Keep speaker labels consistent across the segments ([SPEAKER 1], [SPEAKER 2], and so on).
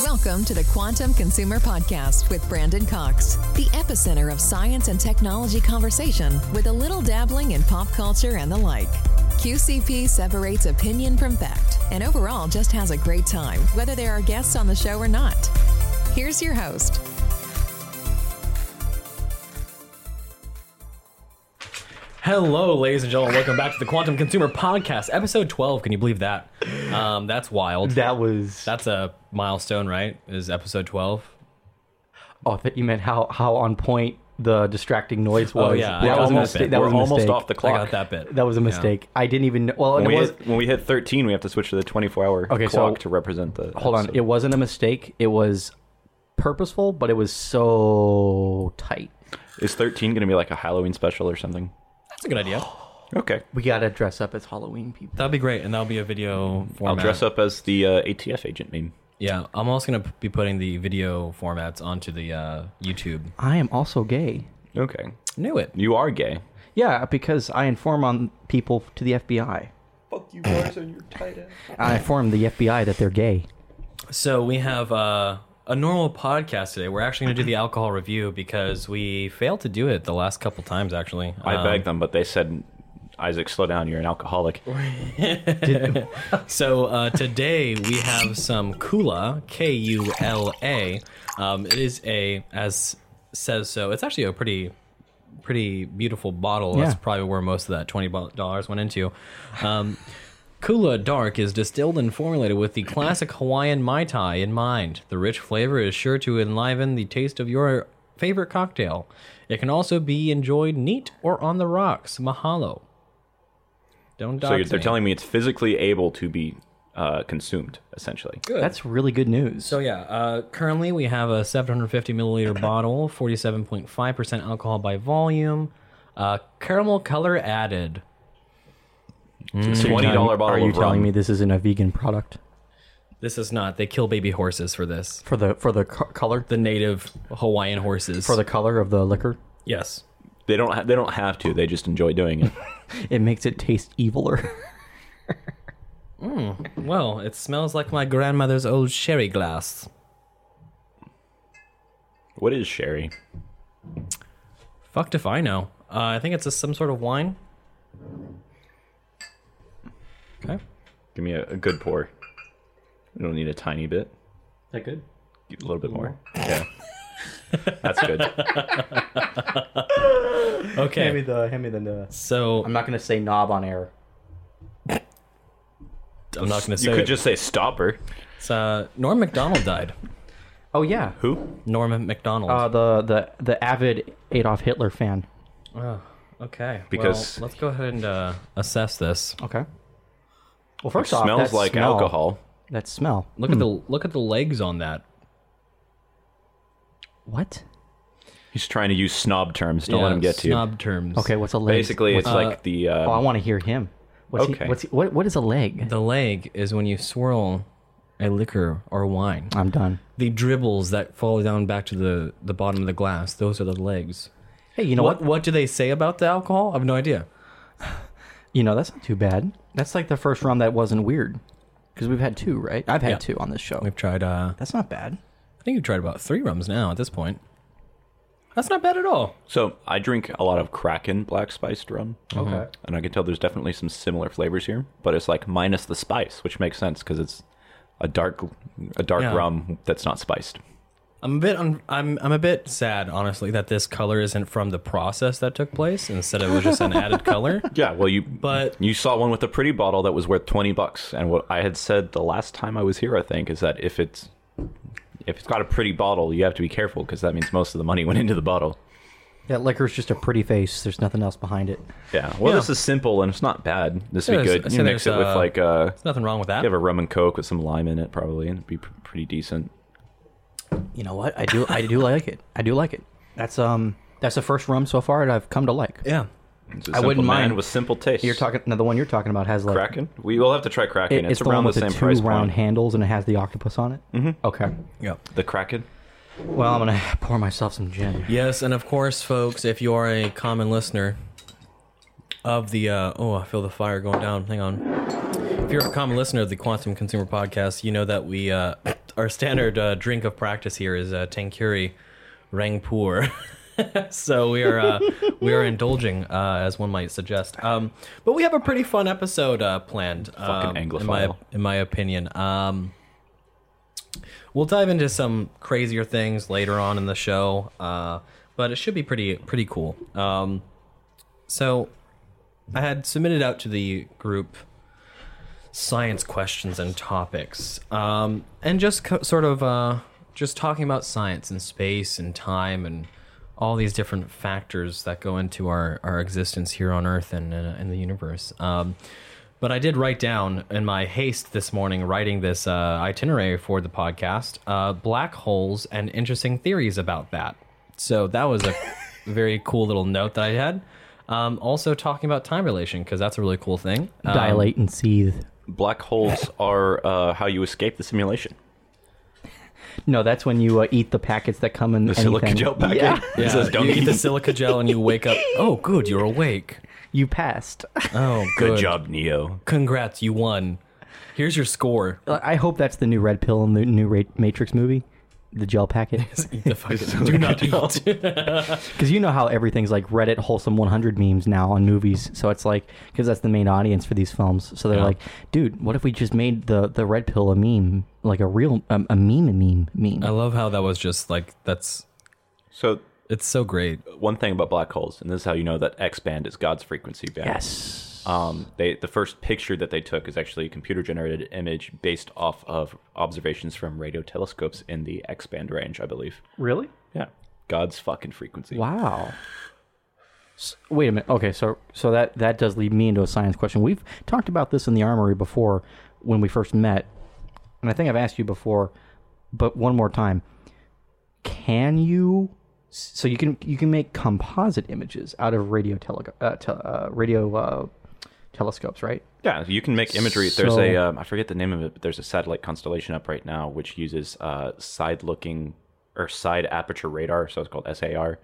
[SPEAKER 1] Welcome to the Quantum Consumer Podcast with Brandon Cox, the epicenter of science and technology conversation with a little dabbling in pop culture and the like. QCP separates opinion from fact and overall just has a great time, whether there are guests on the show or not. Here's your host.
[SPEAKER 2] Hello, ladies and gentlemen. Welcome back to the Quantum Consumer Podcast, episode 12. Can you believe that? Um, that's wild.
[SPEAKER 3] That was.
[SPEAKER 2] That's a milestone, right? Is episode 12?
[SPEAKER 3] Oh, I thought you meant how how on point the distracting noise was.
[SPEAKER 2] Oh, yeah. I
[SPEAKER 3] that, was
[SPEAKER 2] got
[SPEAKER 3] a
[SPEAKER 2] that
[SPEAKER 3] mistake.
[SPEAKER 2] bit.
[SPEAKER 3] That
[SPEAKER 4] We're
[SPEAKER 3] was a
[SPEAKER 4] almost
[SPEAKER 3] mistake.
[SPEAKER 4] off the
[SPEAKER 2] I
[SPEAKER 4] clock.
[SPEAKER 2] got that bit.
[SPEAKER 3] That was a mistake. I didn't even. Know, well, and
[SPEAKER 4] When
[SPEAKER 3] it
[SPEAKER 4] we,
[SPEAKER 3] was.
[SPEAKER 4] hit, when we hit 13, we have to switch to the 24 hour
[SPEAKER 3] Okay, so-
[SPEAKER 4] clock to represent the.
[SPEAKER 3] hold on.
[SPEAKER 4] episode.
[SPEAKER 3] It wasn't a mistake. It was purposeful, but it was so tight.
[SPEAKER 4] Is 13 going to be like a Halloween special or something?
[SPEAKER 2] That's a good idea.
[SPEAKER 4] Okay.
[SPEAKER 3] We gotta dress up as Halloween people.
[SPEAKER 2] That'd be great, and that'll be a video
[SPEAKER 4] I'll
[SPEAKER 2] format.
[SPEAKER 4] dress up as the uh, ATF agent meme.
[SPEAKER 2] Yeah, I'm also going to be putting the video formats onto the uh, YouTube.
[SPEAKER 3] I am also gay.
[SPEAKER 4] Okay.
[SPEAKER 2] Knew it.
[SPEAKER 4] You are gay.
[SPEAKER 3] Yeah, because I inform on people to the FBI.
[SPEAKER 4] Fuck you guys and your tight ass.
[SPEAKER 3] I inform the FBI that they're gay.
[SPEAKER 2] So we have uh, a normal podcast today. We're actually going to do the alcohol review because we failed to do it the last couple times, actually.
[SPEAKER 4] I
[SPEAKER 2] Um,
[SPEAKER 4] begged them, but they said, Isaac, slow down. You're an alcoholic.
[SPEAKER 2] So uh, today we have some Kula, K U L A. Um, it is a, as says so, it's actually a pretty, pretty beautiful bottle. That's
[SPEAKER 3] Yeah.
[SPEAKER 2] probably where most of that $20 went into. Um, Kula Dark is distilled and formulated with the classic Hawaiian Mai Tai in mind. The rich flavor is sure to enliven the taste of your favorite cocktail. It can also be enjoyed neat or on the rocks. Mahalo. Don't
[SPEAKER 4] so you're,
[SPEAKER 2] dox
[SPEAKER 4] they're
[SPEAKER 2] me.
[SPEAKER 4] telling me it's physically able to be uh, consumed, essentially.
[SPEAKER 3] That's really good news.
[SPEAKER 2] So yeah, uh, currently we have a 750 milliliter bottle, 47.5 percent alcohol by volume, uh, caramel color added.
[SPEAKER 4] It's a $20 bottle
[SPEAKER 3] Mm, Are you
[SPEAKER 4] of
[SPEAKER 3] telling
[SPEAKER 4] rum.
[SPEAKER 3] me this isn't a vegan product
[SPEAKER 2] This is not. They kill baby horses for this.
[SPEAKER 3] for the for the co- color
[SPEAKER 2] The native Hawaiian horses.
[SPEAKER 3] for the color of the liquor?
[SPEAKER 2] yes.
[SPEAKER 4] They don't, ha- they don't have to. They just enjoy doing it.
[SPEAKER 3] It makes it taste eviler.
[SPEAKER 2] Well, it smells like my grandmother's old sherry glass.
[SPEAKER 4] what is sherry?
[SPEAKER 2] Fucked if I know. Uh, I think it's a, some sort of wine. Okay.
[SPEAKER 4] Give me a, a good pour. We don't need a tiny bit.
[SPEAKER 3] Is that good?
[SPEAKER 4] A little bit more. Yeah. That's good.
[SPEAKER 2] Okay.
[SPEAKER 3] Hand me the hand me the. uh, the
[SPEAKER 2] so
[SPEAKER 3] I'm not gonna say knob on air.
[SPEAKER 2] I'm not going to say.
[SPEAKER 4] You could
[SPEAKER 2] it.
[SPEAKER 4] just say stopper.
[SPEAKER 2] It's, uh, Norm Macdonald died.
[SPEAKER 3] Oh yeah,
[SPEAKER 4] Who?
[SPEAKER 2] Norm Macdonald.
[SPEAKER 3] uh, the the the avid Adolf Hitler fan.
[SPEAKER 2] Okay.
[SPEAKER 4] Because-
[SPEAKER 2] well, let's go ahead and uh, assess this.
[SPEAKER 3] Okay. Well, first off,
[SPEAKER 4] Smells
[SPEAKER 3] that
[SPEAKER 4] like
[SPEAKER 3] smell-
[SPEAKER 4] alcohol.
[SPEAKER 3] That smell.
[SPEAKER 2] Look
[SPEAKER 4] Hmm.
[SPEAKER 2] at the look at the legs on that.
[SPEAKER 3] What?
[SPEAKER 4] He's trying to use snob terms. Don't let
[SPEAKER 2] Yeah,
[SPEAKER 4] him get to you.
[SPEAKER 2] snob Uh, terms.
[SPEAKER 3] Okay, what's a leg?
[SPEAKER 4] Basically, it's like the.
[SPEAKER 3] oh, I
[SPEAKER 4] Uh,
[SPEAKER 3] want to hear him. What's
[SPEAKER 4] Okay.
[SPEAKER 3] He, what's he, what? What is a leg?
[SPEAKER 2] The leg is when you swirl a liquor or wine.
[SPEAKER 3] I'm done.
[SPEAKER 2] The dribbles that fall down back to the the bottom of the glass. Those are the legs.
[SPEAKER 3] Hey, you know
[SPEAKER 2] what
[SPEAKER 3] what?
[SPEAKER 2] what do they say about the alcohol? I have no idea.
[SPEAKER 3] You know that's not too bad. That's like the first rum that wasn't weird, because we've had two, right? I've had
[SPEAKER 2] Yeah.
[SPEAKER 3] two on this show.
[SPEAKER 2] We've tried. uh
[SPEAKER 3] That's not bad.
[SPEAKER 2] I think we've tried about three rums now at this point. That's not bad at all.
[SPEAKER 4] so I drink a lot of Kraken black spiced rum,
[SPEAKER 2] Mm-hmm.
[SPEAKER 3] Okay.
[SPEAKER 4] and I can tell there's definitely some similar flavors here, but it's like minus the spice, which makes sense because it's a dark, a dark
[SPEAKER 2] Yeah.
[SPEAKER 4] rum that's not spiced.
[SPEAKER 2] I'm a bit un- I'm I'm a bit sad, honestly, that this color isn't from the process that took place. Instead, it was just an added color.
[SPEAKER 4] Yeah, well, you
[SPEAKER 2] But-
[SPEAKER 4] you saw one with a pretty bottle that was worth twenty bucks, and what I had said the last time I was here, I think, is that if it's if it's got a pretty bottle, you have to be careful because that means most of the money went into the bottle.
[SPEAKER 3] That liquor's just a pretty face. There's nothing else behind it.
[SPEAKER 4] Yeah. Well,
[SPEAKER 2] Yeah.
[SPEAKER 4] this is simple and it's not bad. This would be
[SPEAKER 2] There's-
[SPEAKER 4] good.
[SPEAKER 2] so
[SPEAKER 4] You mix it
[SPEAKER 2] there's,
[SPEAKER 4] with
[SPEAKER 2] uh,
[SPEAKER 4] like uh,
[SPEAKER 2] There's nothing wrong with that.
[SPEAKER 4] you have a rum and coke with some lime in it probably, and it'd be pr- pretty decent.
[SPEAKER 3] You know what? I do. I do like it. I do like it. That's um. That's the first rum so far that I've come to like.
[SPEAKER 2] yeah.
[SPEAKER 4] It's a
[SPEAKER 3] I wouldn't
[SPEAKER 4] simple man
[SPEAKER 3] mind.
[SPEAKER 4] with simple taste.
[SPEAKER 3] You're talking. Now the one you're talking about has like
[SPEAKER 4] Kraken. We will have to try
[SPEAKER 3] it-
[SPEAKER 4] Kraken.
[SPEAKER 3] it's,
[SPEAKER 4] it's,
[SPEAKER 3] the
[SPEAKER 4] around
[SPEAKER 3] one with
[SPEAKER 4] the,
[SPEAKER 3] the
[SPEAKER 4] same
[SPEAKER 3] two
[SPEAKER 4] price
[SPEAKER 3] round
[SPEAKER 4] point.
[SPEAKER 3] handles and it has the octopus on it. Mm-hmm. Okay.
[SPEAKER 2] Yeah.
[SPEAKER 4] The Kraken.
[SPEAKER 3] Well, I'm gonna pour myself some gin.
[SPEAKER 2] Yes, and of course, folks, if you are a common listener of the uh, oh, I feel the fire going down. Hang on. If you're a common listener of the Quantum Consumer Podcast, you know that we uh, our standard uh, drink of practice here is uh, Tankuri Rangpur. so we are uh, we are indulging, uh, as one might suggest. Um, but we have a pretty fun episode uh, planned. um, in my
[SPEAKER 4] Anglophile.
[SPEAKER 2] in my opinion. Um, We'll dive into some crazier things later on in the show, uh, but it should be pretty pretty cool. Um, so, I had submitted out to the group science questions and topics, um, and just co- sort of uh, just talking about science and space and time and all these different factors that go into our, our existence here on Earth and uh, in the universe. Um, but I did write down in my haste this morning, writing this uh, itinerary for the podcast, uh, black holes and interesting theories about that. So that was a very cool little note that I had. Um, also talking about time relation because that's a really cool thing. Um,
[SPEAKER 3] Dilate and seethe.
[SPEAKER 4] Black holes are uh, how you escape the simulation.
[SPEAKER 3] No, that's when you uh, eat the packets that come in
[SPEAKER 4] The
[SPEAKER 3] anything.
[SPEAKER 4] silica gel packet.
[SPEAKER 3] Yeah.
[SPEAKER 4] It says
[SPEAKER 2] Yeah,
[SPEAKER 4] don't
[SPEAKER 2] you
[SPEAKER 4] eat
[SPEAKER 2] eat the
[SPEAKER 4] this.
[SPEAKER 2] silica gel and you wake up. Oh, good, you're awake.
[SPEAKER 3] You passed.
[SPEAKER 2] Oh, good,
[SPEAKER 4] Good, job, Neo.
[SPEAKER 2] Congrats, you won. Here's your score.
[SPEAKER 3] I hope that's the new red pill in the new Ra- Matrix movie, the gel packet.
[SPEAKER 2] Eat the fucking, do not eat.
[SPEAKER 3] Because you know how everything's like Reddit wholesome 100 memes now on movies. So it's like, because that's the main audience for these films. So they're
[SPEAKER 2] Yeah.
[SPEAKER 3] like, dude, what if we just made the, the red pill a meme? Like a real, um, a meme, a meme, meme.
[SPEAKER 2] I love how that was just like that's.
[SPEAKER 4] So
[SPEAKER 2] It's so great.
[SPEAKER 4] one thing about black holes, and this is how you know that X band is God's frequency band.
[SPEAKER 3] yes.
[SPEAKER 4] Um, they the first picture that they took is actually a computer generated image based off of observations from radio telescopes in the X band range, I believe.
[SPEAKER 3] Really?
[SPEAKER 4] Yeah, God's fucking frequency.
[SPEAKER 3] Wow. S wait a minute. Okay, so so that that does lead me into a science question. We've talked about this in the armory before when we first met, and I think I've asked you before, but one more time. Can you? So you can you can make composite images out of radio tele, uh, te, uh, radio uh, telescopes, right?
[SPEAKER 4] Yeah, you can make imagery. There's
[SPEAKER 3] So-
[SPEAKER 4] a um, I forget the name of it, but there's a satellite constellation up right now which uses uh, side looking or side aperture radar, so it's called SAR,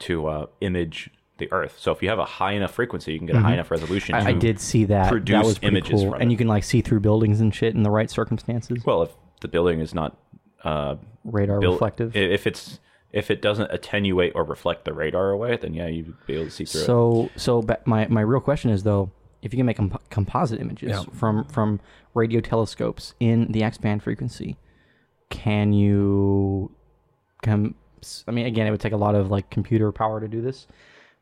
[SPEAKER 4] to uh, image the Earth. So if you have a high enough frequency, you can get a high enough resolution.
[SPEAKER 3] Mm-hmm. I, I
[SPEAKER 4] to-
[SPEAKER 3] did see that. that
[SPEAKER 4] produce
[SPEAKER 3] was pretty
[SPEAKER 4] images
[SPEAKER 3] cool.
[SPEAKER 4] from
[SPEAKER 3] and
[SPEAKER 4] it.
[SPEAKER 3] you can like see through buildings and shit in the right circumstances.
[SPEAKER 4] Well, if the building is not uh,
[SPEAKER 3] radar
[SPEAKER 4] built-
[SPEAKER 3] reflective.
[SPEAKER 4] i- if it's if it doesn't attenuate or reflect the radar away, then yeah, you'd be able to see through it.
[SPEAKER 3] So, so ba- my my real question is though, if you can make comp- composite images
[SPEAKER 2] Yeah.
[SPEAKER 3] from from radio telescopes in the X band frequency, can you come? I mean, again, it would take a lot of like computer power to do this,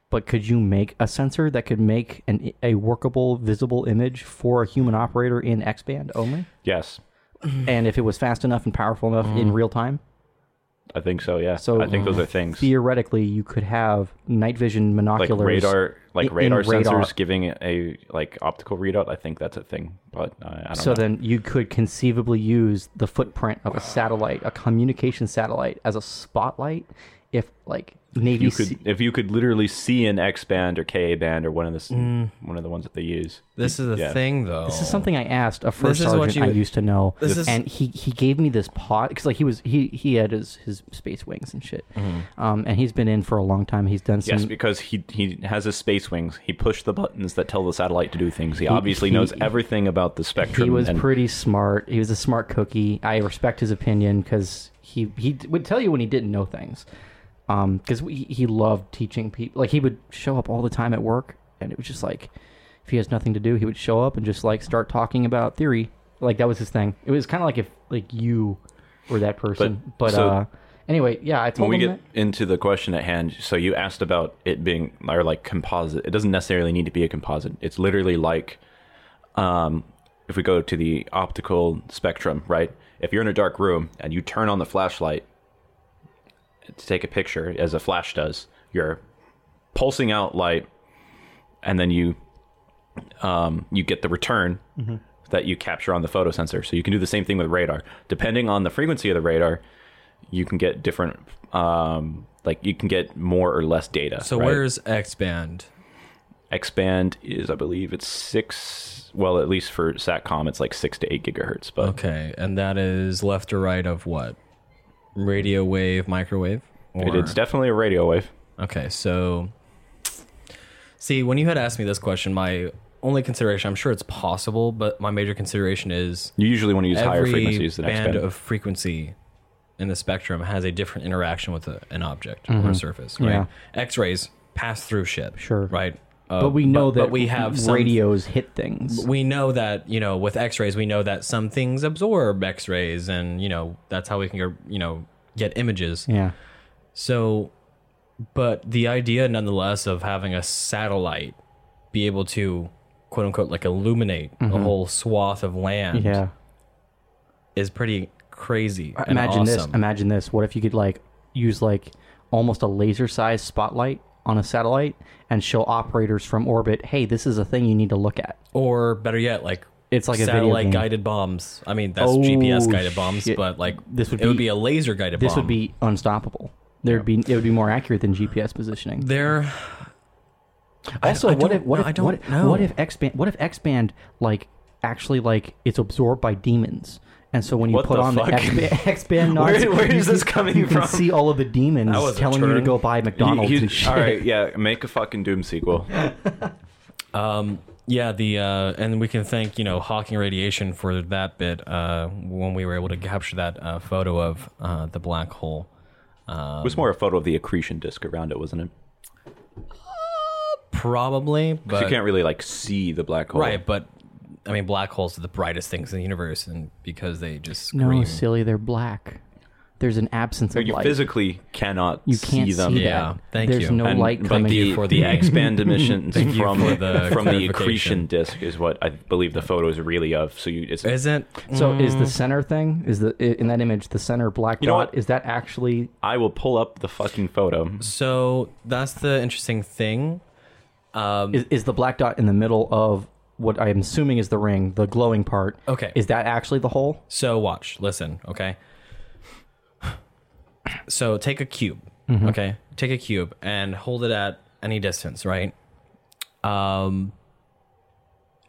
[SPEAKER 3] but could you make a sensor that could make an a workable visible image for a human operator in X band only?
[SPEAKER 4] Yes, Mm.
[SPEAKER 3] and if it was fast enough and powerful enough in real time,
[SPEAKER 4] I think so. Yeah,
[SPEAKER 3] So-
[SPEAKER 4] I think those are things
[SPEAKER 3] theoretically, you could have night vision
[SPEAKER 4] like
[SPEAKER 3] monoculars,
[SPEAKER 4] radar, like
[SPEAKER 3] in- in
[SPEAKER 4] radar sensors
[SPEAKER 3] radar.
[SPEAKER 4] giving it a like optical readout. I think that's a thing, but I, I don't
[SPEAKER 3] So
[SPEAKER 4] know.
[SPEAKER 3] then you could conceivably use the footprint of a satellite, a communication satellite, as a spotlight if like Navy
[SPEAKER 4] you
[SPEAKER 3] Se-
[SPEAKER 4] could if you could literally see an X band or Ka band or one of the s-
[SPEAKER 3] Mm.
[SPEAKER 4] one of the ones that they use.
[SPEAKER 2] This is the
[SPEAKER 4] Yeah.
[SPEAKER 2] thing, though.
[SPEAKER 3] This is something I asked a first
[SPEAKER 2] is what
[SPEAKER 3] sergeant
[SPEAKER 2] you-
[SPEAKER 3] I used to know,
[SPEAKER 2] This is-
[SPEAKER 3] and he, he gave me this pot because like he was he he had his his space wings and shit, um, and he's been in for a long time. He's done some.
[SPEAKER 4] Mm-hmm. Yes, because he he has his space wings. He pushed the buttons that tell the satellite to do things. He, obviously
[SPEAKER 3] he-
[SPEAKER 4] knows everything about the spectrum.
[SPEAKER 3] he was
[SPEAKER 4] and-
[SPEAKER 3] pretty smart. He was a smart cookie. I respect his opinion because he he d- would tell you when he didn't know things. Um, because he he loved teaching people. Like he would show up all the time at work, and it was just like if he has nothing to do, he would show up and just like start talking about theory. Like that was his thing. It was kind of like if like you were that person. But,
[SPEAKER 4] But- so-
[SPEAKER 3] uh, anyway, yeah, I told
[SPEAKER 4] when we
[SPEAKER 3] him
[SPEAKER 4] get
[SPEAKER 3] that.
[SPEAKER 4] into the question at hand, so you asked about it being or like composite. It doesn't necessarily need to be a composite. It's literally like, um, if we go to the optical spectrum, right? If you're in a dark room and you turn on the flashlight to take a picture, as a flash does, your pulsing out light, and then you um, you get the return that you capture on the photosensor. So you can do the same thing with radar. Depending on the frequency of the radar, you can get different. Um, like you can get more or less data.
[SPEAKER 2] So
[SPEAKER 4] right?
[SPEAKER 2] where's X band?
[SPEAKER 4] X band is, I believe, it's six. Well, at least for satcom, it's like six to eight gigahertz. But
[SPEAKER 2] Okay, and that is left or right of what? Radio wave, microwave?
[SPEAKER 4] it, it's definitely a radio wave.
[SPEAKER 2] Okay, so see, when you had asked me this question, my only consideration, I'm sure it's possible, but my major consideration is
[SPEAKER 4] You usually want to use higher
[SPEAKER 2] every
[SPEAKER 4] frequencies than X
[SPEAKER 2] band
[SPEAKER 4] band.
[SPEAKER 2] of frequency in the spectrum has a different interaction with a, an object or a surface, right?
[SPEAKER 3] Mm-hmm. Yeah.
[SPEAKER 2] X-rays pass through shit,
[SPEAKER 3] Sure.
[SPEAKER 2] right? Uh,
[SPEAKER 3] but we know that
[SPEAKER 2] but we have some-
[SPEAKER 3] radios hit things.
[SPEAKER 2] we know that you know with x-rays we know that some things absorb x-rays and you know that's how we can get you know get images
[SPEAKER 3] yeah.
[SPEAKER 2] so but the idea nonetheless of having a satellite be able to quote unquote like illuminate a whole swath of land
[SPEAKER 3] Mm-hmm. Yeah.
[SPEAKER 2] is pretty crazy and
[SPEAKER 3] Imagine this.
[SPEAKER 2] awesome.
[SPEAKER 3] Imagine this. What if you could like use like almost a laser sized spotlight on a satellite and show operators from orbit, hey, this is a thing you need to look at.
[SPEAKER 2] or better yet like
[SPEAKER 3] It's like a video
[SPEAKER 2] satellite
[SPEAKER 3] game.
[SPEAKER 2] guided bombs i mean that's
[SPEAKER 3] Oh,
[SPEAKER 2] gps guided bombs
[SPEAKER 3] shit.
[SPEAKER 2] but like
[SPEAKER 3] This would
[SPEAKER 2] it would
[SPEAKER 3] be-
[SPEAKER 2] be a laser guided
[SPEAKER 3] This
[SPEAKER 2] bomb
[SPEAKER 3] would be unstoppable. There'd be it would be more accurate than GPS positioning.
[SPEAKER 2] there
[SPEAKER 3] Also,
[SPEAKER 2] I
[SPEAKER 3] what
[SPEAKER 2] don't
[SPEAKER 3] if what
[SPEAKER 2] know-
[SPEAKER 3] if
[SPEAKER 2] I don't
[SPEAKER 3] what,
[SPEAKER 2] know.
[SPEAKER 3] what if X band what if X band like actually like it's absorbed by demons, and so when you
[SPEAKER 4] What
[SPEAKER 3] put
[SPEAKER 4] the
[SPEAKER 3] on
[SPEAKER 4] fuck?
[SPEAKER 3] the X band X band
[SPEAKER 4] Where-
[SPEAKER 3] nods,
[SPEAKER 4] where
[SPEAKER 3] you
[SPEAKER 4] is
[SPEAKER 3] can-
[SPEAKER 4] this coming
[SPEAKER 3] you
[SPEAKER 4] from?
[SPEAKER 3] Can see all of the demons
[SPEAKER 2] was a
[SPEAKER 3] telling you to
[SPEAKER 2] turn.
[SPEAKER 3] go buy McDonald's
[SPEAKER 4] You- you-
[SPEAKER 3] and shit.
[SPEAKER 4] all right, yeah, make a fucking Doom sequel.
[SPEAKER 2] Yeah, the uh, and we can thank you know Hawking radiation for that bit uh, when we were able to capture that uh, photo of uh, the black hole.
[SPEAKER 4] it was more a photo of the accretion disk around it, wasn't it?
[SPEAKER 2] Probably,
[SPEAKER 4] Because
[SPEAKER 2] but
[SPEAKER 4] you can't really like see the black hole.
[SPEAKER 2] right, but I mean, black holes are the brightest things in the universe, and because they just
[SPEAKER 3] No,
[SPEAKER 2] scream.
[SPEAKER 3] silly, they're black. There's an absence of
[SPEAKER 4] You
[SPEAKER 3] light.
[SPEAKER 4] physically cannot
[SPEAKER 3] you can't see,
[SPEAKER 4] see them.
[SPEAKER 3] that.
[SPEAKER 2] Yeah, thank
[SPEAKER 3] There's
[SPEAKER 2] you.
[SPEAKER 3] no
[SPEAKER 4] And-
[SPEAKER 3] light
[SPEAKER 4] but
[SPEAKER 3] coming.
[SPEAKER 4] the,
[SPEAKER 2] you for
[SPEAKER 4] the
[SPEAKER 2] the-
[SPEAKER 4] X band emissions
[SPEAKER 2] Thank you
[SPEAKER 4] from
[SPEAKER 2] for the
[SPEAKER 4] from the
[SPEAKER 2] clarification.
[SPEAKER 4] accretion disk is what I believe the photo is really of. So you it's
[SPEAKER 2] Isn't
[SPEAKER 3] so is
[SPEAKER 2] Mm.
[SPEAKER 3] the center thing is the i- in that image the center black
[SPEAKER 4] know
[SPEAKER 3] dot
[SPEAKER 4] what?
[SPEAKER 3] is that actually
[SPEAKER 4] I will pull up the fucking photo.
[SPEAKER 2] so? That's the interesting thing.
[SPEAKER 3] is, is the black dot in the middle of what I'm assuming is the ring, the glowing part.
[SPEAKER 2] Okay.
[SPEAKER 3] Is that actually the hole?
[SPEAKER 2] So watch, listen, okay. So take a cube,
[SPEAKER 3] Mm-hmm.
[SPEAKER 2] okay. Take a cube and hold it at any distance, right? Um.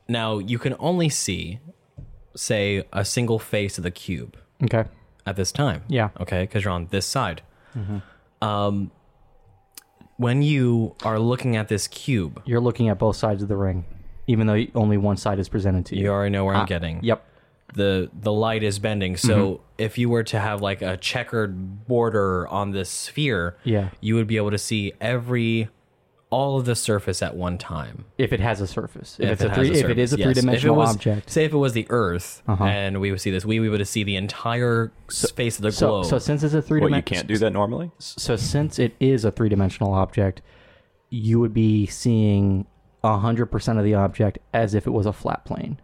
[SPEAKER 2] Now you can only see, say, a single face of the cube
[SPEAKER 3] Okay.
[SPEAKER 2] at this time.
[SPEAKER 3] Yeah. Mm-hmm.
[SPEAKER 2] Okay, because you're on this side. Um. When you are looking at this cube,
[SPEAKER 3] You're looking at both sides of the ring, even though only one side is presented to you.
[SPEAKER 2] you already know where I'm getting.
[SPEAKER 3] Ah, Yep.
[SPEAKER 2] the the light is bending. So
[SPEAKER 3] Mm-hmm.
[SPEAKER 2] if you were to have like a checkered border on this sphere,
[SPEAKER 3] Yeah.
[SPEAKER 2] you would be able to see every all of the surface at one time.
[SPEAKER 3] If it has a surface. If, it's
[SPEAKER 2] it
[SPEAKER 3] a
[SPEAKER 2] has
[SPEAKER 3] three if
[SPEAKER 2] surface.
[SPEAKER 3] it is a
[SPEAKER 2] Yes. If
[SPEAKER 3] three
[SPEAKER 2] it
[SPEAKER 3] dimensional
[SPEAKER 2] was-
[SPEAKER 3] object. Uh-huh.
[SPEAKER 2] Say if it was the Earth and we would see this, we, we would see the entire space of the
[SPEAKER 3] so
[SPEAKER 2] globe.
[SPEAKER 3] so since it's a three
[SPEAKER 4] What you
[SPEAKER 3] dimensional
[SPEAKER 4] can't do that normally.
[SPEAKER 3] so since it is a three dimensional object, you would be seeing hundred percent of the object as if it was a flat plane.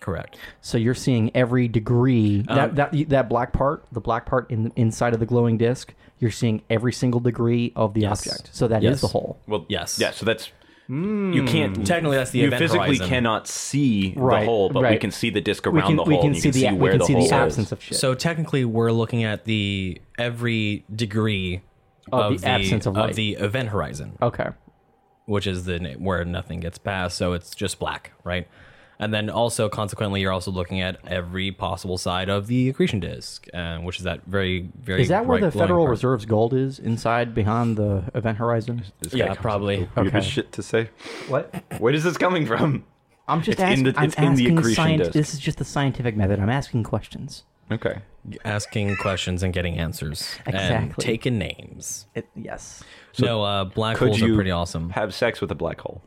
[SPEAKER 2] Correct.
[SPEAKER 3] So you're seeing every degree
[SPEAKER 4] Uh,
[SPEAKER 3] that, that that black part, the black part in inside of the glowing disc. You're seeing every single degree of the object. So that is
[SPEAKER 2] Yes.
[SPEAKER 3] the hole.
[SPEAKER 4] Well,
[SPEAKER 2] Yes. Hmm.
[SPEAKER 4] yeah. So that's you can't
[SPEAKER 2] Technically, that's the
[SPEAKER 4] you
[SPEAKER 2] event
[SPEAKER 4] physically
[SPEAKER 2] horizon.
[SPEAKER 4] cannot see
[SPEAKER 3] Right,
[SPEAKER 4] the hole, but we
[SPEAKER 3] right.
[SPEAKER 4] can see the disk
[SPEAKER 3] We
[SPEAKER 4] around
[SPEAKER 3] can
[SPEAKER 4] the hole.
[SPEAKER 3] we can
[SPEAKER 4] and you
[SPEAKER 3] see the
[SPEAKER 4] where
[SPEAKER 3] we can
[SPEAKER 4] the
[SPEAKER 3] see
[SPEAKER 4] hole
[SPEAKER 3] the
[SPEAKER 4] is.
[SPEAKER 3] absence of shit.
[SPEAKER 2] So technically, we're looking at the every degree
[SPEAKER 3] Of
[SPEAKER 2] of,
[SPEAKER 3] the absence of light.
[SPEAKER 2] the event horizon.
[SPEAKER 3] okay,
[SPEAKER 2] which is the name where nothing gets past, so it's just black, right? And then also consequently, you're also looking at every possible side of the accretion disk, uh, which is that very very.
[SPEAKER 3] is that where
[SPEAKER 2] bright
[SPEAKER 3] the
[SPEAKER 2] glowing
[SPEAKER 3] Federal
[SPEAKER 2] part.
[SPEAKER 3] Reserve's gold is inside behind the event horizon?
[SPEAKER 4] This guy
[SPEAKER 2] Yeah,
[SPEAKER 4] comes up
[SPEAKER 2] probably.
[SPEAKER 4] with weird
[SPEAKER 3] Okay.
[SPEAKER 4] shit to say.
[SPEAKER 3] What?
[SPEAKER 4] Where is this coming from?
[SPEAKER 3] I'm just
[SPEAKER 4] It's in
[SPEAKER 3] asking.
[SPEAKER 4] the-
[SPEAKER 3] I'm
[SPEAKER 4] it's in the
[SPEAKER 3] asking
[SPEAKER 4] accretion
[SPEAKER 3] scient-
[SPEAKER 4] disk.
[SPEAKER 3] This is just the scientific method. I'm asking questions.
[SPEAKER 4] Okay.
[SPEAKER 2] Asking questions and getting answers and
[SPEAKER 3] Exactly.
[SPEAKER 2] taking names.
[SPEAKER 3] It, yes.
[SPEAKER 2] no, uh, black
[SPEAKER 4] Could
[SPEAKER 2] holes
[SPEAKER 4] you
[SPEAKER 2] are pretty awesome.
[SPEAKER 4] have sex with a black hole?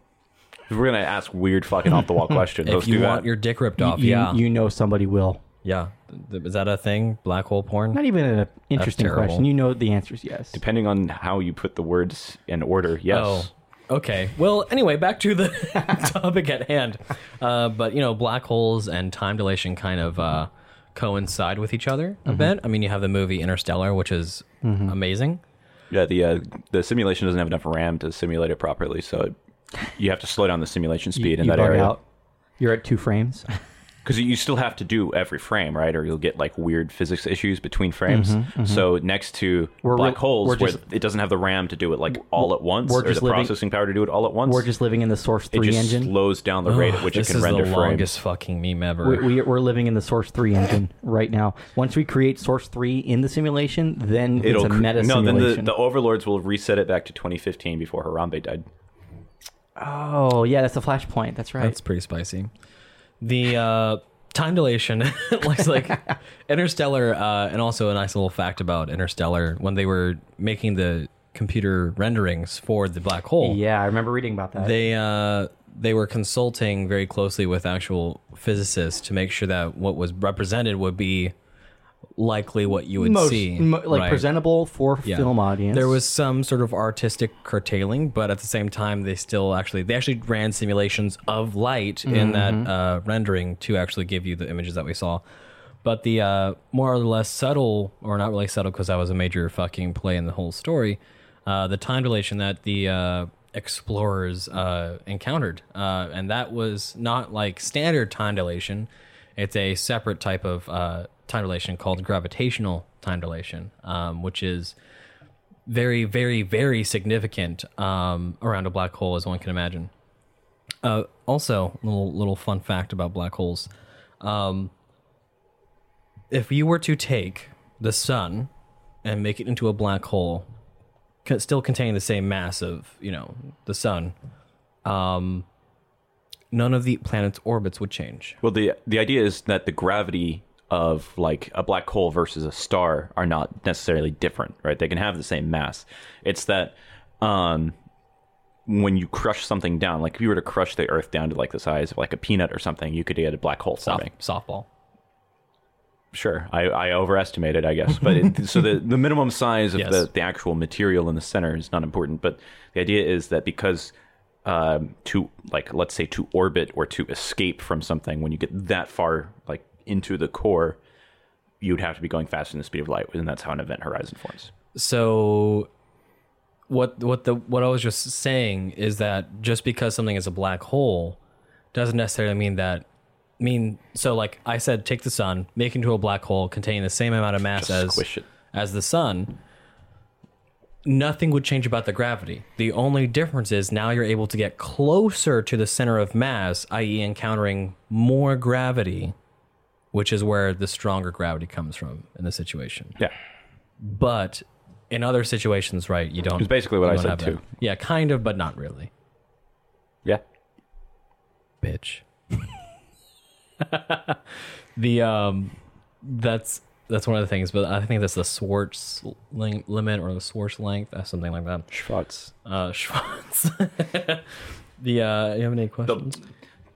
[SPEAKER 4] If we're gonna ask weird fucking off the wall questions.
[SPEAKER 2] If
[SPEAKER 4] let's
[SPEAKER 2] you
[SPEAKER 4] do
[SPEAKER 2] want
[SPEAKER 4] that.
[SPEAKER 2] your dick ripped off,
[SPEAKER 3] You,
[SPEAKER 2] yeah,
[SPEAKER 3] you know somebody will.
[SPEAKER 2] yeah. Th- Is that a thing? Black hole porn?
[SPEAKER 3] Not even an interesting
[SPEAKER 2] terrible.
[SPEAKER 3] question. You know the answer is yes.
[SPEAKER 4] depending on how you put the words in order. Yes.
[SPEAKER 2] Oh, okay. Well, anyway, back to the topic at hand. Uh, but you know, black holes and time dilation kind of uh,
[SPEAKER 4] Mm-hmm.
[SPEAKER 2] coincide with each other a bit. I mean, you have the movie Interstellar, which is amazing.
[SPEAKER 4] Yeah, the uh, the simulation doesn't have enough RAM to simulate it properly, so it, you have to slow down the simulation
[SPEAKER 3] You-
[SPEAKER 4] speed in
[SPEAKER 3] you
[SPEAKER 4] that
[SPEAKER 3] bug
[SPEAKER 4] area
[SPEAKER 3] out. You're at two frames.
[SPEAKER 4] because you still have to do every frame, right? Or you'll get like weird physics issues between frames. So next to
[SPEAKER 3] We're
[SPEAKER 4] black
[SPEAKER 3] real-
[SPEAKER 4] holes,
[SPEAKER 3] we're
[SPEAKER 4] where
[SPEAKER 3] just-
[SPEAKER 4] it doesn't have the RAM to do it like all at once,
[SPEAKER 3] we're
[SPEAKER 4] or the
[SPEAKER 3] just living-
[SPEAKER 4] processing power to do it all at once.
[SPEAKER 3] We're just living in the Source
[SPEAKER 4] it
[SPEAKER 3] Three
[SPEAKER 4] just
[SPEAKER 3] engine.
[SPEAKER 4] slows down the rate at
[SPEAKER 2] Ugh,
[SPEAKER 4] which
[SPEAKER 2] this
[SPEAKER 4] it can
[SPEAKER 2] is
[SPEAKER 4] render
[SPEAKER 2] the
[SPEAKER 4] frames.
[SPEAKER 2] longest fucking meme ever.
[SPEAKER 3] we, we, we're living in the Source 3 engine right now. Once we create Source 3 in the simulation, then it's
[SPEAKER 4] It'll
[SPEAKER 3] a
[SPEAKER 4] cr-
[SPEAKER 3] meta
[SPEAKER 4] no, then
[SPEAKER 3] simulation.
[SPEAKER 4] the, the overlords will reset it back to 2015 before Harambe died.
[SPEAKER 3] oh, yeah, that's the flashpoint. That's right.
[SPEAKER 2] That's pretty spicy. The uh, time dilation looks like Interstellar, uh, and also a nice little fact about Interstellar when they were making the computer renderings for the black hole.
[SPEAKER 3] yeah, I remember reading about that.
[SPEAKER 2] They uh, they were consulting very closely with actual physicists to make sure that what was represented would be likely what you would
[SPEAKER 3] Most-
[SPEAKER 2] see,
[SPEAKER 3] mo- like
[SPEAKER 2] right?
[SPEAKER 3] presentable for
[SPEAKER 2] Yeah.
[SPEAKER 3] film audience.
[SPEAKER 2] There was some sort of artistic curtailing, but at the same time, they still actually they actually ran simulations of light in that
[SPEAKER 3] Mm-hmm.
[SPEAKER 2] uh, rendering to actually give you the images that we saw. But the uh, more or less subtle, or not really subtle, because that was a major fucking play in the whole story. Uh, the time dilation that the uh, explorers uh, encountered, uh, and that was not like standard time dilation. It's a separate type of uh, time dilation called gravitational time dilation, um, which is very, very, very significant um, around a black hole, as one can imagine. Uh, also, little little fun fact about black holes: um, if you were to take the sun and make it into a black hole, co- still containing the same mass of you know the sun, um, none of the planet's orbits would change.
[SPEAKER 4] Well, the the idea is that the gravity of like a black hole versus a star are not necessarily different, right? They can have the same mass. It's that um, when you crush something down, like if you were to crush the Earth down to like the size of like a peanut or something, you could get a black hole
[SPEAKER 2] Soft,
[SPEAKER 4] forming.
[SPEAKER 2] softball.
[SPEAKER 4] Sure, I, I overestimated, I guess. But it, so the, the minimum size of
[SPEAKER 2] Yes.
[SPEAKER 4] the, the actual material in the center is not important. But the idea is that because um, to like let's say to orbit or to escape from something, when you get that far like into the core, you'd have to be going faster than the speed of light, and that's how an event horizon forms.
[SPEAKER 2] so what what the what I was just saying is that just because something is a black hole doesn't necessarily mean that mean so like I said take the sun make it into a black hole containing the same amount of mass
[SPEAKER 4] Just
[SPEAKER 2] as
[SPEAKER 4] squish it.
[SPEAKER 2] as the sun nothing would change about the gravity the only difference is now you're able to get closer to the center of mass i.e. encountering more gravity which is where the stronger gravity comes from in the situation
[SPEAKER 4] Yeah,
[SPEAKER 2] but in other situations, right, you don't.
[SPEAKER 4] It's basically what
[SPEAKER 2] you
[SPEAKER 4] I
[SPEAKER 2] don't
[SPEAKER 4] said,
[SPEAKER 2] have that.
[SPEAKER 4] too.
[SPEAKER 2] Yeah, kind of, but not really,
[SPEAKER 4] yeah.
[SPEAKER 2] bitch. the um, that's that's one of the things, but I think that's the Schwartz ling- limit or the Schwartz length, uh, something like that.
[SPEAKER 4] Schwartz.
[SPEAKER 2] Uh, Schwartz. the uh, you have any questions?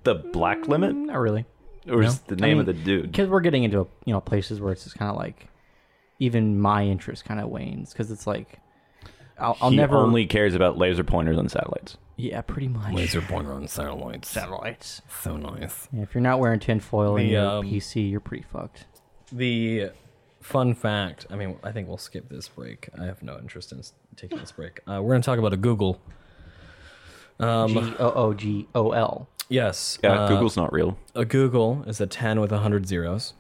[SPEAKER 4] The black limit,
[SPEAKER 3] Not really.
[SPEAKER 4] or is the name
[SPEAKER 3] mean,
[SPEAKER 4] of the dude?
[SPEAKER 3] Because we're getting into you know places where it's just kind of like, even my interest kind of wanes because it's like, I'll, I'll
[SPEAKER 4] he
[SPEAKER 3] never
[SPEAKER 4] only cares about laser pointers on satellites.
[SPEAKER 3] yeah, pretty much
[SPEAKER 2] Laser pointer on satellites.
[SPEAKER 3] satellites.
[SPEAKER 2] So nice.
[SPEAKER 3] Yeah, if you're not wearing tinfoil in
[SPEAKER 2] The,
[SPEAKER 3] your
[SPEAKER 2] um,
[SPEAKER 3] PC, you're pretty fucked.
[SPEAKER 2] The fun fact. I mean, I think we'll skip this break. I have no interest in s- taking this break. Uh, we're going to talk about a Google. um,
[SPEAKER 3] G O O G O L.
[SPEAKER 2] Yes.
[SPEAKER 4] Yeah,
[SPEAKER 2] uh,
[SPEAKER 4] Google's not real.
[SPEAKER 2] A Google is a 10 with 100 zeros.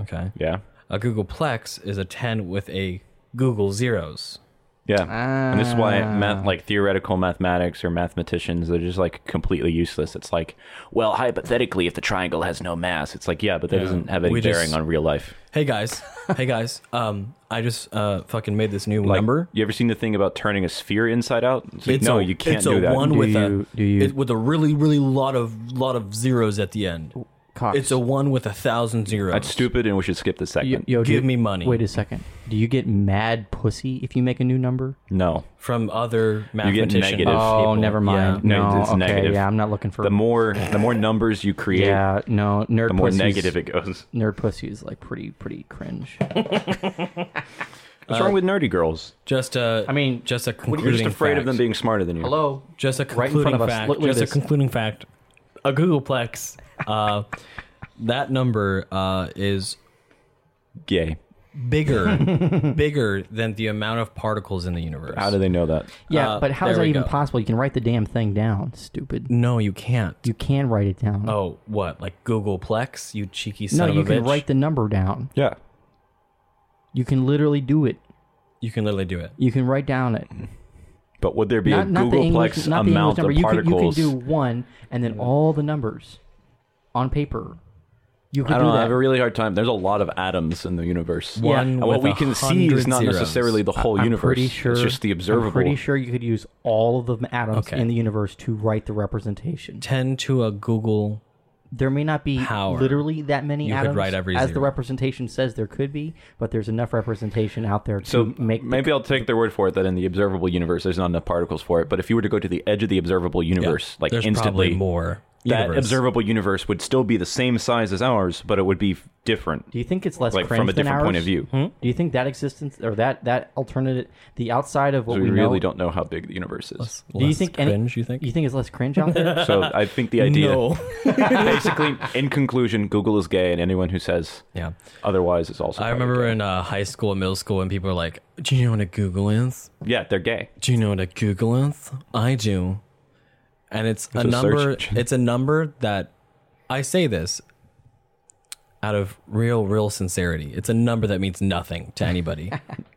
[SPEAKER 2] Okay.
[SPEAKER 4] Yeah.
[SPEAKER 2] A Googleplex is a 10 with a Google zeros.
[SPEAKER 4] Yeah. and this is why
[SPEAKER 3] Ah.
[SPEAKER 4] math, like theoretical mathematics or mathematicians, they're just like completely useless. It's like, well, hypothetically, if the triangle has no mass, it's like, yeah, but that doesn't have any
[SPEAKER 2] We just-
[SPEAKER 4] bearing on real life.
[SPEAKER 2] Hey guys. hey guys. Um I just uh fucking made this new
[SPEAKER 4] Like,
[SPEAKER 2] number.
[SPEAKER 4] You ever seen the thing about turning a sphere inside out? It's like, no,
[SPEAKER 2] a,
[SPEAKER 4] you can't
[SPEAKER 2] it's
[SPEAKER 4] do
[SPEAKER 2] a
[SPEAKER 4] that.
[SPEAKER 2] one with
[SPEAKER 3] you-
[SPEAKER 2] a
[SPEAKER 3] do you-
[SPEAKER 2] it- with a really really lot of lot of zeros at the end.
[SPEAKER 3] Cox.
[SPEAKER 2] It's a one with a thousand zeros.
[SPEAKER 4] That's stupid, and we should skip this segment.
[SPEAKER 3] Yo,
[SPEAKER 2] Give
[SPEAKER 3] do-
[SPEAKER 2] me money.
[SPEAKER 3] Wait a second. Do you get mad pussy if you make a new number?
[SPEAKER 4] no.
[SPEAKER 2] From other
[SPEAKER 4] get
[SPEAKER 2] mathematicians.
[SPEAKER 4] negative. Oh,
[SPEAKER 3] Oh,
[SPEAKER 2] people.
[SPEAKER 3] never mind.
[SPEAKER 2] Yeah.
[SPEAKER 4] No,
[SPEAKER 3] No,
[SPEAKER 4] it's
[SPEAKER 3] okay,
[SPEAKER 4] negative.
[SPEAKER 3] yeah, I'm not looking for.
[SPEAKER 4] The more the more numbers you create,
[SPEAKER 3] yeah, no, nerd.
[SPEAKER 4] the more
[SPEAKER 3] pussy's-
[SPEAKER 4] negative it goes.
[SPEAKER 3] Nerd pussy is like pretty, pretty cringe.
[SPEAKER 4] What's
[SPEAKER 3] Uh,
[SPEAKER 4] wrong with nerdy girls?
[SPEAKER 2] Just uh
[SPEAKER 3] I mean,
[SPEAKER 2] just a concluding
[SPEAKER 4] You're just afraid of
[SPEAKER 2] fact.
[SPEAKER 4] them being smarter than you.
[SPEAKER 3] Hello.
[SPEAKER 2] just a
[SPEAKER 3] Right in front
[SPEAKER 2] concluding
[SPEAKER 3] of us.
[SPEAKER 2] fact.
[SPEAKER 3] Look- look at
[SPEAKER 2] just a
[SPEAKER 3] this.
[SPEAKER 2] concluding fact. A Googleplex. Uh, that number uh, is
[SPEAKER 4] Gay.
[SPEAKER 2] bigger, bigger than the amount of particles in the universe.
[SPEAKER 4] How do they know that?
[SPEAKER 3] Yeah,
[SPEAKER 2] Uh,
[SPEAKER 3] but how
[SPEAKER 2] there
[SPEAKER 3] is that
[SPEAKER 2] we
[SPEAKER 3] even
[SPEAKER 2] go.
[SPEAKER 3] possible? You can write the damn thing down, stupid.
[SPEAKER 2] no, you can't.
[SPEAKER 3] You can write it down.
[SPEAKER 2] oh, what? Like Googleplex? You cheeky
[SPEAKER 3] no,
[SPEAKER 2] son of
[SPEAKER 3] you
[SPEAKER 2] a
[SPEAKER 3] can
[SPEAKER 2] bitch.
[SPEAKER 3] write the number down.
[SPEAKER 4] Yeah.
[SPEAKER 3] You can literally do it.
[SPEAKER 2] you can literally do it.
[SPEAKER 3] You can write down it.
[SPEAKER 4] But would there be
[SPEAKER 3] Not,
[SPEAKER 4] a
[SPEAKER 3] not the English,
[SPEAKER 4] Googleplex
[SPEAKER 3] not the English
[SPEAKER 4] amount
[SPEAKER 3] number.
[SPEAKER 4] of
[SPEAKER 3] You can, you can
[SPEAKER 4] particles?
[SPEAKER 3] do one and then all the numbers on paper. You can
[SPEAKER 4] I don't
[SPEAKER 3] do
[SPEAKER 4] know. I
[SPEAKER 3] that.
[SPEAKER 4] have a really hard time. There's a lot of atoms in the universe.
[SPEAKER 2] Yeah. One
[SPEAKER 4] And what
[SPEAKER 2] with
[SPEAKER 4] we
[SPEAKER 2] a
[SPEAKER 4] can see is
[SPEAKER 2] hundred
[SPEAKER 4] not
[SPEAKER 2] zeros.
[SPEAKER 4] necessarily the whole
[SPEAKER 3] I'm
[SPEAKER 4] universe.
[SPEAKER 3] pretty sure
[SPEAKER 4] It's just the observable.
[SPEAKER 3] I'm pretty sure you could use all of the atoms
[SPEAKER 2] Okay.
[SPEAKER 3] in the universe to write the representation.
[SPEAKER 2] 10 to a Google.
[SPEAKER 3] There may not be
[SPEAKER 2] Power.
[SPEAKER 3] literally that many
[SPEAKER 2] You could
[SPEAKER 3] atoms
[SPEAKER 2] write every
[SPEAKER 3] as the
[SPEAKER 2] zero.
[SPEAKER 3] representation says there could be, but there's enough representation out there to
[SPEAKER 4] So
[SPEAKER 3] make
[SPEAKER 4] maybe I'll take their word for it that in the observable universe, there's not enough particles for it. But if you were to go to the edge of the observable universe, like
[SPEAKER 2] There's
[SPEAKER 4] instantly,
[SPEAKER 2] probably more.
[SPEAKER 4] that
[SPEAKER 2] universe.
[SPEAKER 4] observable universe would still be the same size as ours, but it would be f- different.
[SPEAKER 3] Do you think it's less
[SPEAKER 4] Like, from
[SPEAKER 3] cramped
[SPEAKER 4] a
[SPEAKER 3] than
[SPEAKER 4] different point
[SPEAKER 3] ours? Hmm?
[SPEAKER 4] of view.
[SPEAKER 3] Do you think that existence or that that alternative, the outside of what
[SPEAKER 4] So
[SPEAKER 3] we,
[SPEAKER 4] we
[SPEAKER 3] know,
[SPEAKER 4] really don't know how big the universe is.
[SPEAKER 3] Do you think any-
[SPEAKER 2] cringe, you think?
[SPEAKER 3] you think it's less cringe out there?
[SPEAKER 4] So I think the idea,
[SPEAKER 2] No.
[SPEAKER 4] basically, in conclusion, Google is gay, and anyone who says
[SPEAKER 2] Yeah.
[SPEAKER 4] otherwise is also.
[SPEAKER 2] I
[SPEAKER 4] probably
[SPEAKER 2] remember
[SPEAKER 4] gay.
[SPEAKER 2] in uh, high school and middle school when people were like, Do you know what a Google is?
[SPEAKER 4] yeah, they're gay.
[SPEAKER 2] Do you know what a Google is? I do. And it's, a,
[SPEAKER 4] a
[SPEAKER 2] number
[SPEAKER 4] search engine.
[SPEAKER 2] it's a number that I say this out of real, real sincerity. It's a number that means nothing to anybody.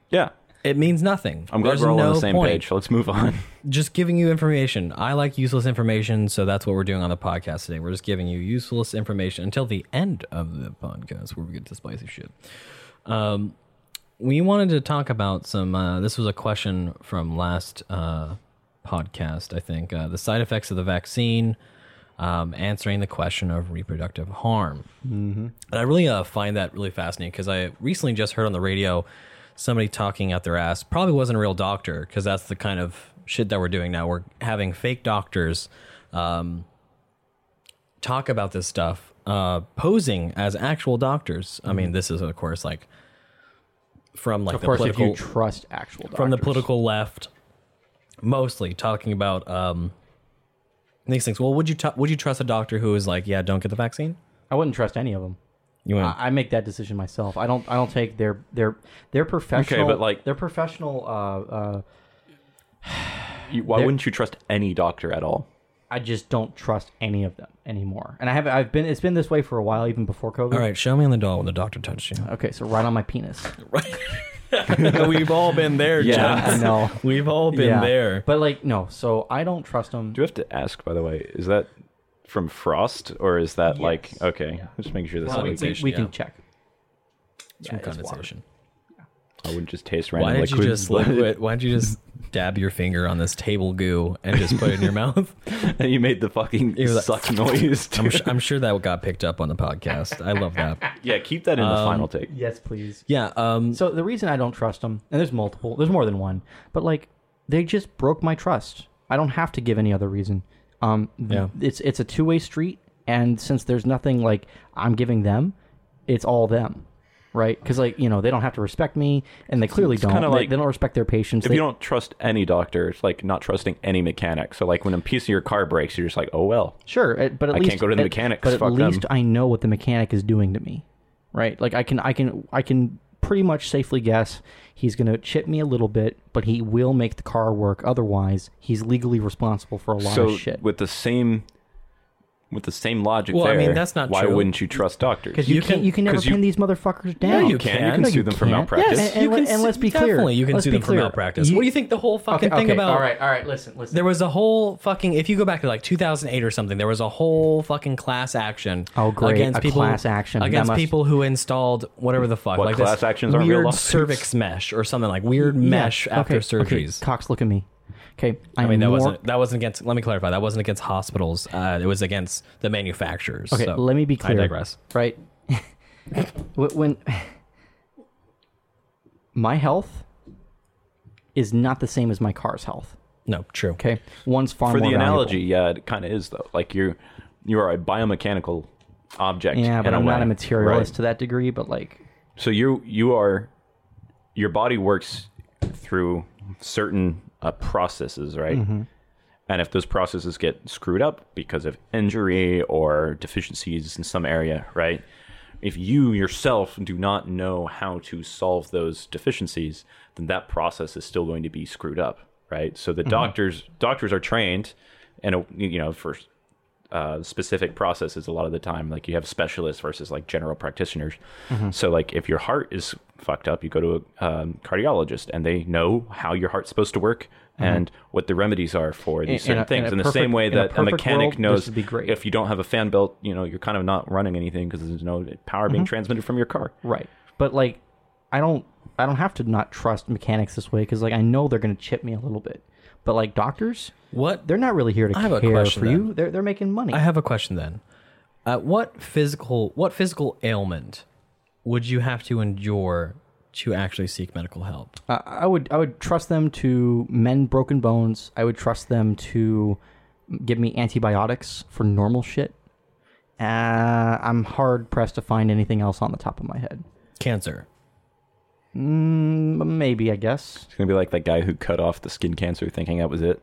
[SPEAKER 4] Yeah,
[SPEAKER 2] it means nothing.
[SPEAKER 4] I'm glad
[SPEAKER 2] There's
[SPEAKER 4] we're all
[SPEAKER 2] no
[SPEAKER 4] on the same
[SPEAKER 2] point.
[SPEAKER 4] page. Let's move on.
[SPEAKER 2] just giving you information. I like useless information, so that's what we're doing on the podcast today. We're just giving you useless information until the end of the podcast where we get to spicy shit. Um, we wanted to talk about some. Uh, this was a question from last uh, podcast, I think. Uh, the side effects of the vaccine, um, answering the question of reproductive harm.
[SPEAKER 3] Mm-hmm.
[SPEAKER 2] And I really uh, find that really fascinating because I recently just heard on the radio somebody talking out their ass. Probably wasn't a real doctor because that's the kind of shit that we're doing now. We're having fake doctors um, talk about this stuff, uh, posing as actual doctors. I mean, this is of course like from like
[SPEAKER 3] Mm-hmm. of
[SPEAKER 2] the
[SPEAKER 3] course, if
[SPEAKER 2] political
[SPEAKER 3] you trust actual doctors.
[SPEAKER 2] from the political left, mostly talking about um, these things. Well, would you t- would you trust a doctor who is like, yeah, don't get the vaccine?
[SPEAKER 3] I wouldn't trust any of them.
[SPEAKER 2] You went,
[SPEAKER 3] I, I make that decision myself. I don't. I don't take their their their professional.
[SPEAKER 4] but, like-
[SPEAKER 3] their professional. Uh, uh,
[SPEAKER 4] You, why wouldn't you trust any doctor at all?
[SPEAKER 3] I just don't trust any of them anymore. And I have. I've been. It's been this way for a while, even before COVID.
[SPEAKER 2] all right, show me on the doll when the doctor touched you.
[SPEAKER 3] Okay, so right on my penis.
[SPEAKER 2] We've all been there,
[SPEAKER 4] Yeah.
[SPEAKER 3] I know.
[SPEAKER 2] We've all been
[SPEAKER 3] Yeah.
[SPEAKER 2] there.
[SPEAKER 3] But like, no. So I don't trust them.
[SPEAKER 4] Do you have to ask, by the way? Is that from Frost or is that like okay? Just making sure this.
[SPEAKER 2] Well, I would
[SPEAKER 4] is
[SPEAKER 2] say-
[SPEAKER 4] like,
[SPEAKER 3] we
[SPEAKER 2] yeah.
[SPEAKER 3] can check.
[SPEAKER 2] It's from condensation.
[SPEAKER 4] I wouldn't just taste random
[SPEAKER 2] Why did you
[SPEAKER 4] liquids,
[SPEAKER 2] just liquid, why did you just dab your finger on this table goo and just put it in your mouth?
[SPEAKER 4] and you made the fucking
[SPEAKER 2] You're like-
[SPEAKER 4] suck noise.
[SPEAKER 2] I'm,
[SPEAKER 4] dude.
[SPEAKER 2] su- I'm sure that got picked up on the podcast. I love that.
[SPEAKER 4] yeah, keep that in the
[SPEAKER 2] Um,
[SPEAKER 4] final take.
[SPEAKER 3] Yes, please.
[SPEAKER 2] Yeah. Um.
[SPEAKER 3] So the reason I don't trust them, and there's multiple, there's more than one, but like they just broke my trust. I don't have to give any other reason. Um, th-
[SPEAKER 2] Yeah.
[SPEAKER 3] it's it's a two way street, and since there's nothing like I'm giving them, it's all them, right? Because like you know they don't have to respect me, and they clearly don't.
[SPEAKER 4] kinda
[SPEAKER 3] They-
[SPEAKER 4] like-
[SPEAKER 3] they don't respect their patients.
[SPEAKER 4] If
[SPEAKER 3] They-
[SPEAKER 4] you don't trust any doctor, it's like not trusting any mechanic. So like when a piece of your car breaks, you're just like, oh well.
[SPEAKER 3] Sure, uh, but at
[SPEAKER 4] I
[SPEAKER 3] least
[SPEAKER 4] can't go to the
[SPEAKER 3] at-
[SPEAKER 4] mechanic,
[SPEAKER 3] But at
[SPEAKER 4] fuck them.
[SPEAKER 3] least I know what the mechanic is doing to me, right? Like I can, I can, I can pretty much safely guess he's going to chip me a little bit, but he will make the car work. Otherwise, he's legally responsible for a lot
[SPEAKER 4] So
[SPEAKER 3] of shit.
[SPEAKER 4] with the same, with the same logic.
[SPEAKER 2] Well, I
[SPEAKER 4] there,
[SPEAKER 2] mean, that's not
[SPEAKER 4] Why
[SPEAKER 2] true.
[SPEAKER 4] wouldn't you trust doctors?
[SPEAKER 3] Because you,
[SPEAKER 2] you
[SPEAKER 3] can't,
[SPEAKER 2] can-
[SPEAKER 3] you can never
[SPEAKER 4] 'cause you-
[SPEAKER 3] pin these motherfuckers down.
[SPEAKER 4] you can. You can
[SPEAKER 3] No,
[SPEAKER 4] sue them for malpractice.
[SPEAKER 3] Yes, and,
[SPEAKER 2] you
[SPEAKER 3] and
[SPEAKER 2] can
[SPEAKER 3] let's
[SPEAKER 2] sue-
[SPEAKER 3] be clear.
[SPEAKER 2] Definitely, you can
[SPEAKER 3] let's
[SPEAKER 2] sue
[SPEAKER 3] be
[SPEAKER 2] them for
[SPEAKER 3] clear.
[SPEAKER 2] malpractice. what do you think the whole fucking
[SPEAKER 3] okay,
[SPEAKER 2] thing
[SPEAKER 3] okay,
[SPEAKER 2] about?
[SPEAKER 3] All right, all right. Listen, listen.
[SPEAKER 2] There was a whole fucking. If you go back to like 2008 or something, there was a whole fucking class action.
[SPEAKER 3] Oh, great.
[SPEAKER 2] Against
[SPEAKER 3] A
[SPEAKER 2] people,
[SPEAKER 3] class action. That
[SPEAKER 2] against
[SPEAKER 3] must-
[SPEAKER 2] people who installed whatever the fuck.
[SPEAKER 4] What,
[SPEAKER 2] like
[SPEAKER 4] class
[SPEAKER 2] this
[SPEAKER 4] actions aren't real
[SPEAKER 2] weird
[SPEAKER 4] lawsuits?
[SPEAKER 2] cervix mesh or something like weird mesh
[SPEAKER 3] Yeah,
[SPEAKER 2] after
[SPEAKER 3] okay,
[SPEAKER 2] surgeries.
[SPEAKER 3] Okay, Cox, look at me. Okay, I'm
[SPEAKER 2] I mean that
[SPEAKER 3] more,
[SPEAKER 2] wasn't that wasn't against. Let me clarify. That wasn't against hospitals. Uh, it was against the manufacturers.
[SPEAKER 3] Okay,
[SPEAKER 2] so
[SPEAKER 3] let me be clear.
[SPEAKER 2] I digress.
[SPEAKER 3] Right. Wh- when my health is not the same as my car's health.
[SPEAKER 2] No, true.
[SPEAKER 3] Okay. One's far
[SPEAKER 4] for
[SPEAKER 3] more
[SPEAKER 4] the
[SPEAKER 3] valuable.
[SPEAKER 4] analogy, yeah, it kind of is though. Like you, you are a biomechanical object.
[SPEAKER 3] Yeah, but
[SPEAKER 4] in
[SPEAKER 3] I'm not
[SPEAKER 4] way.
[SPEAKER 3] a materialist
[SPEAKER 4] Right.
[SPEAKER 3] to that degree. But like,
[SPEAKER 4] So you you are, your body works through certain uh, processes, right? And if those processes get screwed up because of injury or deficiencies in some area, right? If you yourself do not know how to solve those deficiencies, then that process is still going to be screwed up, right? So the doctors doctors are trained, and you know for uh, specific processes a lot of the time. Like you have specialists versus like general practitioners.
[SPEAKER 3] Mm-hmm.
[SPEAKER 4] So like if your heart is fucked up, you go to a um, cardiologist and they know how your heart's supposed to work and what the remedies are for these
[SPEAKER 3] Mm-hmm. In- in
[SPEAKER 4] certain
[SPEAKER 3] a- in
[SPEAKER 4] things.
[SPEAKER 3] a
[SPEAKER 4] In, the
[SPEAKER 3] perfect-
[SPEAKER 4] same way
[SPEAKER 3] in a
[SPEAKER 4] that a,
[SPEAKER 3] perfect world,
[SPEAKER 4] mechanic
[SPEAKER 3] this
[SPEAKER 4] knows
[SPEAKER 3] would be great.
[SPEAKER 4] if you don't have a fan belt, you know you're kind of not running anything because there's no power
[SPEAKER 3] Mm-hmm.
[SPEAKER 4] being transmitted from your car.
[SPEAKER 3] Right. But like, I don't, I don't have to not trust mechanics this way because like I know they're gonna chip me a little bit. But like doctors,
[SPEAKER 2] What?
[SPEAKER 3] they're not really here to
[SPEAKER 2] I have a
[SPEAKER 3] care
[SPEAKER 2] question
[SPEAKER 3] for
[SPEAKER 2] then.
[SPEAKER 3] you. They're they're making money.
[SPEAKER 2] I have a question then. Uh, what physical what physical ailment would you have to endure to actually seek medical help?
[SPEAKER 3] I, I would I would trust them to mend broken bones. I would trust them to give me antibiotics for normal shit. Uh, I'm hard pressed to find anything else on the top of my head.
[SPEAKER 2] Cancer.
[SPEAKER 3] Mm, Maybe I guess.
[SPEAKER 4] It's gonna be like that guy who cut off the skin cancer, thinking that was it,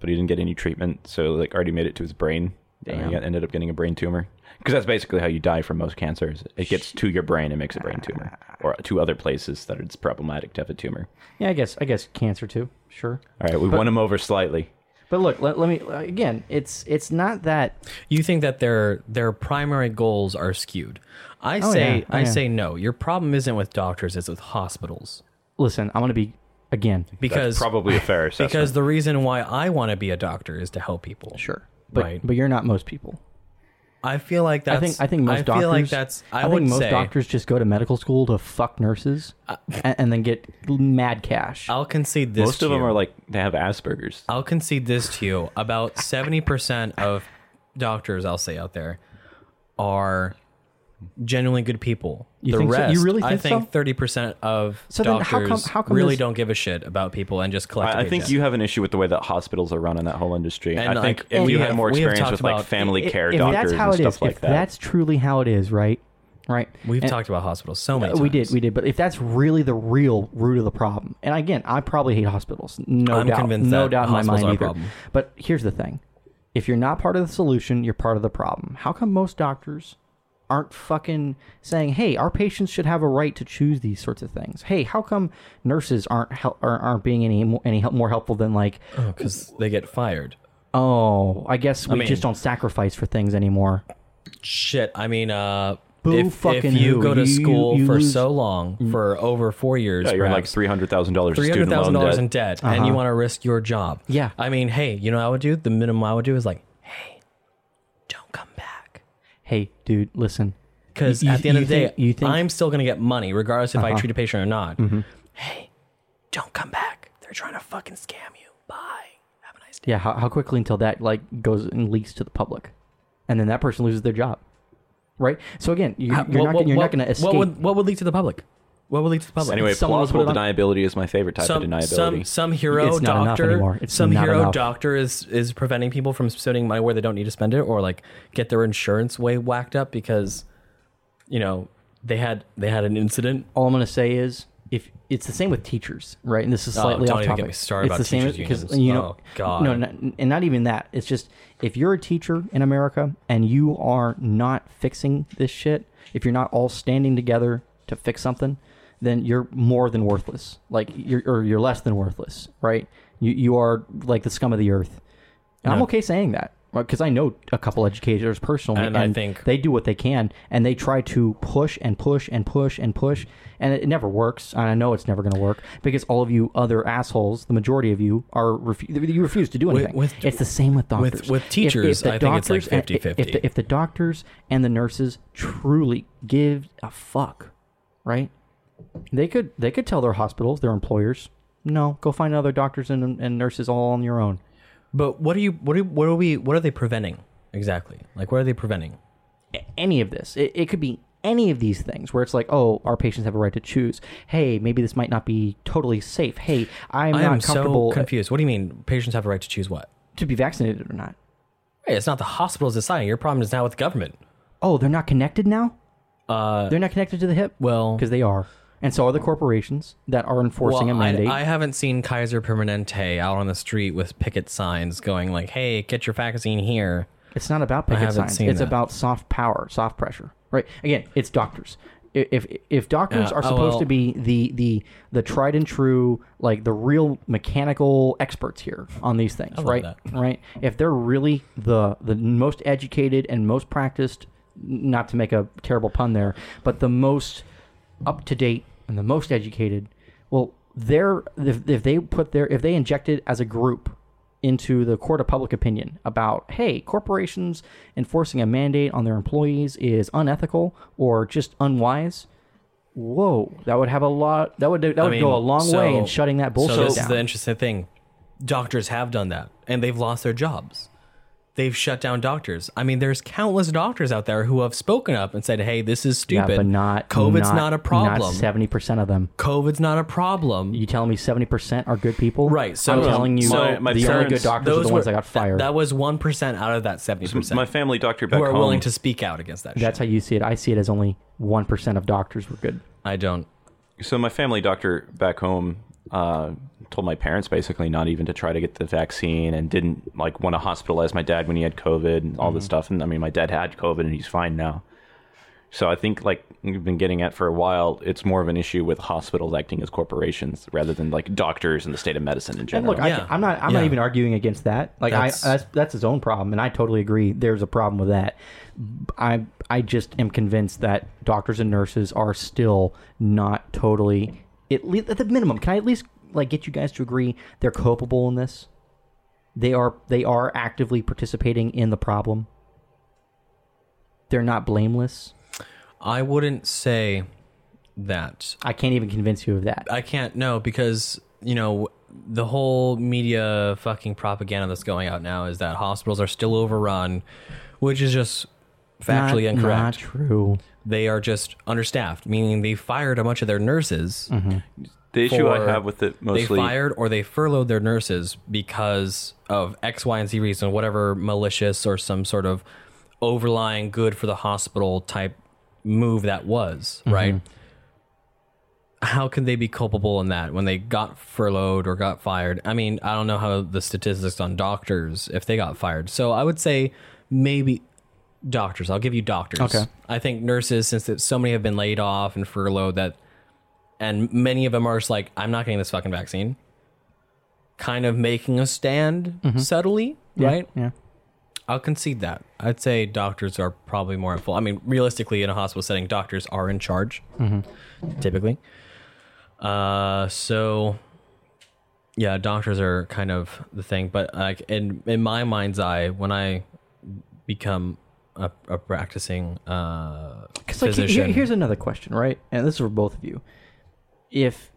[SPEAKER 4] but he didn't get any treatment, so like already made it to his brain. And he
[SPEAKER 3] Damn.
[SPEAKER 4] got- ended up getting a brain tumor because that's basically how you die from most cancers. It gets to your brain and makes a brain tumor, or to other places that it's problematic to have a tumor.
[SPEAKER 3] Yeah, I guess. I guess cancer too. Sure.
[SPEAKER 4] All right, we won him over slightly.
[SPEAKER 3] But look, let, let me again. It's it's not that
[SPEAKER 2] You think that their their primary goals are skewed. I say
[SPEAKER 3] yeah. Oh,
[SPEAKER 2] I
[SPEAKER 3] yeah.
[SPEAKER 2] say no. Your problem isn't with doctors, it's with hospitals.
[SPEAKER 3] listen, I'm gonna be again.
[SPEAKER 2] Because
[SPEAKER 4] That's probably a fair assessment.
[SPEAKER 2] because the reason why I want to be a doctor is to help people.
[SPEAKER 3] Sure, but
[SPEAKER 2] Right.
[SPEAKER 3] but you're not most people.
[SPEAKER 2] I feel like that's
[SPEAKER 3] I think I think most doctors.
[SPEAKER 2] feel like that's I,
[SPEAKER 3] think
[SPEAKER 2] would
[SPEAKER 3] most
[SPEAKER 2] say Uh,
[SPEAKER 3] doctors just go to medical school to fuck nurses and, and then get mad cash.
[SPEAKER 2] I'll concede this
[SPEAKER 4] most
[SPEAKER 2] to
[SPEAKER 4] of them
[SPEAKER 2] you.
[SPEAKER 4] are like they have Asperger's.
[SPEAKER 2] I'll concede this to you. About 70% of doctors, I'll say out there, are genuinely good people.
[SPEAKER 3] You
[SPEAKER 2] the
[SPEAKER 3] think so? You
[SPEAKER 2] rest,
[SPEAKER 3] really
[SPEAKER 2] I
[SPEAKER 3] think so?
[SPEAKER 2] think 30% of
[SPEAKER 3] So then
[SPEAKER 2] doctors
[SPEAKER 3] how come- how come
[SPEAKER 2] really
[SPEAKER 3] this-
[SPEAKER 2] don't give a shit about people and just collect.
[SPEAKER 4] I, I think you have an issue with the way that hospitals are run in that whole industry.
[SPEAKER 2] And,
[SPEAKER 4] I
[SPEAKER 2] like,
[SPEAKER 4] think if
[SPEAKER 2] we
[SPEAKER 4] you
[SPEAKER 2] have-
[SPEAKER 4] had more
[SPEAKER 2] we have
[SPEAKER 4] experience
[SPEAKER 2] talked
[SPEAKER 4] with like
[SPEAKER 2] about-
[SPEAKER 4] family
[SPEAKER 3] I-
[SPEAKER 4] care
[SPEAKER 3] if
[SPEAKER 4] doctors
[SPEAKER 3] that's how
[SPEAKER 4] and
[SPEAKER 3] it is,
[SPEAKER 4] stuff like
[SPEAKER 3] if
[SPEAKER 4] that.
[SPEAKER 3] that's truly how it is, right? Right.
[SPEAKER 2] We've
[SPEAKER 3] And-
[SPEAKER 2] talked about hospitals so many
[SPEAKER 3] uh,
[SPEAKER 2] times.
[SPEAKER 3] We did, we did, but if that's really the real root of the problem, and again, I probably hate hospitals, no
[SPEAKER 2] I'm
[SPEAKER 3] doubt,
[SPEAKER 2] convinced
[SPEAKER 3] no
[SPEAKER 2] that
[SPEAKER 3] doubt in my
[SPEAKER 2] hospitals
[SPEAKER 3] mind
[SPEAKER 2] are a
[SPEAKER 3] either.
[SPEAKER 2] problem.
[SPEAKER 3] But here's the thing: if you're not part of the solution, you're part of the problem. How come most doctors aren't fucking saying, "Hey, our patients should have a right to choose these sorts of things"? Hey, how come nurses aren't hel- are- aren't being any mo- any help, more helpful than like,
[SPEAKER 2] Because Oh, they get fired.
[SPEAKER 3] oh, I guess we
[SPEAKER 2] mean-
[SPEAKER 3] just don't sacrifice for things anymore.
[SPEAKER 2] Shit. I mean, uh,
[SPEAKER 3] Boo
[SPEAKER 2] if,
[SPEAKER 3] fucking
[SPEAKER 2] if you
[SPEAKER 3] who.
[SPEAKER 2] go to
[SPEAKER 3] You- you-
[SPEAKER 2] school
[SPEAKER 3] you
[SPEAKER 2] for
[SPEAKER 3] lose- Mm.
[SPEAKER 2] so long, for over four years,
[SPEAKER 4] yeah, you're in like
[SPEAKER 2] perhaps,
[SPEAKER 4] three hundred thousand dollars
[SPEAKER 2] three
[SPEAKER 4] student
[SPEAKER 2] hundred thousand
[SPEAKER 4] loan
[SPEAKER 2] dollars
[SPEAKER 4] debt.
[SPEAKER 2] in debt, and you want to risk your job.
[SPEAKER 3] Uh-huh. Yeah.
[SPEAKER 2] I mean, hey, you know, what I would do the minimum. I would do is like, hey, don't come back.
[SPEAKER 3] Hey, dude, listen.
[SPEAKER 2] Because
[SPEAKER 3] You-
[SPEAKER 2] at the end
[SPEAKER 3] you
[SPEAKER 2] of the day,
[SPEAKER 3] think- you think- Uh-huh. Mm-hmm.
[SPEAKER 2] I'm still going to get money, regardless if I treat a patient or not. Hey, don't come back. They're trying to fucking scam you. Bye. Have a nice day.
[SPEAKER 3] Yeah, how, how quickly until that like goes and leaks to the public, and then that person loses their job, right? So again, you, you're,
[SPEAKER 2] How-
[SPEAKER 3] not, gonna- you're not going to escape.
[SPEAKER 2] Uh, What would, what would leak to the public? What would leak to the public?
[SPEAKER 4] Anyway,
[SPEAKER 3] Someone would
[SPEAKER 4] plausible
[SPEAKER 3] put it on-
[SPEAKER 4] deniability is my favorite type
[SPEAKER 2] some,
[SPEAKER 4] of deniability.
[SPEAKER 2] Some, some hero
[SPEAKER 3] It's not enough anymore.
[SPEAKER 2] doctor,
[SPEAKER 3] It's
[SPEAKER 2] some
[SPEAKER 3] not
[SPEAKER 2] hero
[SPEAKER 3] enough.
[SPEAKER 2] doctor is is preventing people from spending money where they don't need to spend it, or like get their insurance way whacked up because, you know, they had they had an incident.
[SPEAKER 3] All I'm going to say is if it's the same with teachers, right? And this is
[SPEAKER 2] Oh,
[SPEAKER 3] slightly
[SPEAKER 2] don't
[SPEAKER 3] off
[SPEAKER 2] even
[SPEAKER 3] topic.
[SPEAKER 2] get me started
[SPEAKER 3] it's
[SPEAKER 2] about
[SPEAKER 3] the same
[SPEAKER 2] teachers'
[SPEAKER 3] because
[SPEAKER 2] unions.
[SPEAKER 3] you know,
[SPEAKER 2] Oh, God.
[SPEAKER 3] no, not, and not even that. It's just if you're a teacher in America and you are not fixing this shit, if you're not all standing together to fix something, then you're more than worthless. Like you're or you're less than worthless, right? You you are like the scum of the earth. And I'm
[SPEAKER 2] No.
[SPEAKER 3] okay saying that because I know a couple educators personally,
[SPEAKER 2] And I think-
[SPEAKER 3] they do what they can, and they try to push and push and push and push, and it, it never works. And I know it's never going to work because all of you other assholes, the majority of you, are refu- you refuse to do anything.
[SPEAKER 2] with-
[SPEAKER 3] it's the same with
[SPEAKER 2] with-
[SPEAKER 3] doctors.
[SPEAKER 2] with teachers, I think it's like
[SPEAKER 3] and- if-
[SPEAKER 2] 50-50.
[SPEAKER 3] If, the- if the doctors and the nurses truly give a fuck, right? They could they could tell their hospitals, their employers, no, go find other doctors and, and nurses all on your own.
[SPEAKER 2] But what are you? What are, what are we? What are they preventing exactly? Like, what are they preventing?
[SPEAKER 3] any of this. It, it could be any of these things where it's like, oh, our patients have a right to choose. Hey, maybe this might not be totally safe. Hey, I'm
[SPEAKER 2] I
[SPEAKER 3] not
[SPEAKER 2] am so
[SPEAKER 3] comfortable uh,
[SPEAKER 2] confused. What do you mean patients have a right to choose what?
[SPEAKER 3] to be vaccinated or not.
[SPEAKER 2] Hey, it's not the hospitals deciding. Your problem is now with the government.
[SPEAKER 3] Oh, they're not connected now. Uh, they're not connected to the hip.
[SPEAKER 2] well-
[SPEAKER 3] because they are, and so are the corporations that are enforcing a
[SPEAKER 2] I-
[SPEAKER 3] mandate.
[SPEAKER 2] I, haven't seen Kaiser Permanente out on the street with picket signs going like, "Hey, get your vaccine here."
[SPEAKER 3] It's not about picket
[SPEAKER 2] haven't
[SPEAKER 3] signs.
[SPEAKER 2] seen
[SPEAKER 3] It's
[SPEAKER 2] that.
[SPEAKER 3] about soft power, soft pressure. Right. Again, it's doctors. I- If if doctors
[SPEAKER 2] Yeah.
[SPEAKER 3] are
[SPEAKER 2] Oh,
[SPEAKER 3] supposed
[SPEAKER 2] well-
[SPEAKER 3] to be the the the tried and true, like the real mechanical experts here on these things,
[SPEAKER 2] love
[SPEAKER 3] right?
[SPEAKER 2] that.
[SPEAKER 3] Right. If they're really the the most educated and most practiced, n- not to make a terrible pun there, but the most up to date and the most educated, well, they're if, if they put their if they injected as a group into the court of public opinion about hey corporations enforcing a mandate on their employees is unethical or just unwise whoa that would have a lot that would that would
[SPEAKER 2] I mean,
[SPEAKER 3] go a long
[SPEAKER 2] so-
[SPEAKER 3] way in shutting that bullshit
[SPEAKER 2] So this
[SPEAKER 3] down
[SPEAKER 2] is the interesting thing. Doctors have done that, and they've lost their jobs. They've shut down doctors. I mean, there's countless doctors out there who have spoken up and said, "Hey, this is stupid.
[SPEAKER 3] Yeah, but not
[SPEAKER 2] COVID's not, a problem.
[SPEAKER 3] Seventy percent of them.
[SPEAKER 2] COVID's not a problem."
[SPEAKER 3] You telling me seventy percent are good people?
[SPEAKER 2] Right, so-
[SPEAKER 3] I'm telling you,
[SPEAKER 4] My- my
[SPEAKER 3] the only
[SPEAKER 4] parents-
[SPEAKER 3] good doctors are the ones that got fired.
[SPEAKER 2] That was one percent out of that seventy percent.
[SPEAKER 4] My family doctor back
[SPEAKER 2] who are
[SPEAKER 4] home.
[SPEAKER 2] willing to speak out against that.
[SPEAKER 3] That's
[SPEAKER 2] shit.
[SPEAKER 3] how you see it. I see it as only one percent of doctors were good.
[SPEAKER 2] I don't.
[SPEAKER 4] So my family doctor back home uh, told my parents basically not even to try to get the vaccine and didn't like want to hospitalize my dad when he had COVID and all this stuff. And I mean, my dad had COVID and he's fine now. So I think like we've been getting at for a while, it's more of an issue with hospitals acting as corporations rather than like doctors and the state of medicine in
[SPEAKER 3] And
[SPEAKER 4] general.
[SPEAKER 3] look, I,
[SPEAKER 2] Yeah.
[SPEAKER 3] I'm not. I'm
[SPEAKER 2] Yeah.
[SPEAKER 3] not even arguing against that. Like
[SPEAKER 2] That's-
[SPEAKER 3] I, that's that's his own problem, and I totally agree. There's a problem with that. I I just am convinced that doctors and nurses are still not totally at least at the minimum. Can I at least like get you guys to agree they're culpable in this? They are they are actively participating in the problem. They're not blameless.
[SPEAKER 2] I wouldn't say that.
[SPEAKER 3] I can't even convince you of that.
[SPEAKER 2] I can't no because you know the whole media fucking propaganda that's going out now is that hospitals are still overrun, which is just factually
[SPEAKER 3] Not-
[SPEAKER 2] incorrect.
[SPEAKER 3] Not true.
[SPEAKER 2] They are just understaffed, meaning they fired a bunch of their nurses.
[SPEAKER 4] the issue I
[SPEAKER 2] for-
[SPEAKER 4] have with it mostly
[SPEAKER 2] They fired or they furloughed their nurses because of X, Y, and Z reason, whatever malicious or some sort of overlying good for the hospital type move that was, right? How can they be culpable in that when they got furloughed or got fired? I mean, I don't know how the statistics on doctors if they got fired. So I would say maybe doctors. I'll give you doctors.
[SPEAKER 3] Okay.
[SPEAKER 2] I think nurses, since that so many have been laid off and furloughed, that and many of them are just like, I'm not getting this fucking vaccine. Kind of making a stand subtly, right?
[SPEAKER 3] Mm-hmm. Yeah.
[SPEAKER 2] I'll concede that. I'd say doctors are probably more at fault. I mean, realistically, in a hospital setting, doctors are in charge,
[SPEAKER 3] Mm-hmm.
[SPEAKER 2] typically. Uh, so yeah, doctors are kind of the thing. But like in in my mind's eye, when I become a, a practicing uh,
[SPEAKER 3] So like,
[SPEAKER 2] physician,
[SPEAKER 3] here- here's another question, right? And this is for both of you. If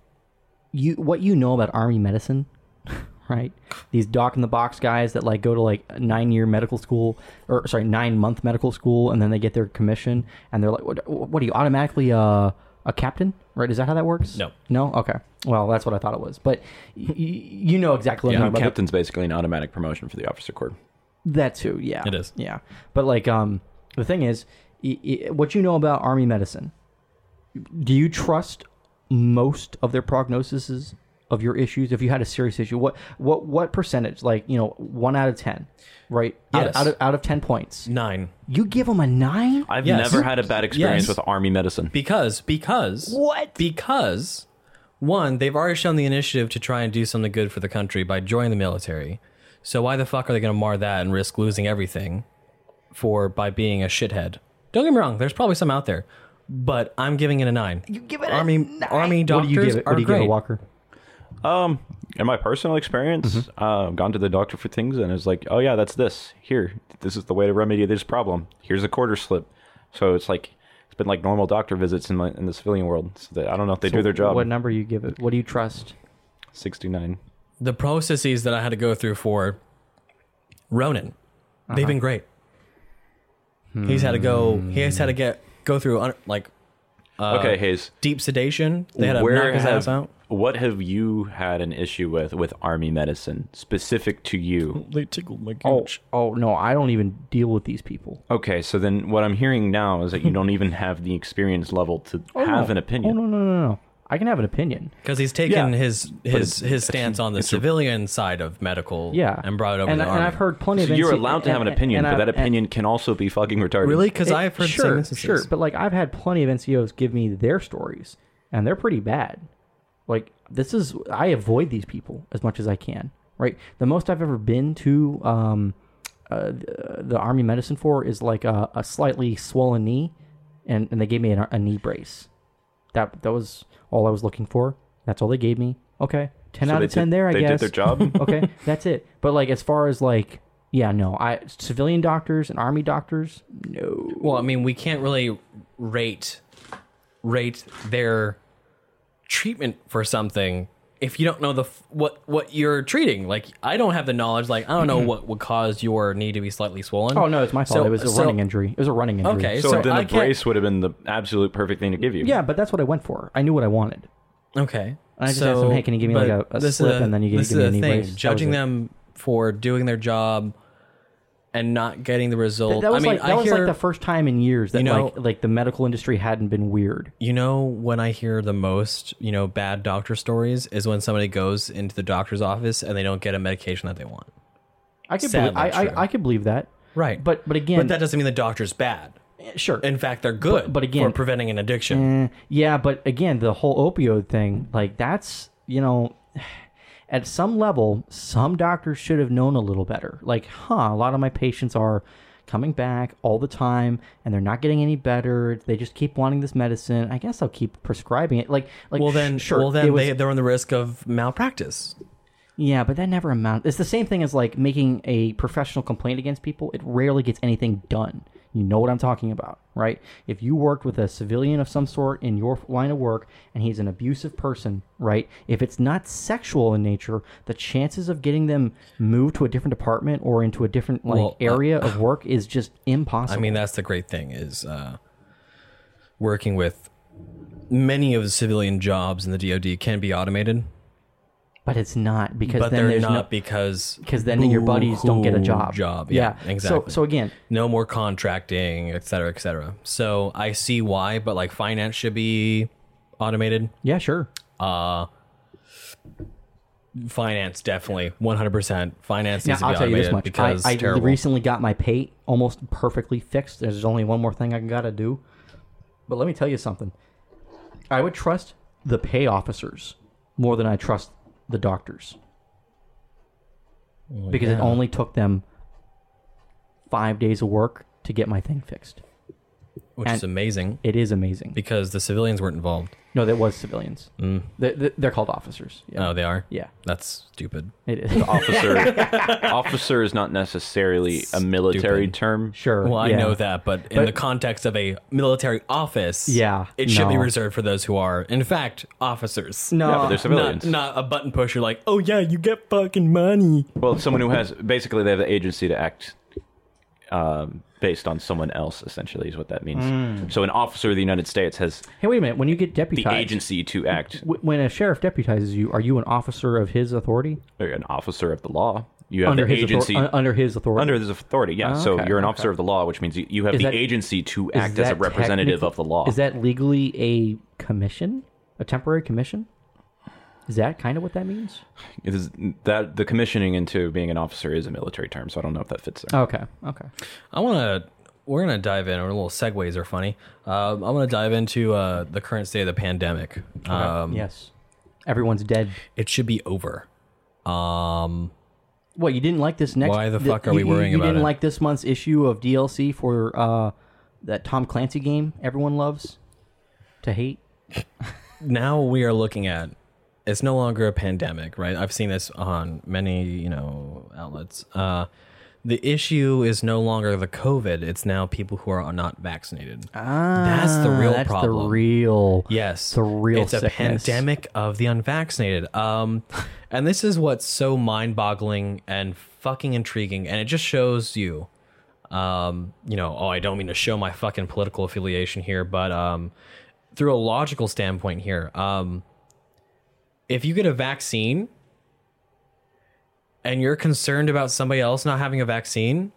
[SPEAKER 3] you what you know about army medicine, right? These doc in the box guys that like go to like a nine year medical school or sorry nine month medical school, and then they get their commission, and they're like, what, what are you automatically uh, a captain? Right? Is that how that works?
[SPEAKER 2] No.
[SPEAKER 3] No. Okay. Well, that's what I thought it was, but y- y- you know exactly what
[SPEAKER 4] Yeah,
[SPEAKER 3] I'm talking about.
[SPEAKER 4] captain's basically an automatic promotion for the officer corps.
[SPEAKER 3] That too, yeah.
[SPEAKER 2] It is.
[SPEAKER 3] Yeah. But like um the thing is y- y- what you know about army medicine. Do you trust most of their prognoses of your issues if you had a serious issue? What what what percentage like, you know, 1 out of 10, right?
[SPEAKER 2] Yes.
[SPEAKER 3] Out, out of out of 10 points.
[SPEAKER 2] nine
[SPEAKER 3] You give them a 9?
[SPEAKER 4] I've
[SPEAKER 2] Yes.
[SPEAKER 4] never had a bad experience
[SPEAKER 2] Yes.
[SPEAKER 4] with army medicine.
[SPEAKER 2] because because
[SPEAKER 3] What?
[SPEAKER 2] Because one, they've already shown the initiative to try and do something good for the country by joining the military. So why the fuck are they going to mar that and risk losing everything for by being a shithead? Don't get me wrong. There's probably some out there, but I'm giving it a nine. You give it army army
[SPEAKER 3] What do
[SPEAKER 2] doctors
[SPEAKER 3] you give it?
[SPEAKER 2] are
[SPEAKER 3] What do you
[SPEAKER 2] great.
[SPEAKER 3] give a Walker?
[SPEAKER 4] Um, in my personal experience, uh, I've gone to the doctor for things, and it's like, oh yeah, that's this. Here, this is the way to remedy this problem. Here's a quarter slip. So it's like it's been like normal doctor visits in my, in the civilian world. So that I don't know if they do their job.
[SPEAKER 3] What number you give it? What do you trust?
[SPEAKER 4] Sixty nine.
[SPEAKER 2] the processes that I had to go through for Ronan,
[SPEAKER 3] Uh-huh.
[SPEAKER 2] they've been great. He's had to go. He has had to get go through un, like
[SPEAKER 4] okay, Hayes.
[SPEAKER 2] deep sedation. Uh, They had to
[SPEAKER 4] Where
[SPEAKER 2] knock his ass
[SPEAKER 4] have,
[SPEAKER 2] out.
[SPEAKER 4] what have you had an issue with with army medicine specific to you?
[SPEAKER 2] They tickled my
[SPEAKER 3] Oh, oh no, I don't even deal with these people.
[SPEAKER 4] Okay, so
[SPEAKER 2] Oh,
[SPEAKER 4] then what I'm hearing now is that you don't even have the experience level to have an opinion.
[SPEAKER 3] Oh, No, no, no, no. I can have an opinion.
[SPEAKER 2] Because he's taken
[SPEAKER 4] Yeah.
[SPEAKER 2] his his his stance on the civilian side of medical,
[SPEAKER 3] Yeah,
[SPEAKER 2] and brought it over
[SPEAKER 3] And,
[SPEAKER 2] to the
[SPEAKER 3] and
[SPEAKER 2] army.
[SPEAKER 3] I've heard plenty
[SPEAKER 4] So
[SPEAKER 3] of.
[SPEAKER 4] you're
[SPEAKER 3] NC
[SPEAKER 4] allowed to have an
[SPEAKER 3] and-
[SPEAKER 4] opinion,
[SPEAKER 3] and I've-
[SPEAKER 4] but that opinion can also be fucking retarded.
[SPEAKER 2] really because
[SPEAKER 3] it-
[SPEAKER 2] I've heard
[SPEAKER 3] sure,
[SPEAKER 2] same instances.
[SPEAKER 3] Sure, but like I've had plenty of NCOs give me their stories, and they're pretty bad. Like this is I avoid these people as much as I can. Right, the most I've ever been to um, uh, the, the army medicine for is like a, a slightly swollen knee, and, and they gave me an, a knee brace. That that was all I was looking for. That's all they gave me. Okay, ten
[SPEAKER 4] So
[SPEAKER 3] out
[SPEAKER 4] they
[SPEAKER 3] of ten.
[SPEAKER 4] did-
[SPEAKER 3] there, I
[SPEAKER 4] they did
[SPEAKER 3] guess
[SPEAKER 4] their job?
[SPEAKER 3] okay, that's it. But like as far as like yeah, no, I civilian doctors and army doctors, no.
[SPEAKER 2] Well, I mean, we can't really rate rate their treatment for something if you don't know the f- what what you're treating. Like, I don't have the knowledge. Like, I don't know what would cause your knee to be slightly swollen.
[SPEAKER 3] Mm-hmm. Oh no, it's my fault.
[SPEAKER 2] So-
[SPEAKER 3] it was a
[SPEAKER 2] so-
[SPEAKER 3] running injury. It was a running injury.
[SPEAKER 2] Okay,
[SPEAKER 4] So,
[SPEAKER 2] so,
[SPEAKER 4] then
[SPEAKER 2] I
[SPEAKER 4] a
[SPEAKER 2] can't-
[SPEAKER 4] brace would have been the absolute perfect thing to give you.
[SPEAKER 3] Yeah, but that's what I went for. I knew what I wanted.
[SPEAKER 2] Okay.
[SPEAKER 3] I just asked them, "Hey, can you give me,
[SPEAKER 2] but
[SPEAKER 3] like, a- a
[SPEAKER 2] this is
[SPEAKER 3] slip?" And then you give-
[SPEAKER 2] this
[SPEAKER 3] give
[SPEAKER 2] is
[SPEAKER 3] me a
[SPEAKER 2] the
[SPEAKER 3] knee
[SPEAKER 2] thing.
[SPEAKER 3] brace. That was
[SPEAKER 2] Judging
[SPEAKER 3] it.
[SPEAKER 2] them for doing their job and not getting the result.
[SPEAKER 3] That, that
[SPEAKER 2] I
[SPEAKER 3] was
[SPEAKER 2] mean,
[SPEAKER 3] like that
[SPEAKER 2] I
[SPEAKER 3] was
[SPEAKER 2] hear,
[SPEAKER 3] like the first time in years that
[SPEAKER 2] You know-
[SPEAKER 3] like like the medical industry hadn't been weird.
[SPEAKER 2] you know when I hear the most, you know, bad doctor stories is when somebody goes into the doctor's office and they don't get a medication that they want.
[SPEAKER 3] I could
[SPEAKER 2] Sadly
[SPEAKER 3] believe, I,
[SPEAKER 2] true.
[SPEAKER 3] I I could believe that.
[SPEAKER 2] Right.
[SPEAKER 3] But but again,
[SPEAKER 2] but that doesn't mean the doctor's bad.
[SPEAKER 3] sure.
[SPEAKER 2] In fact, they're good.
[SPEAKER 3] But- but again-
[SPEAKER 2] for preventing an addiction.
[SPEAKER 3] Eh, yeah, but again, the whole opioid thing, like that's you know, at some level, some doctors should have known a little better. Like, huh, a lot of my patients are coming back all the time, and they're not getting any better. They just keep wanting this medicine. I guess I'll keep prescribing it. Like, like
[SPEAKER 2] well then,
[SPEAKER 3] sh- sure,
[SPEAKER 2] well then
[SPEAKER 3] it was-
[SPEAKER 2] they, they're on the risk of malpractice.
[SPEAKER 3] yeah, but that never amounts. It's the same thing as like making a professional complaint against people. It rarely gets anything done. You know what I'm talking about, right? If you worked with a civilian of some sort in your line of work and he's an abusive person, right? If it's not sexual in nature, the chances of getting them moved to a different department or into a different like
[SPEAKER 2] Well, uh,
[SPEAKER 3] area of work is just impossible.
[SPEAKER 2] I mean, that's the great thing is uh, working with many of the civilian jobs in the DoD can be automated,
[SPEAKER 3] but it's not because
[SPEAKER 2] but
[SPEAKER 3] then
[SPEAKER 2] they're
[SPEAKER 3] there's
[SPEAKER 2] not
[SPEAKER 3] no,
[SPEAKER 2] because
[SPEAKER 3] because then your buddies don't get a
[SPEAKER 2] boo-hoo
[SPEAKER 3] job.
[SPEAKER 2] Job, yeah, exactly.
[SPEAKER 3] So, so again,
[SPEAKER 2] no more contracting, et cetera, et cetera. So I see why, but like finance should be automated.
[SPEAKER 3] yeah, sure.
[SPEAKER 2] Finance definitely, one hundred percent. Finance needs to be
[SPEAKER 3] I'll tell you
[SPEAKER 2] automated
[SPEAKER 3] this much.
[SPEAKER 2] because
[SPEAKER 3] I, I
[SPEAKER 2] terrible.
[SPEAKER 3] recently got my pay almost perfectly fixed. There's only one more thing I got to do. But let me tell you something. I would trust the pay officers more than I trust the doctors. because it only took them five days of work to get my thing fixed.
[SPEAKER 2] which is amazing
[SPEAKER 3] It is amazing.
[SPEAKER 2] because the civilians weren't involved.
[SPEAKER 3] no, that was civilians. Mm. They, they, they're called officers. Yeah.
[SPEAKER 2] Oh, they are.
[SPEAKER 3] Yeah.
[SPEAKER 2] that's stupid.
[SPEAKER 3] It is.
[SPEAKER 4] Officer, officer is not necessarily a military
[SPEAKER 2] Stupid.
[SPEAKER 4] term.
[SPEAKER 3] sure.
[SPEAKER 2] Well, I
[SPEAKER 3] yeah.
[SPEAKER 2] know that, but in
[SPEAKER 3] But-
[SPEAKER 2] the context of a military office,
[SPEAKER 3] Yeah,
[SPEAKER 2] it should be
[SPEAKER 3] no.
[SPEAKER 2] reserved for those who are, in fact, officers.
[SPEAKER 3] No.
[SPEAKER 4] Yeah, but they're
[SPEAKER 2] Not,
[SPEAKER 4] civilians.
[SPEAKER 2] not a button pusher like, oh yeah, you get fucking money.
[SPEAKER 4] Well, it's someone who has basically they have the agency to act um, based on someone else. Essentially, is what that means.
[SPEAKER 3] Hmm.
[SPEAKER 4] So, an officer of the United States has
[SPEAKER 3] Hey, wait a minute. When you get
[SPEAKER 4] the
[SPEAKER 3] deputized,
[SPEAKER 4] agency to act.
[SPEAKER 3] Wh- when a sheriff deputizes you, are you an officer of his authority?
[SPEAKER 4] You're an officer of the law. You have
[SPEAKER 3] under
[SPEAKER 4] the
[SPEAKER 3] his author-
[SPEAKER 4] agency
[SPEAKER 3] un- under his authority.
[SPEAKER 4] under his authority. Yeah.
[SPEAKER 3] Ah,
[SPEAKER 4] so
[SPEAKER 3] okay,
[SPEAKER 4] you're an
[SPEAKER 3] okay.
[SPEAKER 4] officer of the law, which means you, you have
[SPEAKER 3] Is
[SPEAKER 4] the
[SPEAKER 3] that-
[SPEAKER 4] agency to
[SPEAKER 3] Is
[SPEAKER 4] act as a
[SPEAKER 3] that
[SPEAKER 4] representative
[SPEAKER 3] technically-
[SPEAKER 4] of the law.
[SPEAKER 3] Is that legally a commission? A temporary commission? Is that kind of what that means?
[SPEAKER 4] It is that the commissioning into being an officer is a military term, so I don't know if that fits there.
[SPEAKER 3] Okay. Okay.
[SPEAKER 2] I want to. We're gonna dive in. Our little segues are funny. Um, I want to dive into uh, the current state of the pandemic. Um,
[SPEAKER 3] yes. Everyone's dead.
[SPEAKER 2] It should be over. Um,
[SPEAKER 3] What you didn't like this next?
[SPEAKER 2] Why the
[SPEAKER 3] th-
[SPEAKER 2] fuck are
[SPEAKER 3] you-
[SPEAKER 2] we
[SPEAKER 3] you-
[SPEAKER 2] worrying
[SPEAKER 3] you
[SPEAKER 2] about
[SPEAKER 3] didn't
[SPEAKER 2] it?
[SPEAKER 3] like this month's issue of DLC for uh, that Tom Clancy game everyone loves to hate.
[SPEAKER 2] now we are looking at. It's no longer a pandemic, right? I've seen this on many, you know, outlets. Uh, the issue is no longer the COVID. It's now people who are not vaccinated. Ah, that's the real
[SPEAKER 3] Ah, that's
[SPEAKER 2] problem.
[SPEAKER 3] the real.
[SPEAKER 2] Yes,
[SPEAKER 3] the real.
[SPEAKER 2] It's a
[SPEAKER 3] sickness.
[SPEAKER 2] pandemic of the unvaccinated. Um, and this is what's so mind-boggling and fucking intriguing, and it just shows you, um, you know, oh, I don't mean to show my fucking political affiliation here, but um, through a logical standpoint here, um, if you get a vaccine and you're concerned about somebody else not having a vaccine.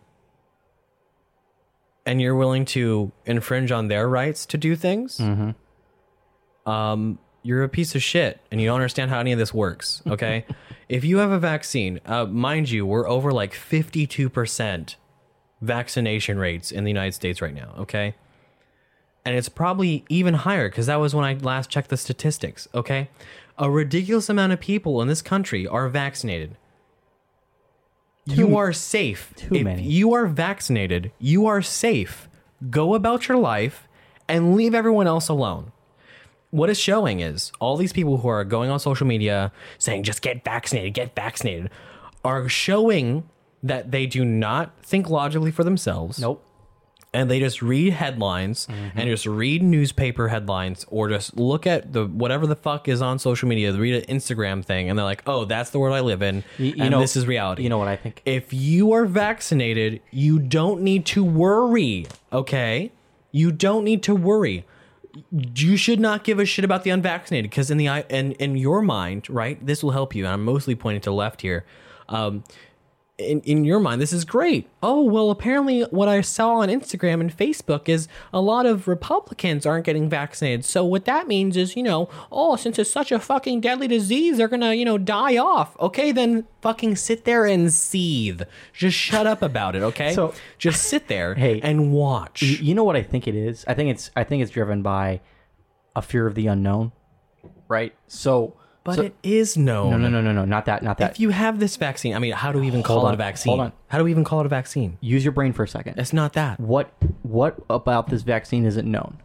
[SPEAKER 2] And
[SPEAKER 3] Mm-hmm.
[SPEAKER 2] you're willing to infringe on their rights to do things you're a piece of shit and you don't understand how any of this works. Okay. if you have a vaccine, uh, mind you, we're over like 52% vaccination rates in the United States right now. Okay. And it's probably even higher because that was when I last checked the statistics. Okay. A ridiculous amount of people in this country are vaccinated. you are safe.
[SPEAKER 3] too
[SPEAKER 2] if
[SPEAKER 3] many.
[SPEAKER 2] you are vaccinated, you are safe. Go about your life and leave everyone else alone what it's showing is all these people who are going on social media saying just get vaccinated, get vaccinated, are showing that they do not think logically for themselves.
[SPEAKER 3] Nope.
[SPEAKER 2] And they just read headlines
[SPEAKER 3] Mm-hmm.
[SPEAKER 2] and just read newspaper headlines or just look at the whatever the fuck is on social media, read an Instagram thing, and they're like, oh, that's the world I live in.
[SPEAKER 3] Y- you
[SPEAKER 2] and
[SPEAKER 3] know-
[SPEAKER 2] this is reality.
[SPEAKER 3] you know what I think?
[SPEAKER 2] If you are vaccinated, you don't need to worry, okay? You don't need to worry you should not give a shit about the unvaccinated because in the eye and in your mind, right? This will help you. And I'm mostly pointing to left here. Um, in, in your mind, this is great. Oh, well, apparently, what I saw on Instagram and Facebook is a lot of Republicans aren't getting vaccinated. So, what that means is, you know, oh, since it's such a fucking deadly disease, they're gonna, you know, die off. Okay, then fucking sit there and seethe. Just shut up about it, okay?
[SPEAKER 3] So-
[SPEAKER 2] just sit there
[SPEAKER 3] Hey.
[SPEAKER 2] and watch.
[SPEAKER 3] Y- You know what I think it is? I think it's I think it's driven by a fear of the unknown, right? So,
[SPEAKER 2] but
[SPEAKER 3] so-
[SPEAKER 2] it is known.
[SPEAKER 3] no, no, no, no, no, not that, not that.
[SPEAKER 2] if you have this vaccine, I mean, how do we even call it
[SPEAKER 3] Hold on,
[SPEAKER 2] a vaccine?
[SPEAKER 3] hold on.
[SPEAKER 2] How do we even call it a vaccine?
[SPEAKER 3] Use your brain for a second.
[SPEAKER 2] It's not that.
[SPEAKER 3] What what about this vaccine isn't known?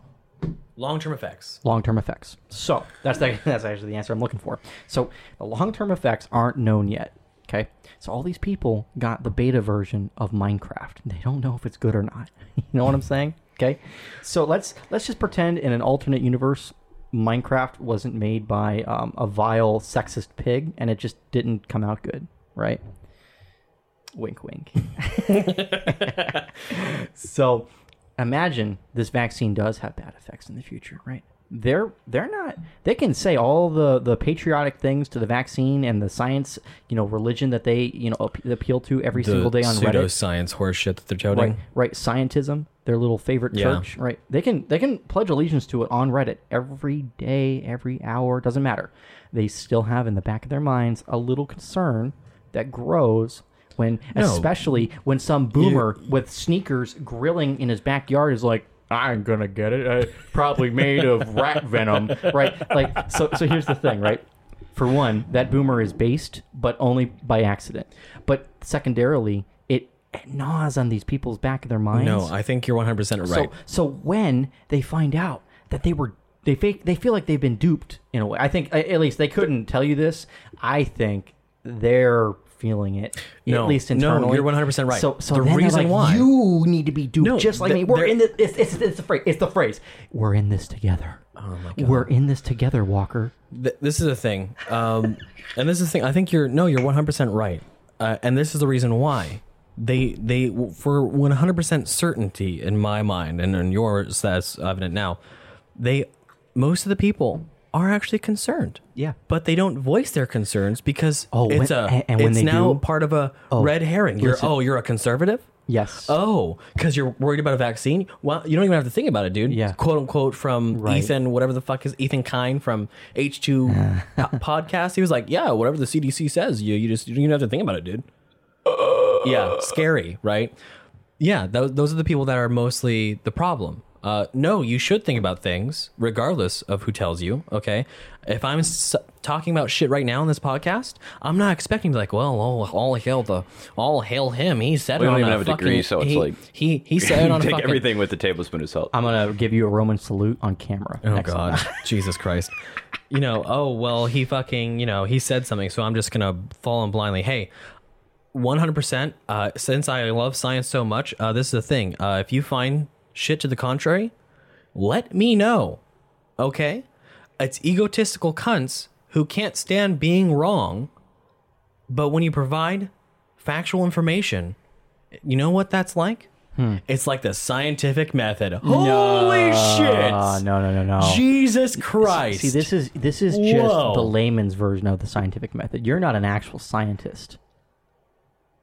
[SPEAKER 2] Long term effects.
[SPEAKER 3] long term effects. So that's the, that's actually the answer I'm looking for. So the long term effects aren't known yet. Okay, so all these people got the beta version of Minecraft. They don't know if it's good or not. You know what I'm saying? Okay, so let's let's just pretend in an alternate universe, Minecraft wasn't made by um, a vile sexist pig, and it just didn't come out good, right? Wink, wink. So imagine this vaccine does have bad effects in the future, right? They're they're not they can say all the the patriotic things to the vaccine and the science, you know, religion that they, you know, ap- appeal to every single day on Reddit.
[SPEAKER 2] pseudoscience horseshit that they're toting.
[SPEAKER 3] Right, right, scientism, their little favorite
[SPEAKER 2] Yeah.
[SPEAKER 3] church, right? They can they can pledge allegiance to it on Reddit every day, every hour, doesn't matter. They still have in the back of their minds a little concern that grows when especially when some boomer with sneakers grilling in his backyard is like I'm gonna get it. Uh, probably made of rat venom, right? Like, so. So here's the thing, right? For one, that boomer is based, but only by accident. But secondarily, it gnaws on these people's back of their minds.
[SPEAKER 2] No, I think you're 100%
[SPEAKER 3] so
[SPEAKER 2] right.
[SPEAKER 3] so when they find out that they were they fake they feel like they've been duped in a way. I think a- at least they couldn't tell you this. I think they're feeling it
[SPEAKER 2] No,
[SPEAKER 3] at least
[SPEAKER 2] no,
[SPEAKER 3] internally.
[SPEAKER 2] you're 100% right.
[SPEAKER 3] So so
[SPEAKER 2] The
[SPEAKER 3] then they're
[SPEAKER 2] reason
[SPEAKER 3] like,
[SPEAKER 2] why-
[SPEAKER 3] you need to be duped
[SPEAKER 2] No,
[SPEAKER 3] just like
[SPEAKER 2] th-
[SPEAKER 3] me. We're
[SPEAKER 2] they're-
[SPEAKER 3] in the it's, it's it's the phrase it's the phrase. We're in this together. Oh my god. We're in this together, Walker.
[SPEAKER 2] Th- this is the thing. Um, and this is the thing. I think you're, no, you're 100% right. Uh, and this is the reason why. They, they, for 100% certainty in my mind and in yours, that's evident now, they, most of the people are actually concerned.
[SPEAKER 3] Yeah.
[SPEAKER 2] But they don't voice their concerns because
[SPEAKER 3] Oh,
[SPEAKER 2] it's
[SPEAKER 3] when-
[SPEAKER 2] a,
[SPEAKER 3] and- and when
[SPEAKER 2] it's
[SPEAKER 3] they
[SPEAKER 2] now
[SPEAKER 3] do-
[SPEAKER 2] part of a red herring. You're,
[SPEAKER 3] listen.
[SPEAKER 2] oh, you're a conservative?
[SPEAKER 3] Yes.
[SPEAKER 2] Oh, because you're worried about a vaccine? Well, you don't even have to think about it, dude.
[SPEAKER 3] Yeah.
[SPEAKER 2] Quote unquote from
[SPEAKER 3] Right.
[SPEAKER 2] Ethan, whatever the fuck is Ethan Kine from H2 po- podcast. He was like, yeah, whatever the CDC says, you, you just, you don't even have to think about it, dude. yeah. Scary, right? Yeah. Those, those are the people that are mostly the problem. Uh, no, you should think about things regardless of who tells you. Okay. If I'm s- talking about shit right now in this podcast, I'm not expecting to be like, well, all, all hail the, all hail him. He said
[SPEAKER 4] We
[SPEAKER 2] it
[SPEAKER 4] don't
[SPEAKER 2] on
[SPEAKER 4] even
[SPEAKER 2] a
[SPEAKER 4] have a
[SPEAKER 2] fucking-
[SPEAKER 4] degree, so it's
[SPEAKER 2] he-
[SPEAKER 4] like-
[SPEAKER 2] he he said it on a
[SPEAKER 4] Take
[SPEAKER 2] fucking,
[SPEAKER 4] everything with a tablespoon of salt.
[SPEAKER 3] I'm gonna give you a Roman salute on camera.
[SPEAKER 2] Oh God, Jesus Christ! You know, oh well, he fucking, you know, he said something, so I'm just gonna fall in blindly. Hey, 100. percent uh, Since I love science so much, uh, this is the thing. Uh, if you find shit to the contrary, let me know. Okay, it's egotistical cunts who can't stand being wrong, but when you provide factual information, you know what that's like. It's like the scientific method. Holy shit!
[SPEAKER 3] Uh, no, no, no,
[SPEAKER 2] Oh.
[SPEAKER 3] no.
[SPEAKER 2] Jesus Christ.
[SPEAKER 3] See, this is this is just
[SPEAKER 2] Whoa.
[SPEAKER 3] the layman's version of the scientific method. You're not an actual scientist.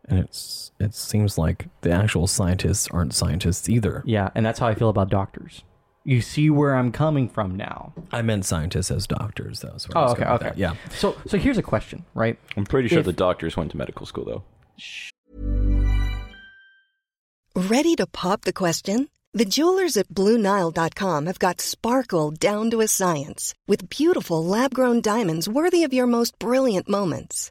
[SPEAKER 2] and it's it seems like the actual scientists aren't scientists either.
[SPEAKER 3] Yeah, and that's how I feel about doctors. you see where I'm coming from now.
[SPEAKER 2] I meant scientists as doctors. That was where I
[SPEAKER 3] Oh,
[SPEAKER 2] was
[SPEAKER 3] okay,
[SPEAKER 2] going with
[SPEAKER 3] okay.
[SPEAKER 2] that. Yeah.
[SPEAKER 3] So, so here's a question, right?
[SPEAKER 4] I'm pretty sure
[SPEAKER 3] If-
[SPEAKER 4] the doctors went to medical school though.
[SPEAKER 5] Ready to pop the question? The jewelers at BlueNile.com have got sparkle down to a science with beautiful lab grown diamonds worthy of your most brilliant moments.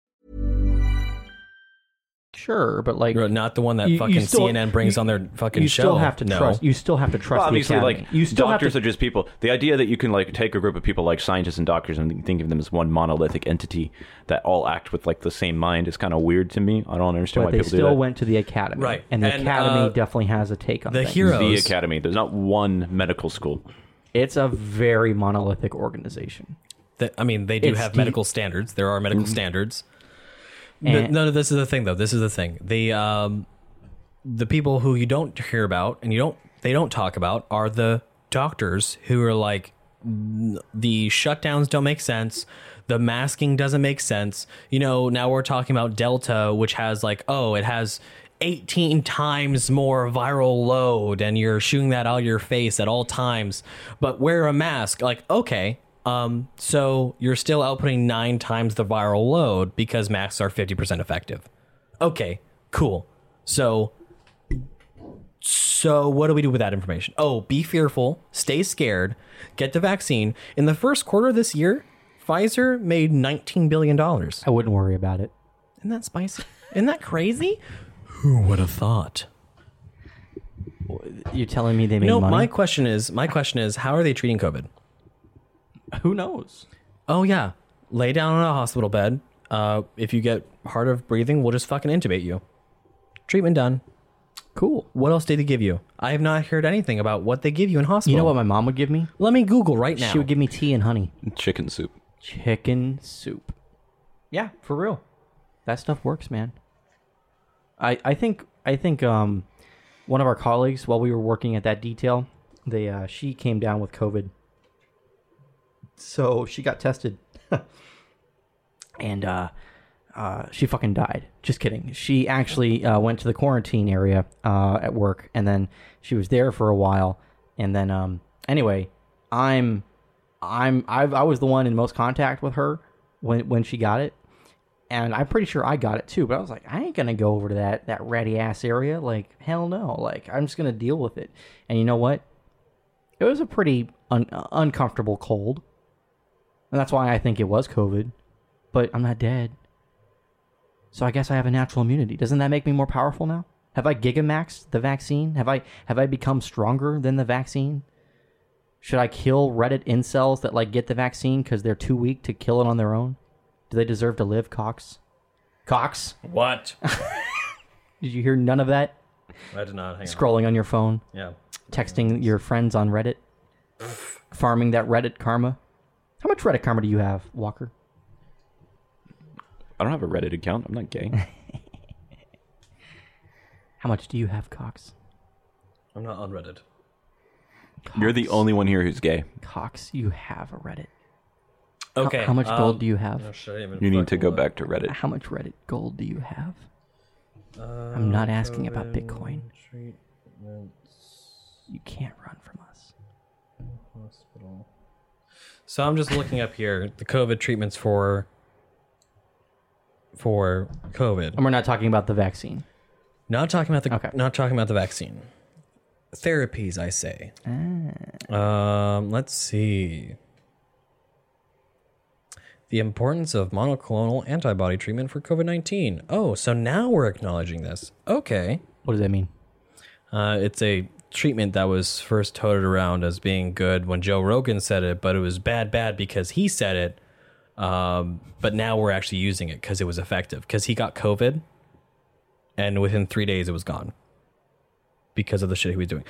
[SPEAKER 3] Sure, but like
[SPEAKER 2] You're not the one that
[SPEAKER 3] you- you
[SPEAKER 2] fucking
[SPEAKER 3] still-
[SPEAKER 2] CNN brings
[SPEAKER 3] you-
[SPEAKER 2] on their fucking
[SPEAKER 3] you
[SPEAKER 2] show.
[SPEAKER 3] still have to
[SPEAKER 2] no.
[SPEAKER 3] trust. You still have to trust. the
[SPEAKER 4] Well, obviously,
[SPEAKER 3] academy.
[SPEAKER 4] like
[SPEAKER 3] you still
[SPEAKER 4] doctors
[SPEAKER 3] have
[SPEAKER 4] are
[SPEAKER 3] to,
[SPEAKER 4] just people. The idea that you can like take a group of people like scientists and doctors and think of them as one monolithic entity that all act with like the same mind is kind of weird to me. I don't understand
[SPEAKER 3] but
[SPEAKER 4] why
[SPEAKER 3] they
[SPEAKER 4] people
[SPEAKER 3] still
[SPEAKER 4] do that.
[SPEAKER 3] went to the academy,
[SPEAKER 2] Right,
[SPEAKER 3] And the
[SPEAKER 2] and,
[SPEAKER 3] academy
[SPEAKER 2] uh,
[SPEAKER 3] definitely has a take on
[SPEAKER 2] the
[SPEAKER 3] things.
[SPEAKER 2] hero-
[SPEAKER 4] the
[SPEAKER 2] Those.
[SPEAKER 4] academy. There's not one medical school.
[SPEAKER 3] It's a very monolithic organization.
[SPEAKER 2] That- I mean, they do
[SPEAKER 3] It's Mm-hmm.
[SPEAKER 2] have
[SPEAKER 3] the-
[SPEAKER 2] medical standards. There are medical standards. But
[SPEAKER 3] And-
[SPEAKER 2] no, no, this is the thing though. This is the thing. The um, the people who you don't hear about and you don't they don't talk about are the doctors who are like "N- the shutdowns don't make sense. The masking doesn't make sense. You know, now we're talking about Delta, which has like, oh, it has 18 times more viral load and you're shooting that out of your face at all times, but wear a mask. Like, okay, um, so you're still outputting nine times the viral load because masks are 50% effective. Okay, cool. So, so what do we do with that information? Oh, be fearful, stay scared, get the vaccine. In the first quarter of this year, Pfizer made $19 billion. Isn't
[SPEAKER 3] I wouldn't worry about it.
[SPEAKER 2] that spicy? Isn't that crazy? Who would have thought?
[SPEAKER 3] You're telling me they made
[SPEAKER 2] You know, my
[SPEAKER 3] money?
[SPEAKER 2] question is, my question is, how are they treating COVID?
[SPEAKER 3] Who knows?
[SPEAKER 2] Oh yeah, lay down on a hospital bed. Uh, if you get hard of breathing, we'll just fucking intubate you. Treatment done.
[SPEAKER 3] Cool.
[SPEAKER 2] What else did they give you? I have not heard anything about what they give you in hospital.
[SPEAKER 3] You know what my mom would give me?
[SPEAKER 2] Let me Google right now.
[SPEAKER 3] She would give me tea and honey.
[SPEAKER 4] Chicken soup.
[SPEAKER 3] Chicken soup. Yeah, for real. That stuff works, man. I I think I think um one of our colleagues while we were working at that detail, they uh, she came down with COVID. So she got tested. and uh uh, she fucking died. Just kidding. She actually uh, went to the quarantine area uh, at work, and then she was there for a while. And then, um, anyway, I'm, I'm, I've, I was the one in most contact with her when when she got it, and I'm pretty sure I got it too. But I was like, I ain't gonna go over to that that ratty ass area. Like hell no. Like I'm just gonna deal with it. And you know what? It was a pretty un- uncomfortable cold, and that's why I think it was COVID. But I'm not dead. So I guess I have a natural immunity. Doesn't that make me more powerful now? Have I gigamaxed the vaccine? Have I have I become stronger than the vaccine? Should I kill Reddit incels that like get the vaccine because they're too weak to kill it on their own? Do they deserve to live, Cox? Cox?
[SPEAKER 2] what?
[SPEAKER 3] Did you hear none of that?
[SPEAKER 2] I did not. Hang
[SPEAKER 3] Scrolling on your phone,
[SPEAKER 2] on. Yeah.
[SPEAKER 3] texting your friends on Reddit, farming that Reddit karma. How much Reddit karma do you have, Walker?
[SPEAKER 4] I don't have a Reddit account. I'm not gay.
[SPEAKER 3] How much do you have, Cox?
[SPEAKER 2] I'm not on Reddit.
[SPEAKER 4] You're the only one here who's gay.
[SPEAKER 3] Cox, you have a Reddit. How-
[SPEAKER 2] Okay. um,
[SPEAKER 3] How, much gold do you have?
[SPEAKER 4] You need to go back to Reddit.
[SPEAKER 3] How much Reddit gold do you have?
[SPEAKER 2] Uh,
[SPEAKER 3] I'm not asking about Bitcoin. You can't run from us.
[SPEAKER 2] So I'm just looking up here the COVID treatments for for COVID.
[SPEAKER 3] And we're not talking about the vaccine.
[SPEAKER 2] Not talking about the
[SPEAKER 3] Okay.
[SPEAKER 2] not talking about the vaccine. Therapies, I say. Um, let's see.
[SPEAKER 6] The importance of monoclonal antibody treatment for COVID 19. Oh, so now we're acknowledging this. Okay.
[SPEAKER 3] What does that mean?
[SPEAKER 6] Uh, it's a treatment that was first toted around as being good when Joe Rogan said it, but it was bad, bad because he said it. Um, but now we're actually using it because it was effective. Because he got COVID, and within three days it was gone because of the shit he was doing.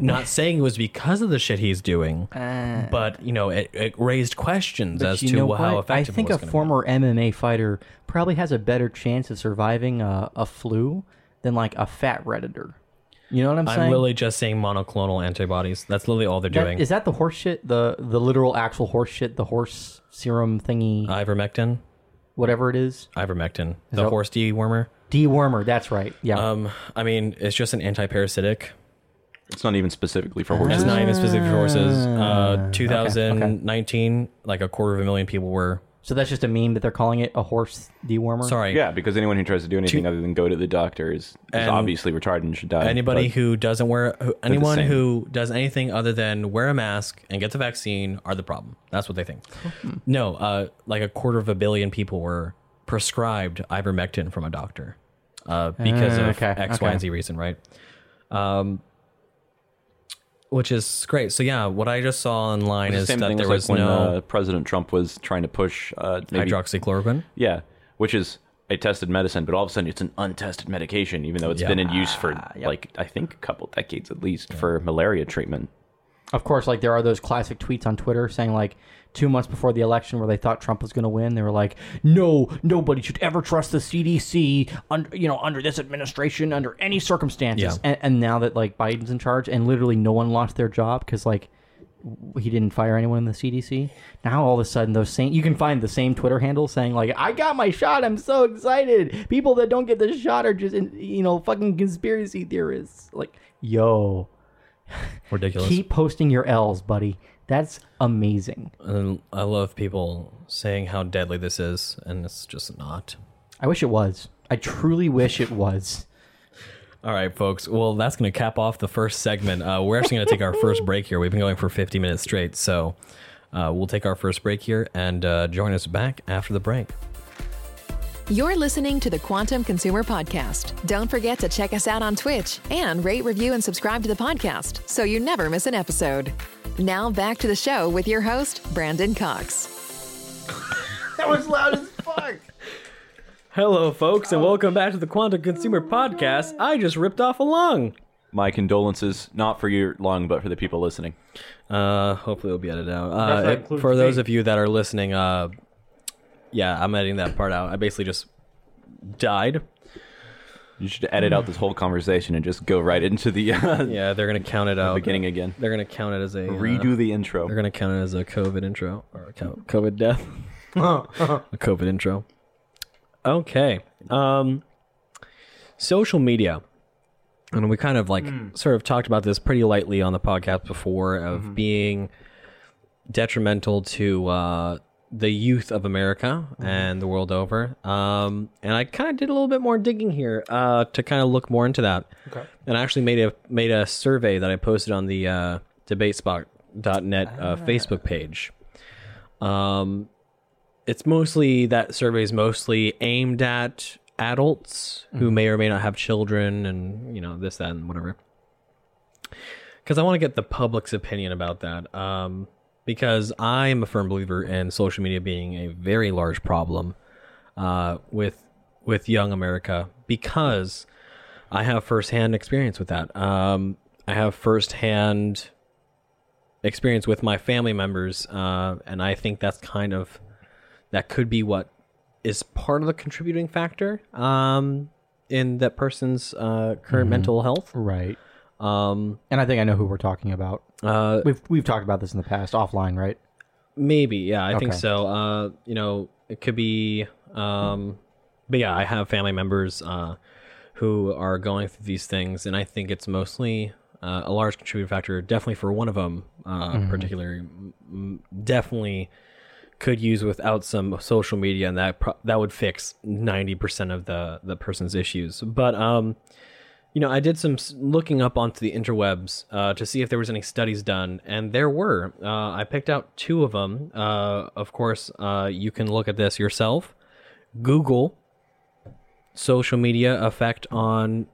[SPEAKER 6] Not saying it was because of the shit he's doing, but you know, it, it raised questions
[SPEAKER 3] Uh. But
[SPEAKER 6] as
[SPEAKER 3] you
[SPEAKER 6] to
[SPEAKER 3] know
[SPEAKER 6] how
[SPEAKER 3] what?
[SPEAKER 6] effective.
[SPEAKER 3] I think
[SPEAKER 6] it
[SPEAKER 3] a
[SPEAKER 6] was gonna be.
[SPEAKER 3] former MMA fighter probably has a better chance of surviving a, a flu than like a fat redditor. You know what I'm,
[SPEAKER 6] I'm
[SPEAKER 3] saying?
[SPEAKER 6] literally just saying monoclonal antibodies. That's literally all they're
[SPEAKER 3] That-
[SPEAKER 6] doing.
[SPEAKER 3] is that the horse shit? The the literal actual horse shit? The horse serum thingy,
[SPEAKER 6] Uh, ivermectin,
[SPEAKER 3] whatever it is.
[SPEAKER 6] ivermectin, the
[SPEAKER 3] that-
[SPEAKER 6] horse dewormer.
[SPEAKER 3] Dewormer. That's right. Yeah.
[SPEAKER 6] Um, I mean, it's just an anti-parasitic.
[SPEAKER 4] It's not even specifically for horses.
[SPEAKER 6] It's not even specific for horses.
[SPEAKER 3] Ah.
[SPEAKER 6] Uh, 2019, like a quarter of a million people were.
[SPEAKER 3] so that's just a meme that they're calling it a horse dewormer.
[SPEAKER 6] Sorry,
[SPEAKER 4] Yeah, because anyone who tries to do anything
[SPEAKER 6] Two-
[SPEAKER 4] other than go to the doctor is, is
[SPEAKER 6] And
[SPEAKER 4] obviously retarded and should die.
[SPEAKER 6] anybody
[SPEAKER 4] but
[SPEAKER 6] who doesn't wear, who, anyone
[SPEAKER 4] same.
[SPEAKER 6] who does anything other than wear a mask and get the vaccine are the problem. That's what they think.
[SPEAKER 3] Hmm.
[SPEAKER 6] No, uh, like a quarter of a billion people were prescribed ivermectin from a doctor uh, because
[SPEAKER 3] Ah,
[SPEAKER 6] of
[SPEAKER 3] okay,
[SPEAKER 6] X,
[SPEAKER 3] okay.
[SPEAKER 6] Y, and Z reason, right? Um, which is great. So yeah, what I just saw
[SPEAKER 4] it's
[SPEAKER 6] online
[SPEAKER 4] the
[SPEAKER 6] is
[SPEAKER 4] same
[SPEAKER 6] that
[SPEAKER 4] thing
[SPEAKER 6] there
[SPEAKER 4] as
[SPEAKER 6] was
[SPEAKER 4] like when uh,
[SPEAKER 6] no
[SPEAKER 4] President Trump was trying to push uh, maybe
[SPEAKER 6] hydroxychloroquine.
[SPEAKER 4] Yeah, which is a tested medicine, but all of a sudden it's an untested medication, even though it's
[SPEAKER 6] Yeah.
[SPEAKER 4] been in use for like I think a couple decades at least for malaria treatment.
[SPEAKER 3] Of course, like there are those classic tweets on Twitter saying like two months before the election where they thought Trump was going to win, they were like, "No, nobody should ever trust the CDC under you know under this administration under any circumstances."
[SPEAKER 6] Yeah.
[SPEAKER 3] And, and now that like Biden's in charge and literally no one lost their job because like w- he didn't fire anyone in the CDC. Now all of a sudden those same you can find the same Twitter handle saying like, "I got my shot. I'm so excited." People that don't get the shot are just you know fucking conspiracy theorists. Like, yo.
[SPEAKER 6] Ridiculous.
[SPEAKER 3] Keep posting your L's, buddy. That's amazing.
[SPEAKER 6] And I love people saying how deadly this is, and it's just not.
[SPEAKER 3] I wish it was. I truly wish it was.
[SPEAKER 6] All right, folks. Well, that's going to cap off the first segment. Uh, we're actually going to take our first break here. We've been going for 50 minutes straight, so uh, we'll take our first break here and uh, join us back after the break.
[SPEAKER 1] You're listening to the Quantum Consumer Podcast. Don't forget to check us out on Twitch and rate, review, and subscribe to the podcast so you never miss an episode. Now back to the show with your host, Brandon Cox.
[SPEAKER 3] That was loud as fuck.
[SPEAKER 6] Hello, folks, and welcome back to the Quantum Consumer Podcast. I just ripped off a lung.
[SPEAKER 4] My condolences, not for your lung, but for the people listening.
[SPEAKER 6] Uh, hopefully, it'll be edited out. Uh, it- for those of you that are listening, uh, yeah, I'm editing that part out. I basically just died.
[SPEAKER 4] You should edit out this whole conversation and just go right into the uh,
[SPEAKER 6] Yeah, they're gonna count it out.
[SPEAKER 4] beginning again.
[SPEAKER 6] They're gonna count it as a uh,
[SPEAKER 4] Redo the intro.
[SPEAKER 6] They're gonna count it as a COVID intro or a co- COVID death. a COVID intro. Okay. Um, social media, and we kind of like
[SPEAKER 4] Hmm.
[SPEAKER 6] sort of talked about this pretty lightly on the podcast before of
[SPEAKER 4] Mm-hmm.
[SPEAKER 6] being detrimental to uh, the youth of America and the world over. Um, and I kind of did a little bit more digging here uh, to kind of look more into that. Okay. And I actually made a made a survey that I posted on the uh, debatespot.net uh, Facebook page. Um, it's mostly that survey is mostly aimed at adults who may or may not have children and you know this that and whatever because i want to get the public's opinion about that um, because i am a firm believer in social media being a very large problem uh, with with young america because i have firsthand experience with that um, i have firsthand experience with my family members uh, and i think that's kind of that could be what is part of the contributing factor um, in that person's uh, current mental health.
[SPEAKER 3] Right.
[SPEAKER 6] Um,
[SPEAKER 3] And I think I know who we're talking about.
[SPEAKER 6] uh,
[SPEAKER 3] We've we've talked about this in the past offline, right?
[SPEAKER 6] maybe, yeah, I think
[SPEAKER 3] Okay.
[SPEAKER 6] so. Uh, you know, it could be, um, but yeah, I have family members uh, who are going through these things, and I think it's mostly. Uh, a large contributing factor, definitely for one of them, uh, particularly, m- definitely could use without some social media, and that pro- that would fix ninety percent of the the person's issues. But um, You know, I did some s- looking up onto the interwebs uh, to see if there was any studies done, and there were. Uh, I picked out two of them. Uh, of course, uh, you can look at this yourself. Google social media effect on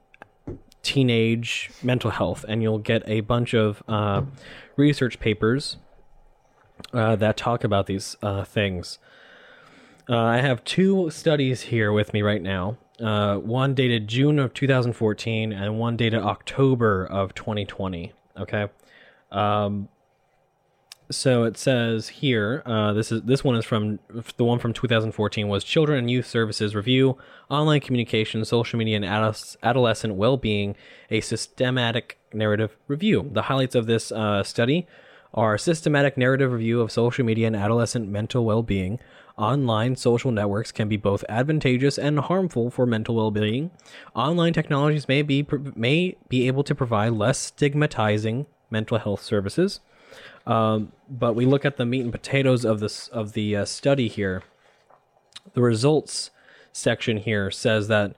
[SPEAKER 6] teenage mental health, and you'll get a bunch of uh, research papers uh, that talk about these uh, things. Uh, I have two studies here with me right now. Uh, one dated June of 2014, and one dated October of 2020. Okay. Um, so it says here, uh, this is this one is from the one from 2014 was Children and Youth Services Review, Online Communication, Social Media, and Ados- Adolescent Well-being: A Systematic Narrative Review. The highlights of this uh, study are systematic narrative review of social media and adolescent mental well-being. Online social networks can be both advantageous and harmful for mental well-being. Online technologies may be may be able to provide less stigmatizing mental health services. Um, but we look at the meat and potatoes of this of the uh, study here. The results section here says that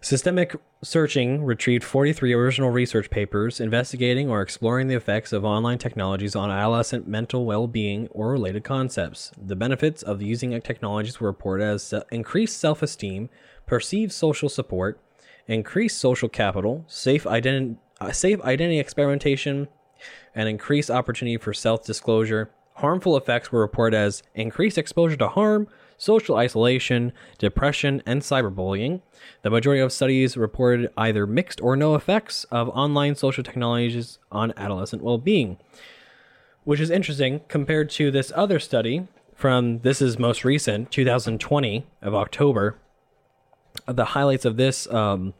[SPEAKER 6] systemic searching retrieved 43 original research papers investigating or exploring the effects of online technologies on adolescent mental well-being or related concepts. The benefits of using technologies were reported as se- increased self-esteem, perceived social support, increased social capital, safe identi- uh, safe identity experimentation, and increased opportunity for self disclosure. Harmful effects were reported as increased exposure to harm, social isolation, depression, and cyberbullying. The majority of studies reported either mixed or no effects of online social technologies on adolescent well being, which is interesting compared to this other study from this is most recent, 2020 of October. The highlights of this, um,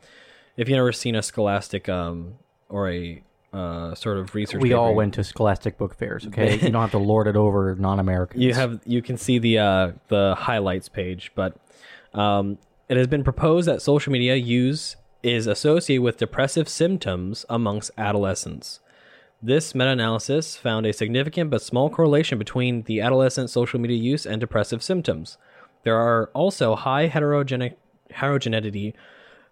[SPEAKER 6] if you've never seen a scholastic um, or a uh, sort of research,
[SPEAKER 3] We all
[SPEAKER 6] paper,
[SPEAKER 3] went to Scholastic Book Fairs, okay? you don't have to lord it over non Americans.
[SPEAKER 6] you have you can see the uh, the highlights page, but um, it has been proposed that social media use is associated with depressive symptoms amongst adolescents. This meta-analysis found a significant but small correlation between the adolescent social media use and depressive symptoms. There are also high heterogenic heterogeneity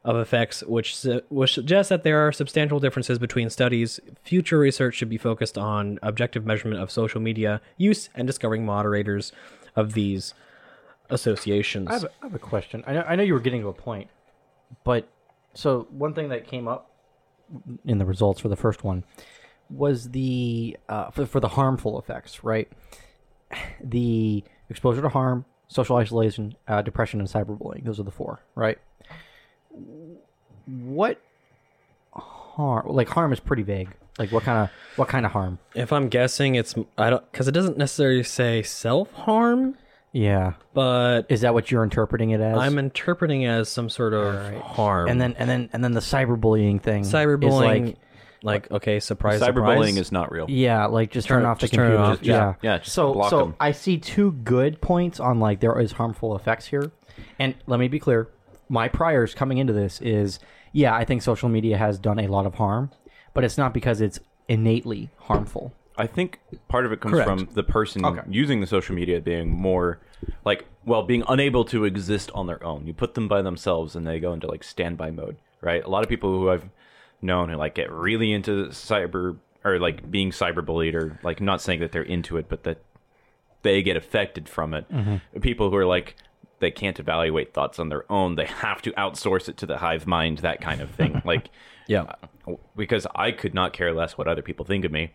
[SPEAKER 6] of effects, which, su- which suggests that there are substantial differences between studies. Future research should be focused on objective measurement of social media use and discovering moderators of these associations.
[SPEAKER 3] I have, a, I have a question. I know, I know you were getting to a point, but so one thing that came up in the results for the first one was the uh, for, for the harmful effects, right? The exposure to harm, social isolation, uh, depression, and cyberbullying. Those are the four, right? What harm? Like harm is pretty vague. Like what kind of what kind of harm?
[SPEAKER 6] if I'm guessing, it's I don't because it doesn't necessarily say self harm,
[SPEAKER 3] Yeah,
[SPEAKER 6] but
[SPEAKER 3] is that what you're interpreting it as?
[SPEAKER 6] I'm interpreting as some sort of harm.
[SPEAKER 3] and then and then and then the cyberbullying thing. is
[SPEAKER 6] cyberbullying,
[SPEAKER 3] like,
[SPEAKER 6] like, okay, surprise,
[SPEAKER 4] Cyberbullying
[SPEAKER 6] surprise.
[SPEAKER 4] is not real.
[SPEAKER 3] Yeah, like just turn,
[SPEAKER 6] Turn-
[SPEAKER 3] off the
[SPEAKER 6] just turn it
[SPEAKER 3] computer.
[SPEAKER 6] off,
[SPEAKER 3] yeah.
[SPEAKER 4] yeah. Yeah, just
[SPEAKER 3] so
[SPEAKER 4] block
[SPEAKER 3] so
[SPEAKER 4] 'em.
[SPEAKER 3] I see two good points on like there is harmful effects here, and let me be clear. My priors coming into this is yeah, I think social media has done a lot of harm, but it's not because it's innately harmful.
[SPEAKER 4] I think part of it comes
[SPEAKER 6] Correct.
[SPEAKER 4] from the person using the social media being more like, well, being unable to exist on their own. You put them by themselves and they go into like standby mode, right? A lot of people who I've known who like get really into cyber or like being cyberbullied or like not saying that they're into it, but that they get affected from it.
[SPEAKER 6] Mm-hmm.
[SPEAKER 4] People who are like, they can't evaluate thoughts on their own. They have to outsource it to the hive mind, that kind of thing. like,
[SPEAKER 6] yeah.
[SPEAKER 4] because I could not care less what other people think of me.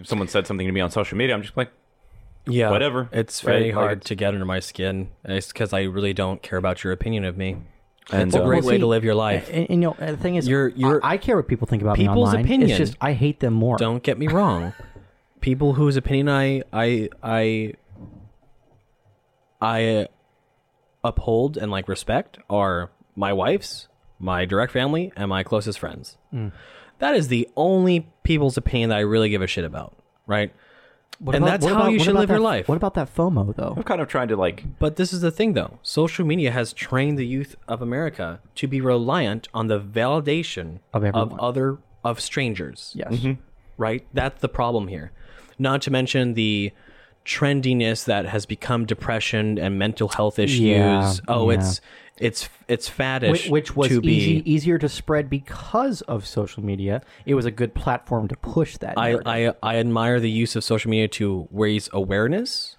[SPEAKER 4] If someone said something to me on social media, I'm just like,
[SPEAKER 6] yeah
[SPEAKER 4] whatever,
[SPEAKER 6] it's
[SPEAKER 4] right?
[SPEAKER 6] very
[SPEAKER 4] Like,
[SPEAKER 6] hard
[SPEAKER 4] it's-
[SPEAKER 6] to get under my skin it's because i really don't care about your opinion of me
[SPEAKER 4] and
[SPEAKER 6] it's a
[SPEAKER 4] uh,
[SPEAKER 6] great
[SPEAKER 3] Well,
[SPEAKER 6] way
[SPEAKER 3] see,
[SPEAKER 6] to live your life
[SPEAKER 3] And, and, you know, and the thing is,
[SPEAKER 6] Your- your-
[SPEAKER 3] I, I care what people think about me
[SPEAKER 6] People's
[SPEAKER 3] online.
[SPEAKER 6] opinion.
[SPEAKER 3] It's just I hate them more.
[SPEAKER 6] don't get me wrong people whose opinion i i i i uphold and like respect are my wife's my direct family and my closest friends
[SPEAKER 3] Mm.
[SPEAKER 6] that is the only people's opinion that i really give a shit about right
[SPEAKER 3] What
[SPEAKER 6] and
[SPEAKER 3] about-
[SPEAKER 6] that's
[SPEAKER 3] what
[SPEAKER 6] how
[SPEAKER 3] about-
[SPEAKER 6] you
[SPEAKER 3] what
[SPEAKER 6] should
[SPEAKER 3] about
[SPEAKER 6] live your
[SPEAKER 3] that-
[SPEAKER 6] life
[SPEAKER 3] What about that FOMO though?
[SPEAKER 4] I'm kind of trying to like,
[SPEAKER 6] But this is the thing, though. Social media has trained the youth of America to be reliant on the validation
[SPEAKER 3] Of everyone.
[SPEAKER 6] other of strangers.
[SPEAKER 3] Yes.
[SPEAKER 6] Right. That's the problem here. Not to mention the trendiness that has become depression and mental health issues.
[SPEAKER 3] Yeah,
[SPEAKER 6] oh,
[SPEAKER 3] yeah.
[SPEAKER 6] it's It's it's faddish,
[SPEAKER 3] which, which was
[SPEAKER 6] to be.
[SPEAKER 3] easy, easier to spread because of social media. It was a good platform to push that.
[SPEAKER 6] I,
[SPEAKER 3] narrative.
[SPEAKER 6] I I admire the use of social media to raise awareness,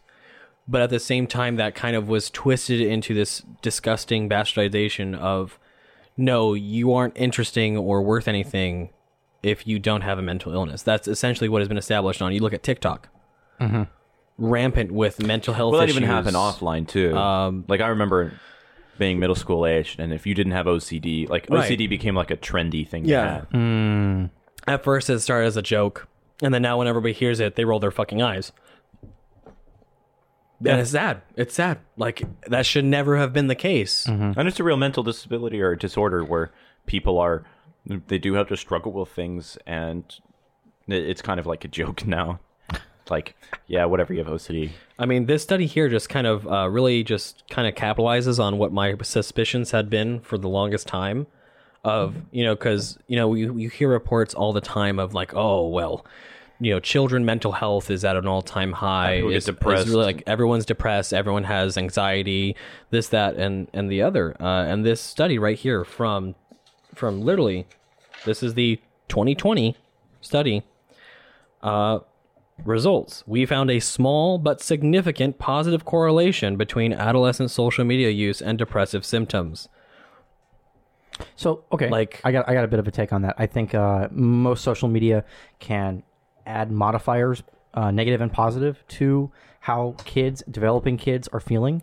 [SPEAKER 6] but at the same time, that kind of was twisted into this disgusting bastardization of, no, you aren't interesting or worth anything if you don't have a mental illness. That's essentially what has been established on. You look at TikTok, rampant with mental health.
[SPEAKER 4] Mm-hmm. Well, that
[SPEAKER 6] issues.
[SPEAKER 4] even happened offline too. like I remember being middle school age, and if you didn't have OCD, like
[SPEAKER 6] Right.
[SPEAKER 4] OCD became like a trendy thing.
[SPEAKER 6] Yeah.
[SPEAKER 4] to have.
[SPEAKER 6] At first, it started as a joke, and then now, when everybody hears it, they roll their fucking eyes. And it's sad. It's sad. Like that should never have been the case.
[SPEAKER 4] and it's a real mental disability or disorder where people are they do have to struggle with things, and it- it's kind of like a joke now. Like, yeah, whatever you have OCD.
[SPEAKER 6] I mean, this study here just kind of uh, really just kind of capitalizes on what my suspicions had been for the longest time. Of you know, because you know, you you hear reports all the time of like, oh well, you know, children mental health is at an all time high.
[SPEAKER 4] People get
[SPEAKER 6] It's- it's
[SPEAKER 4] depressed.
[SPEAKER 6] really like everyone's depressed. Everyone has anxiety. This, that, and and the other. Uh, and this study right here from from literally, this is the 2020 study Results We found a small but significant positive correlation between adolescent social media use and depressive symptoms.
[SPEAKER 3] So okay,
[SPEAKER 6] Like-
[SPEAKER 3] I got I got a bit of a take on that. I think uh, most social media can add modifiers, uh, negative and positive, to how kids, developing kids, are feeling.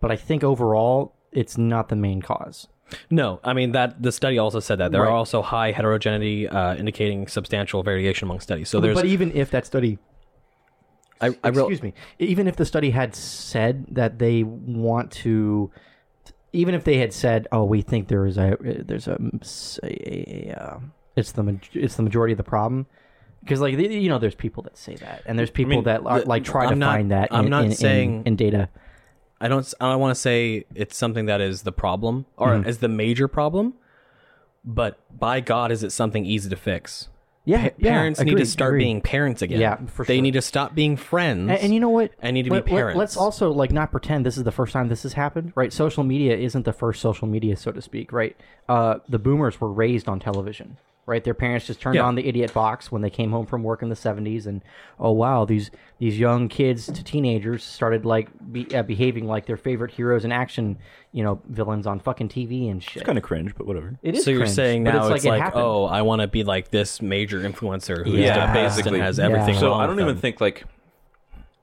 [SPEAKER 3] But I think overall, it's not the main cause.
[SPEAKER 6] No, I mean that the study also said that there
[SPEAKER 3] Right.
[SPEAKER 6] are also high heterogeneity uh, indicating substantial variation among studies. So there's
[SPEAKER 3] but even if that study,
[SPEAKER 6] I, I real-
[SPEAKER 3] excuse me, even if the study had said that they want to. Even if they had said, "Oh, we think there is a there's a, a, a uh, it's the maj- it's the majority of the problem," because like the- you know, there's people that say that, and there's people
[SPEAKER 4] mean,
[SPEAKER 3] that are, like try to
[SPEAKER 6] I'm not-
[SPEAKER 3] find that.
[SPEAKER 6] I'm
[SPEAKER 3] in,
[SPEAKER 6] not
[SPEAKER 3] in- in-
[SPEAKER 6] saying-
[SPEAKER 3] in data.
[SPEAKER 6] I don't s- I don't want to say it's something that is the problem or
[SPEAKER 3] Mm-hmm.
[SPEAKER 6] is the major problem, but by God, is it something easy to fix?
[SPEAKER 3] Yeah,
[SPEAKER 6] Pa- parents need to start being parents again.
[SPEAKER 3] Yeah, for
[SPEAKER 6] they
[SPEAKER 3] sure.
[SPEAKER 6] need to stop being friends.
[SPEAKER 3] And, and you know what?
[SPEAKER 6] And need to be
[SPEAKER 3] Let- let-
[SPEAKER 6] parents.
[SPEAKER 3] Let's also like not pretend this is the first time this has happened, right? Social media isn't the first social media, so to speak, right? Uh, the boomers were raised on television, right? Their parents just turned
[SPEAKER 6] Yeah.
[SPEAKER 3] on the idiot box when they came home from work in the '70s, and oh wow, these these young kids to teenagers started like be, uh, behaving like their favorite heroes and action, you know, villains on fucking TV and shit.
[SPEAKER 4] It's kind of cringe, but whatever.
[SPEAKER 3] It is
[SPEAKER 6] so you're
[SPEAKER 3] cringe,
[SPEAKER 6] saying
[SPEAKER 3] but
[SPEAKER 6] now it's,
[SPEAKER 3] it
[SPEAKER 6] like,
[SPEAKER 3] happened.
[SPEAKER 6] oh, I want to be like this major influencer who's
[SPEAKER 4] Yeah,
[SPEAKER 6] depressed
[SPEAKER 4] basically.
[SPEAKER 6] and has
[SPEAKER 3] Yeah.
[SPEAKER 6] everything.
[SPEAKER 4] So
[SPEAKER 6] wrong
[SPEAKER 4] I don't
[SPEAKER 6] with
[SPEAKER 4] even
[SPEAKER 6] them.
[SPEAKER 4] think like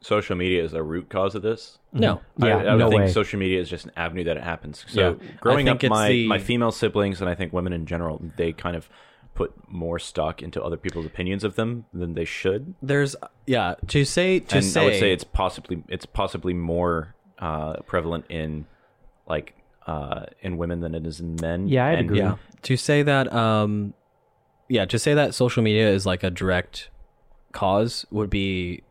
[SPEAKER 4] social media is a root cause of this.
[SPEAKER 6] No,
[SPEAKER 3] Yeah,
[SPEAKER 4] I, I would
[SPEAKER 3] no
[SPEAKER 4] think
[SPEAKER 3] way.
[SPEAKER 4] social media is just an avenue that it happens. So
[SPEAKER 6] Yeah.
[SPEAKER 4] growing
[SPEAKER 6] I
[SPEAKER 4] up,
[SPEAKER 6] think it's
[SPEAKER 4] my,
[SPEAKER 6] the-
[SPEAKER 4] my female siblings and I think women in general, they kind of put more stock into other people's opinions of them than they should.
[SPEAKER 6] there's yeah to say to
[SPEAKER 4] and
[SPEAKER 6] say
[SPEAKER 4] I would say it's possibly it's possibly more uh, prevalent in like uh, in women than it is in men.
[SPEAKER 3] Yeah, I'd
[SPEAKER 4] and,
[SPEAKER 3] agree.
[SPEAKER 6] yeah to say that um yeah to say that social media is like a direct cause would be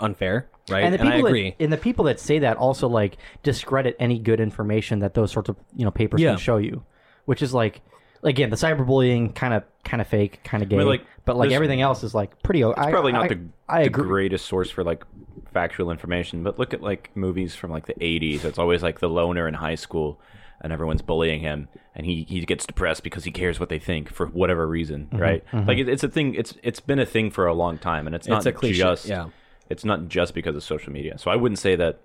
[SPEAKER 6] unfair, right?
[SPEAKER 3] and the people
[SPEAKER 6] I agree.
[SPEAKER 3] That, and the people that say that also like discredit any good information that those sorts of you know papers
[SPEAKER 6] Yeah.
[SPEAKER 3] can show you, which is like again the cyberbullying kind of kind of fake, kind of gay,
[SPEAKER 4] like,
[SPEAKER 3] but like
[SPEAKER 4] there's-
[SPEAKER 3] everything else is like pretty. It's
[SPEAKER 4] It's probably not
[SPEAKER 3] I,
[SPEAKER 4] the,
[SPEAKER 3] I
[SPEAKER 4] the
[SPEAKER 3] agree.
[SPEAKER 4] greatest source for like factual information, but look at like movies from like the 80s. It's always like the loner in high school and everyone's bullying him and he, he gets depressed because he cares what they think for whatever reason,
[SPEAKER 6] Mm-hmm.
[SPEAKER 4] right? Like it, it's a thing it's it's been a thing for a long time and it's not
[SPEAKER 6] It's a cliche,
[SPEAKER 4] just
[SPEAKER 6] yeah.
[SPEAKER 4] it's not just because of social media. So I wouldn't say that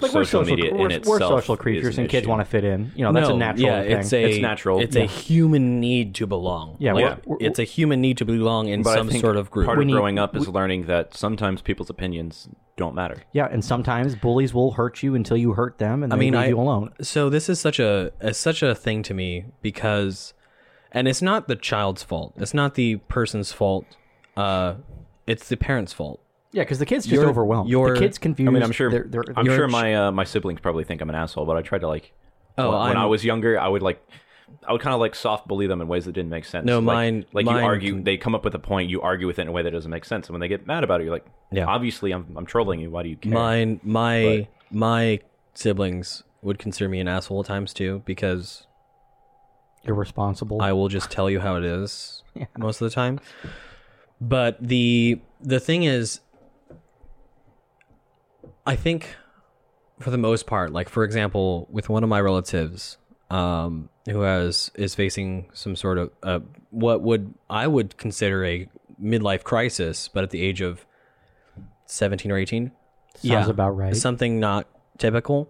[SPEAKER 3] Like, we're social, we're, we're social creatures, and kids want to fit in. You know, Oh, that's
[SPEAKER 6] No,
[SPEAKER 3] a natural
[SPEAKER 6] yeah,
[SPEAKER 3] thing.
[SPEAKER 6] It's, a,
[SPEAKER 4] It's natural.
[SPEAKER 6] It's
[SPEAKER 4] Yeah.
[SPEAKER 6] a human need to belong.
[SPEAKER 3] Yeah,
[SPEAKER 6] Like,
[SPEAKER 4] we're-
[SPEAKER 3] we're-
[SPEAKER 6] it's a human need to belong in
[SPEAKER 4] but I
[SPEAKER 6] some
[SPEAKER 4] think
[SPEAKER 6] sort of group.
[SPEAKER 4] Part of
[SPEAKER 3] need-
[SPEAKER 4] growing up is learning that sometimes people's opinions don't matter.
[SPEAKER 3] yeah, and sometimes bullies will hurt you until you hurt them, and
[SPEAKER 6] I
[SPEAKER 3] they
[SPEAKER 6] mean,
[SPEAKER 3] leave
[SPEAKER 6] I,
[SPEAKER 3] you alone.
[SPEAKER 6] So this is such a, a such a thing to me because, and it's not the child's fault. It's not the person's fault. Uh, it's the parent's fault.
[SPEAKER 3] Yeah, because the kids just
[SPEAKER 6] You're-
[SPEAKER 3] overwhelmed.
[SPEAKER 6] you're-
[SPEAKER 3] The kids confused.
[SPEAKER 4] I mean, I'm sure.
[SPEAKER 3] They're, they're,
[SPEAKER 4] I'm
[SPEAKER 3] they're-
[SPEAKER 4] sure my uh, my siblings probably think I'm an asshole, but I tried to like.
[SPEAKER 6] Oh,
[SPEAKER 4] when, when I
[SPEAKER 6] I'm-
[SPEAKER 4] was younger, I would like, I would kind of like soft bully them in ways that didn't make sense.
[SPEAKER 6] No,
[SPEAKER 4] like,
[SPEAKER 6] mine-
[SPEAKER 4] Like
[SPEAKER 6] mine
[SPEAKER 4] you argue,
[SPEAKER 6] can-
[SPEAKER 4] they come up with a point, you argue with it in a way that doesn't make sense, and when they get mad about it, you're like,
[SPEAKER 6] Yeah.
[SPEAKER 4] obviously I'm I'm trolling you. Why do you care?
[SPEAKER 6] Mine, my my siblings would consider me an asshole at times too because
[SPEAKER 3] irresponsible.
[SPEAKER 6] I will just tell you how it is most of the time. But the the thing is, I think for the most part, like for example, with one of my relatives um, who has is facing some sort of uh, what would I would consider a midlife crisis, but at the age of seventeen or eighteen,
[SPEAKER 3] Sounds about right.
[SPEAKER 6] Something not typical.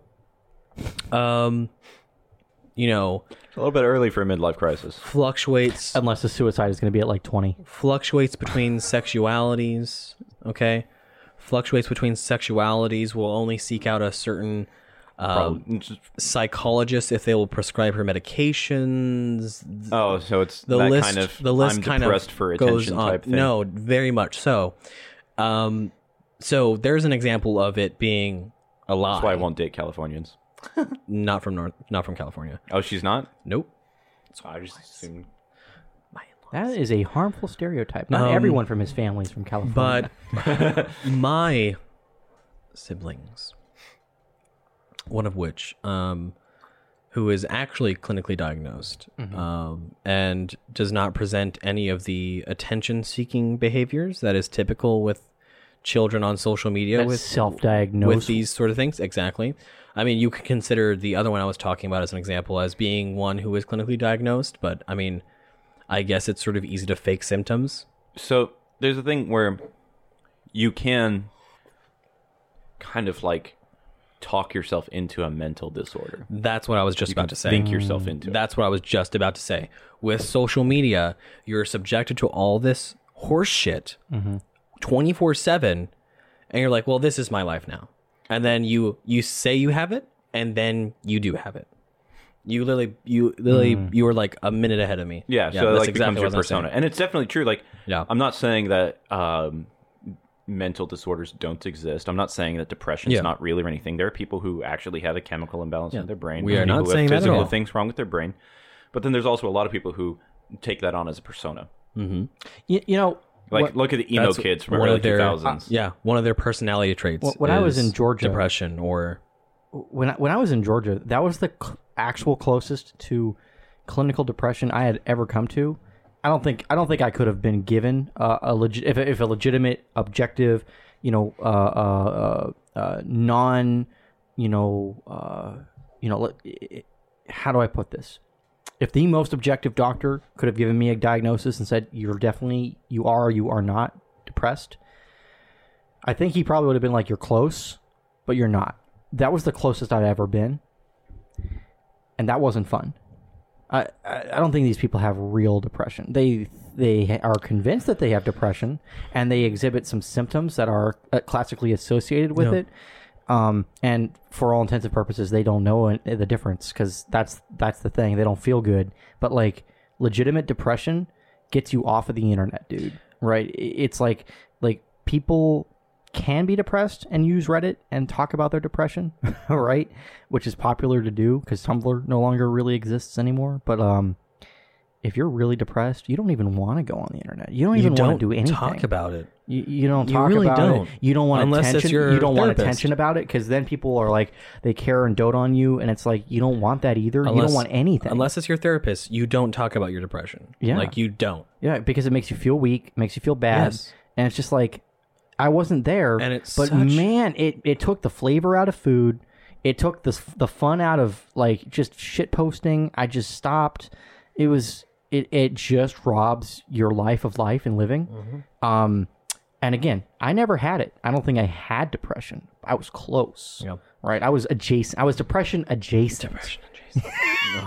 [SPEAKER 6] Um, you know,
[SPEAKER 4] A little bit early for a midlife crisis.
[SPEAKER 6] fluctuates
[SPEAKER 3] Unless the suicide is going to be at like 20.
[SPEAKER 6] fluctuates between sexualities. Okay, fluctuates between sexualities. Will only seek out a certain um,
[SPEAKER 4] Probably- just-
[SPEAKER 6] psychologist if they will prescribe her medications.
[SPEAKER 4] oh, so it's
[SPEAKER 6] The
[SPEAKER 4] that
[SPEAKER 6] list,
[SPEAKER 4] kind of
[SPEAKER 6] the list
[SPEAKER 4] I'm
[SPEAKER 6] kind
[SPEAKER 4] depressed
[SPEAKER 6] of
[SPEAKER 4] for
[SPEAKER 6] goes
[SPEAKER 4] attention
[SPEAKER 6] on.
[SPEAKER 4] type thing.
[SPEAKER 6] No, very much so. Um, so there's an example of it being a lie.
[SPEAKER 4] that's why I won't date Californians.
[SPEAKER 6] Not from North, not from California.
[SPEAKER 4] Oh, she's not.
[SPEAKER 6] Nope.
[SPEAKER 4] I just assumed.
[SPEAKER 3] That is a harmful stereotype. Not
[SPEAKER 6] Um,
[SPEAKER 3] everyone from his family is from California.
[SPEAKER 6] But my siblings, one of which, um, who is actually clinically diagnosed um, and does not present any of the attention seeking behaviors that is typical with children on social media
[SPEAKER 3] That's
[SPEAKER 6] with
[SPEAKER 3] self-diagnosed.
[SPEAKER 6] with these sort of things exactly i mean you could consider the other one i was talking about as an example as being one who is clinically diagnosed but i mean i guess it's sort of easy to fake symptoms
[SPEAKER 4] So there's a thing where you can kind of like talk yourself into a mental disorder.
[SPEAKER 6] that's what i was just
[SPEAKER 4] You
[SPEAKER 6] about
[SPEAKER 4] can
[SPEAKER 6] to say
[SPEAKER 4] think yourself into it.
[SPEAKER 6] That's what I was just about to say. With social media, you're subjected to all this horse shit
[SPEAKER 4] Mm-hmm.
[SPEAKER 6] 24 7, and you're like, well, this is my life now. And then you you say you have it, and then you do have it. You literally, you literally, you were like a minute ahead of me.
[SPEAKER 4] Mm. Yeah, so that
[SPEAKER 6] that's
[SPEAKER 4] like becomes your
[SPEAKER 6] what I was gonna
[SPEAKER 4] persona,
[SPEAKER 6] say.
[SPEAKER 4] and it's definitely true. Like,
[SPEAKER 6] Yeah.
[SPEAKER 4] I'm not saying that um, mental disorders don't exist. I'm not saying that depression's
[SPEAKER 6] Yeah.
[SPEAKER 4] not real or anything. There are people who actually have a chemical imbalance in their brain.
[SPEAKER 6] We
[SPEAKER 4] There's
[SPEAKER 6] are
[SPEAKER 4] people
[SPEAKER 6] not
[SPEAKER 4] who have
[SPEAKER 6] saying that at
[SPEAKER 4] physical
[SPEAKER 6] all.
[SPEAKER 4] things wrong with their brain, but then there's also a lot of people who take that on as a persona.
[SPEAKER 3] you, you know,
[SPEAKER 4] Like,
[SPEAKER 3] what,
[SPEAKER 4] look at the emo
[SPEAKER 6] That's
[SPEAKER 4] kids from
[SPEAKER 6] one
[SPEAKER 4] early
[SPEAKER 6] of their- uh,
[SPEAKER 4] 2000s.
[SPEAKER 6] Yeah, one of their personality traits.
[SPEAKER 3] When- when I was
[SPEAKER 6] is
[SPEAKER 3] in Georgia-
[SPEAKER 6] depression or
[SPEAKER 3] when I, when I was in Georgia, that was the cl- actual closest to clinical depression I had ever come to. I don't think I don't think I could have been given uh, a legit if, if a legitimate, objective, you know, uh, uh, uh, uh, non, you know, uh, you know, let- i- i- how do I put this? If the most objective doctor could have given me a diagnosis and said you're definitely you are or you are not depressed, I think he probably would have been like, "You're close, but you're not." That was the closest I'd ever been, and that wasn't fun. I I I don't think these people have real depression. They they are convinced that they have depression, and they exhibit some symptoms that are uh, classically associated with it. Um, and for all intents and purposes, they don't know an- the difference because that's that's the thing. They don't feel good. But like legitimate depression gets you off of the internet, dude. Right? I- It's like like people can be depressed and use Reddit and talk about their depression, right? Which is popular to do because Tumblr no longer really exists anymore. But um, if you're really depressed, you don't even want to go on the internet. You don't even
[SPEAKER 6] you
[SPEAKER 3] want
[SPEAKER 6] don't
[SPEAKER 3] to do anything.
[SPEAKER 6] talk about it.
[SPEAKER 3] You, you don't
[SPEAKER 6] You
[SPEAKER 3] talk
[SPEAKER 6] really
[SPEAKER 3] about
[SPEAKER 6] don't.
[SPEAKER 3] it. You don't want
[SPEAKER 6] Unless it's
[SPEAKER 3] attention.
[SPEAKER 6] your
[SPEAKER 3] you don't want
[SPEAKER 6] therapist.
[SPEAKER 3] attention about it because then people are like they care and dote on you, and it's like you don't want that either. you don't want anything.
[SPEAKER 6] Unless it's your therapist, you don't talk about your depression.
[SPEAKER 3] Yeah.
[SPEAKER 6] Like you don't.
[SPEAKER 3] yeah, because it makes you feel weak, makes you feel bad,
[SPEAKER 6] Yes.
[SPEAKER 3] and it's just like I wasn't there.
[SPEAKER 6] And it's
[SPEAKER 3] but
[SPEAKER 6] such-
[SPEAKER 3] man, it it took the flavor out of food. It took the the fun out of like just shit posting. I just stopped. It was it it just robs your life of life and living.
[SPEAKER 6] Mm-hmm.
[SPEAKER 3] Um, and again, I never had it. I don't think I had depression. I was close.
[SPEAKER 6] Yeah.
[SPEAKER 3] Right. I was adjacent. I was depression adjacent. Depression adjacent.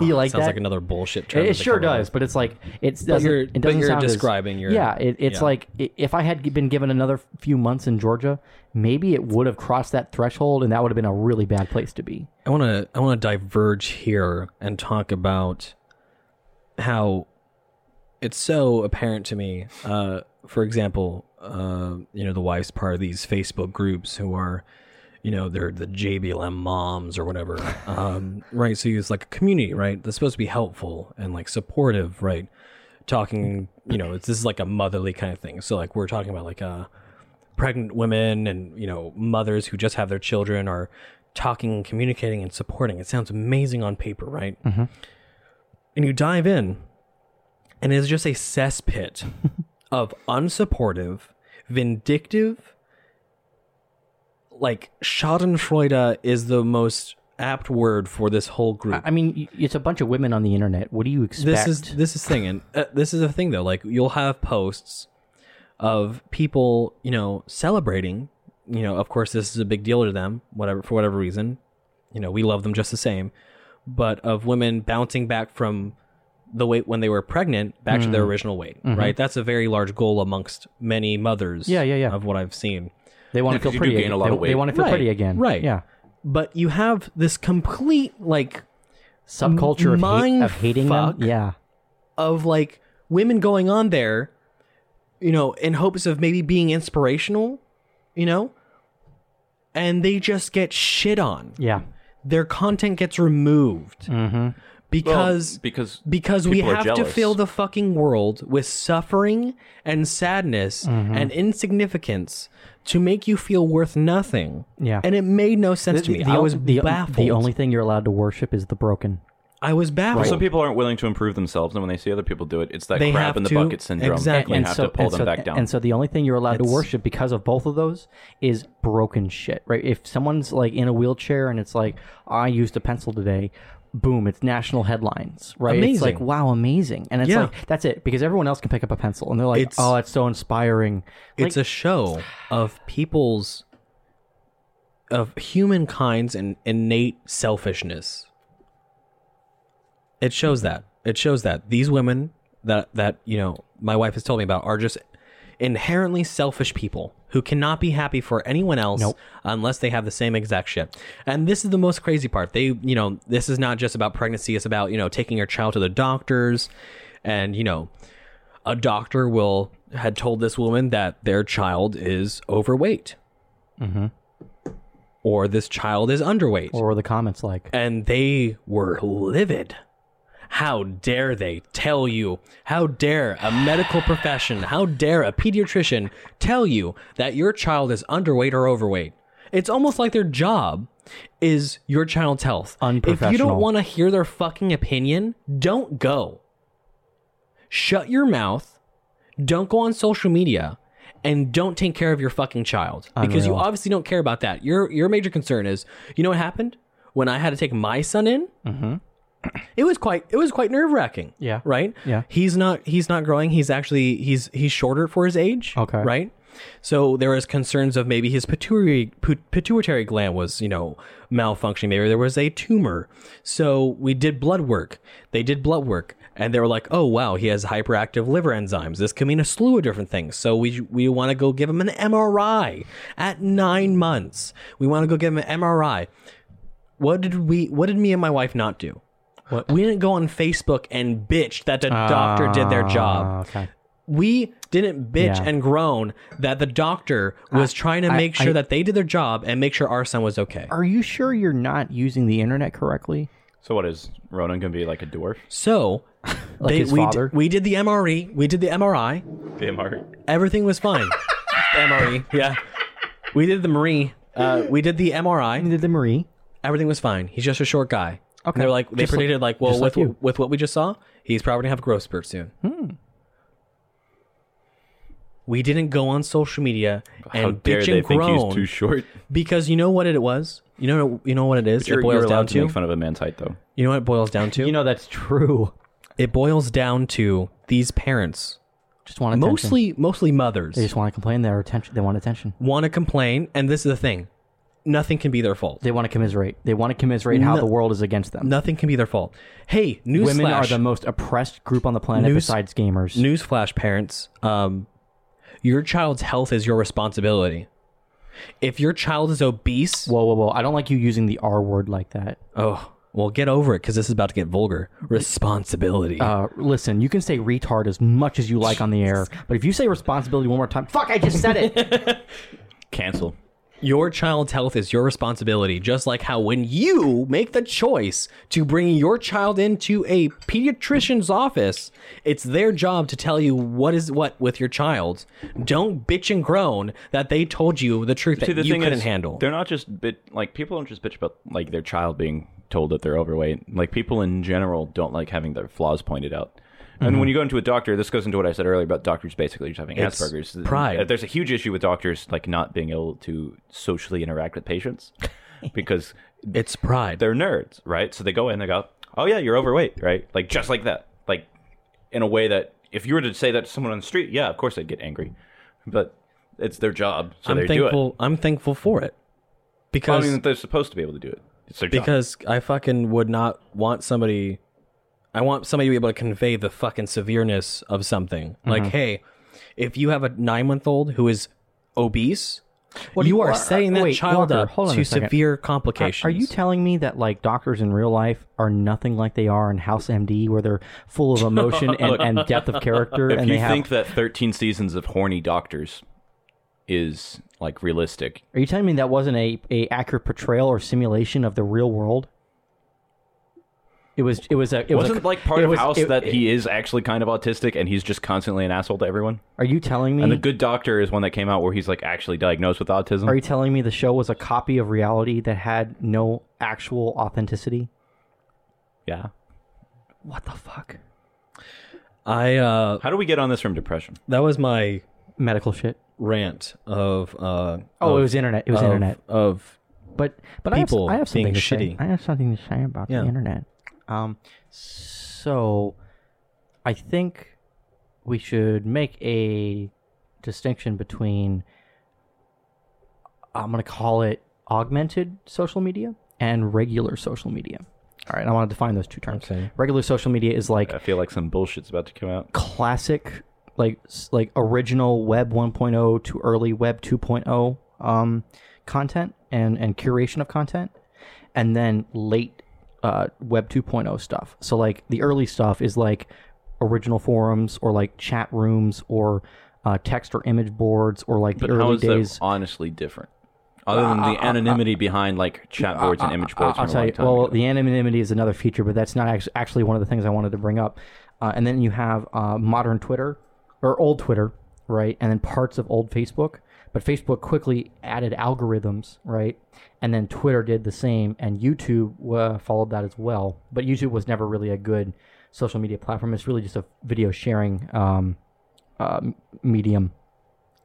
[SPEAKER 3] you like
[SPEAKER 6] Sounds
[SPEAKER 3] that?
[SPEAKER 6] like another bullshit term.
[SPEAKER 3] It,
[SPEAKER 6] that
[SPEAKER 3] it
[SPEAKER 6] they
[SPEAKER 3] sure
[SPEAKER 6] come up
[SPEAKER 3] does,
[SPEAKER 6] with.
[SPEAKER 3] but it's like it's doesn't.
[SPEAKER 6] you're-
[SPEAKER 3] it
[SPEAKER 6] but
[SPEAKER 3] doesn't
[SPEAKER 6] you're
[SPEAKER 3] sound as-
[SPEAKER 6] describing your-
[SPEAKER 3] yeah. It, it's
[SPEAKER 6] yeah.
[SPEAKER 3] like i- if I had been given another few months in Georgia, maybe it would have crossed that threshold, and that would have been a really bad place to be.
[SPEAKER 6] I want to I want to diverge here and talk about how it's so apparent to me. Uh, for example, uh, you know, the wife's part of these Facebook groups who are, you know, they're the JBLM moms or whatever, um, right? So it's like a community, right? That's supposed to be helpful and like supportive, right? Talking, you know, it's, this is like a motherly kind of thing. So like we're talking about like uh, pregnant women and you know mothers who just have their children are talking, communicating, and supporting. It sounds amazing on paper, right?
[SPEAKER 3] Mm-hmm.
[SPEAKER 6] And you dive in, and it's just a cesspit of unsupportive, vindictive, like Schadenfreude is the most apt word for this whole group.
[SPEAKER 3] I I mean, y- it's a bunch of women on the internet. What do you expect?
[SPEAKER 6] this is this is thing and uh, this is a thing though like you'll have posts of people you know celebrating you know of course this is a big deal to them whatever for whatever reason you know we love them just the same but of women bouncing back from the weight when they were pregnant back to their
[SPEAKER 3] Mm.
[SPEAKER 6] original weight right that's a very large goal amongst many mothers
[SPEAKER 3] Mm-hmm. Yeah, yeah, yeah.
[SPEAKER 6] of what i've seen
[SPEAKER 3] they want
[SPEAKER 4] Yeah,
[SPEAKER 3] to feel
[SPEAKER 4] 'cause you do
[SPEAKER 3] pretty.
[SPEAKER 4] gain
[SPEAKER 3] again.
[SPEAKER 4] a lot
[SPEAKER 3] they,
[SPEAKER 4] of weight.
[SPEAKER 3] want to feel pretty again.
[SPEAKER 6] right
[SPEAKER 3] Yeah.
[SPEAKER 6] but you have this complete like
[SPEAKER 3] Subculture of, hate,
[SPEAKER 6] Mind
[SPEAKER 3] of hating
[SPEAKER 6] fuck.
[SPEAKER 3] them. Yeah.
[SPEAKER 6] of like women going on there, you know, in hopes of maybe being inspirational, you know, and they just get shit on.
[SPEAKER 3] Yeah. Mm-hmm.
[SPEAKER 6] Their content gets removed
[SPEAKER 3] Mm.
[SPEAKER 6] because
[SPEAKER 4] Well, because
[SPEAKER 6] because we
[SPEAKER 4] people are
[SPEAKER 6] have to
[SPEAKER 4] jealous.
[SPEAKER 6] fill the fucking world with suffering and sadness
[SPEAKER 3] Mm-hmm.
[SPEAKER 6] and insignificance to make you feel worth nothing.
[SPEAKER 3] Yeah.
[SPEAKER 6] and it made no sense to me. I
[SPEAKER 3] o-
[SPEAKER 6] was
[SPEAKER 3] the,
[SPEAKER 6] baffled.
[SPEAKER 3] The only thing you're allowed to worship is the broken.
[SPEAKER 6] I was baffled.
[SPEAKER 4] Well, some people aren't willing to improve themselves, and when they see other people do it, it's that
[SPEAKER 6] They have
[SPEAKER 4] crab in the
[SPEAKER 6] to-
[SPEAKER 4] bucket syndrome.
[SPEAKER 6] exactly.
[SPEAKER 4] You
[SPEAKER 6] And
[SPEAKER 4] have to pull
[SPEAKER 3] and
[SPEAKER 4] them
[SPEAKER 3] so-
[SPEAKER 4] back down.
[SPEAKER 3] And so the only thing you're allowed to
[SPEAKER 6] It's-
[SPEAKER 3] worship because of both of those is broken shit, right? If someone's like in a wheelchair and it's like, I used a pencil today, boom, it's national headlines, right? It's like,
[SPEAKER 6] Amazing.
[SPEAKER 3] wow, amazing. And it's
[SPEAKER 6] Yeah.
[SPEAKER 3] like, that's it, because everyone else can pick up a pencil and they're like,
[SPEAKER 6] It's-
[SPEAKER 3] oh, that's so inspiring. Like,
[SPEAKER 6] it's a show of people's of humankind's and innate selfishness it shows that it shows that these women that that you know my wife has told me about are just inherently selfish people who cannot be happy for anyone else
[SPEAKER 3] Nope.
[SPEAKER 6] unless they have the same exact shit and this is the most crazy part they you know this is not just about pregnancy it's about you know taking your child to the doctors and you know a doctor will had told this woman that their child is overweight or this child is underweight
[SPEAKER 3] Mm-hmm. Or the comments like,
[SPEAKER 6] and they were livid how dare they tell you how dare a medical profession how dare a pediatrician tell you that your child is underweight or overweight it's almost like their job is your child's health if you
[SPEAKER 3] Unprofessional.
[SPEAKER 6] don't want to hear their fucking opinion don't go shut your mouth don't go on social media and don't take care of your fucking child because you
[SPEAKER 3] Unreal.
[SPEAKER 6] obviously don't care about that your your major concern is you know what happened when i had to take my son in it was quite it was quite nerve wracking.
[SPEAKER 3] Mm-hmm. Yeah.
[SPEAKER 6] Right.
[SPEAKER 3] Yeah.
[SPEAKER 6] He's not he's not growing. He's actually he's he's shorter for his age.
[SPEAKER 3] Okay.
[SPEAKER 6] Right. So there was concerns of maybe his pituitary pu- pituitary gland was you know malfunctioning. Maybe there was a tumor. So we did blood work. They did blood work, and they were like, "Oh wow, he has hyperactive liver enzymes. This could mean a slew of different things." So we we want to go give him an MRI at nine months. We want to go give him an MRI. What did we? What did me and my wife not do? We didn't go on Facebook and bitch that the doctor did their
[SPEAKER 3] "Ah,
[SPEAKER 6] job.
[SPEAKER 3] okay.
[SPEAKER 6] We didn't bitch
[SPEAKER 3] Yeah.
[SPEAKER 6] and groan that the doctor was trying to
[SPEAKER 3] I-
[SPEAKER 6] make sure
[SPEAKER 3] I-
[SPEAKER 6] that they did their job and make sure our son was okay.
[SPEAKER 3] Are you sure you're not using the internet correctly?
[SPEAKER 4] So what is Ronan going to be like a dwarf?
[SPEAKER 6] So they,
[SPEAKER 3] his
[SPEAKER 6] we,
[SPEAKER 3] father?
[SPEAKER 6] d- we did the MRE, we did the MRI,
[SPEAKER 4] BMR.
[SPEAKER 6] everything was fine. MRE, yeah. We did the MRE, uh, we did the MRI.
[SPEAKER 3] Did the Marie?
[SPEAKER 6] everything was fine. He's just a short guy.
[SPEAKER 3] Okay.
[SPEAKER 6] And they're like they
[SPEAKER 3] Just like-
[SPEAKER 6] predicted like, well
[SPEAKER 3] just like
[SPEAKER 6] with
[SPEAKER 3] you. Hmm.
[SPEAKER 6] with what we just saw, he's probably gonna have a growth spurt soon. We didn't go on social media and
[SPEAKER 4] How dare
[SPEAKER 6] bitch
[SPEAKER 4] they
[SPEAKER 6] and
[SPEAKER 4] think
[SPEAKER 6] groan
[SPEAKER 4] he's too short?
[SPEAKER 6] because you know what it was. You know you know what it is.
[SPEAKER 4] You're,
[SPEAKER 6] it boils
[SPEAKER 4] you're allowed
[SPEAKER 6] down
[SPEAKER 4] to
[SPEAKER 6] to.
[SPEAKER 4] make fun of a man's height, though.
[SPEAKER 6] you know what it boils down to.
[SPEAKER 3] You know that's true.
[SPEAKER 6] it boils down to these parents,
[SPEAKER 3] Just want attention.
[SPEAKER 6] mostly mostly mothers,
[SPEAKER 3] they just want to complain. Their attention. They want attention.
[SPEAKER 6] want to complain, and this is the thing: nothing can be their fault.
[SPEAKER 3] They want to commiserate. They want to commiserate how
[SPEAKER 6] No-
[SPEAKER 3] the world is against them.
[SPEAKER 6] Nothing can be their fault. Hey, newsflash:
[SPEAKER 3] Women are the most oppressed group on the planet
[SPEAKER 6] News-
[SPEAKER 3] besides gamers.
[SPEAKER 6] Newsflash, parents. Um, your child's health is your responsibility. If your child is obese,
[SPEAKER 3] whoa, whoa, whoa! I don't like you using the R word like that.
[SPEAKER 6] oh, well, get over it because this is about to get vulgar. Responsibility.
[SPEAKER 3] Uh, listen, you can say retard as much as you like on the air, but if you say responsibility one more time, fuck! I just said it.
[SPEAKER 4] Cancel.
[SPEAKER 6] your child's health is your responsibility, just like how when you make the choice to bring your child into a pediatrician's office, it's their job to tell you what is what with your child. Don't bitch and groan that they told you the truth
[SPEAKER 4] See,
[SPEAKER 6] that
[SPEAKER 4] the
[SPEAKER 6] you
[SPEAKER 4] thing
[SPEAKER 6] couldn't
[SPEAKER 4] is,
[SPEAKER 6] handle.
[SPEAKER 4] They're not just bit like people don't just bitch about like their child being told that they're overweight. Like people in general don't like having their flaws pointed out. And when you go into a doctor, this goes into what I said earlier about doctors basically just having
[SPEAKER 2] Mm-hmm. It's
[SPEAKER 4] Asperger's. Uh,
[SPEAKER 2] pride.
[SPEAKER 4] There's a huge issue with doctors like not being able to socially interact with patients because
[SPEAKER 2] It's pride.
[SPEAKER 4] they're nerds, right? So they go in, they go, "Oh yeah, you're overweight," right? Like just like that, like in a way that if you were to say that to someone on the street, yeah, of course they'd get angry, but it's their job, so
[SPEAKER 2] I'm
[SPEAKER 4] they
[SPEAKER 2] thankful. I'm thankful for it
[SPEAKER 4] do it. I
[SPEAKER 2] because
[SPEAKER 4] mean, they're supposed to be able to do it. It's their job.
[SPEAKER 2] because I fucking would not want somebody. I want somebody to be able to convey the fucking severeness of something.
[SPEAKER 3] Mm-hmm.
[SPEAKER 2] Like, hey, if you have a nine month old who is obese, you are setting that
[SPEAKER 3] wait,
[SPEAKER 2] child
[SPEAKER 3] Walker,
[SPEAKER 2] up
[SPEAKER 3] hold on
[SPEAKER 2] to
[SPEAKER 3] a second.
[SPEAKER 2] severe
[SPEAKER 3] Are,
[SPEAKER 2] complications.
[SPEAKER 3] are you telling me that like doctors in real life are nothing like they are in House MD, where they're full of emotion and, and depth of character,
[SPEAKER 4] if
[SPEAKER 3] and
[SPEAKER 4] you
[SPEAKER 3] they have?
[SPEAKER 4] think that 13 seasons of horny doctors is like realistic,
[SPEAKER 3] are you telling me that wasn't a, a accurate portrayal or simulation of the real world? It was. It was a. It was
[SPEAKER 4] wasn't
[SPEAKER 3] a,
[SPEAKER 4] like part
[SPEAKER 3] it
[SPEAKER 4] of
[SPEAKER 3] was-
[SPEAKER 4] House
[SPEAKER 3] it-
[SPEAKER 4] that he is actually kind of autistic and he's just constantly an asshole to everyone?
[SPEAKER 3] Are you telling me?
[SPEAKER 4] And the good doctor is one that came out where he's like actually diagnosed with autism.
[SPEAKER 3] Are you telling me the show was a copy of reality that had no actual authenticity?
[SPEAKER 4] yeah.
[SPEAKER 3] What the fuck?
[SPEAKER 2] I uh,
[SPEAKER 4] How do we get on this from depression?
[SPEAKER 2] that was my
[SPEAKER 3] Medical shit.
[SPEAKER 2] rant of uh.
[SPEAKER 3] Oh,
[SPEAKER 2] of-
[SPEAKER 3] it was internet. It was
[SPEAKER 2] of-
[SPEAKER 3] internet.
[SPEAKER 2] of
[SPEAKER 3] But but
[SPEAKER 2] people
[SPEAKER 3] I have, I have something
[SPEAKER 2] being
[SPEAKER 3] to
[SPEAKER 2] shitty.
[SPEAKER 3] say. I have something to say about
[SPEAKER 2] Yeah.
[SPEAKER 3] the internet. Um, so I think we should make a distinction between I'm going to call it augmented social media and regular social media. All right, I want to define those two terms.
[SPEAKER 2] Okay.
[SPEAKER 3] Regular social media is like
[SPEAKER 4] I feel like some bullshit's about to come out.
[SPEAKER 3] classic like s- like original web 1.0 to early web 2.0 um content and and curation of content and then late uh web 2.0 stuff so like the early stuff is like original forums or like chat rooms or uh, text or image boards or like the
[SPEAKER 4] But how
[SPEAKER 3] early
[SPEAKER 4] is
[SPEAKER 3] days
[SPEAKER 4] that honestly different? Other than the anonymity behind like chat boards and image boards,
[SPEAKER 3] I'll
[SPEAKER 4] from a
[SPEAKER 3] tell
[SPEAKER 4] long
[SPEAKER 3] you.
[SPEAKER 4] time
[SPEAKER 3] Well,
[SPEAKER 4] ago.
[SPEAKER 3] the anonymity is another feature, but that's not act- actually one of the things I wanted to bring up. Uh, and then you have uh, modern Twitter or old Twitter, right? And then parts of old Facebook. But Facebook quickly added algorithms, right? And then Twitter did the same, and YouTube uh, followed that as well. But YouTube was never really a good social media platform. It's really just a video sharing um, uh, m- medium.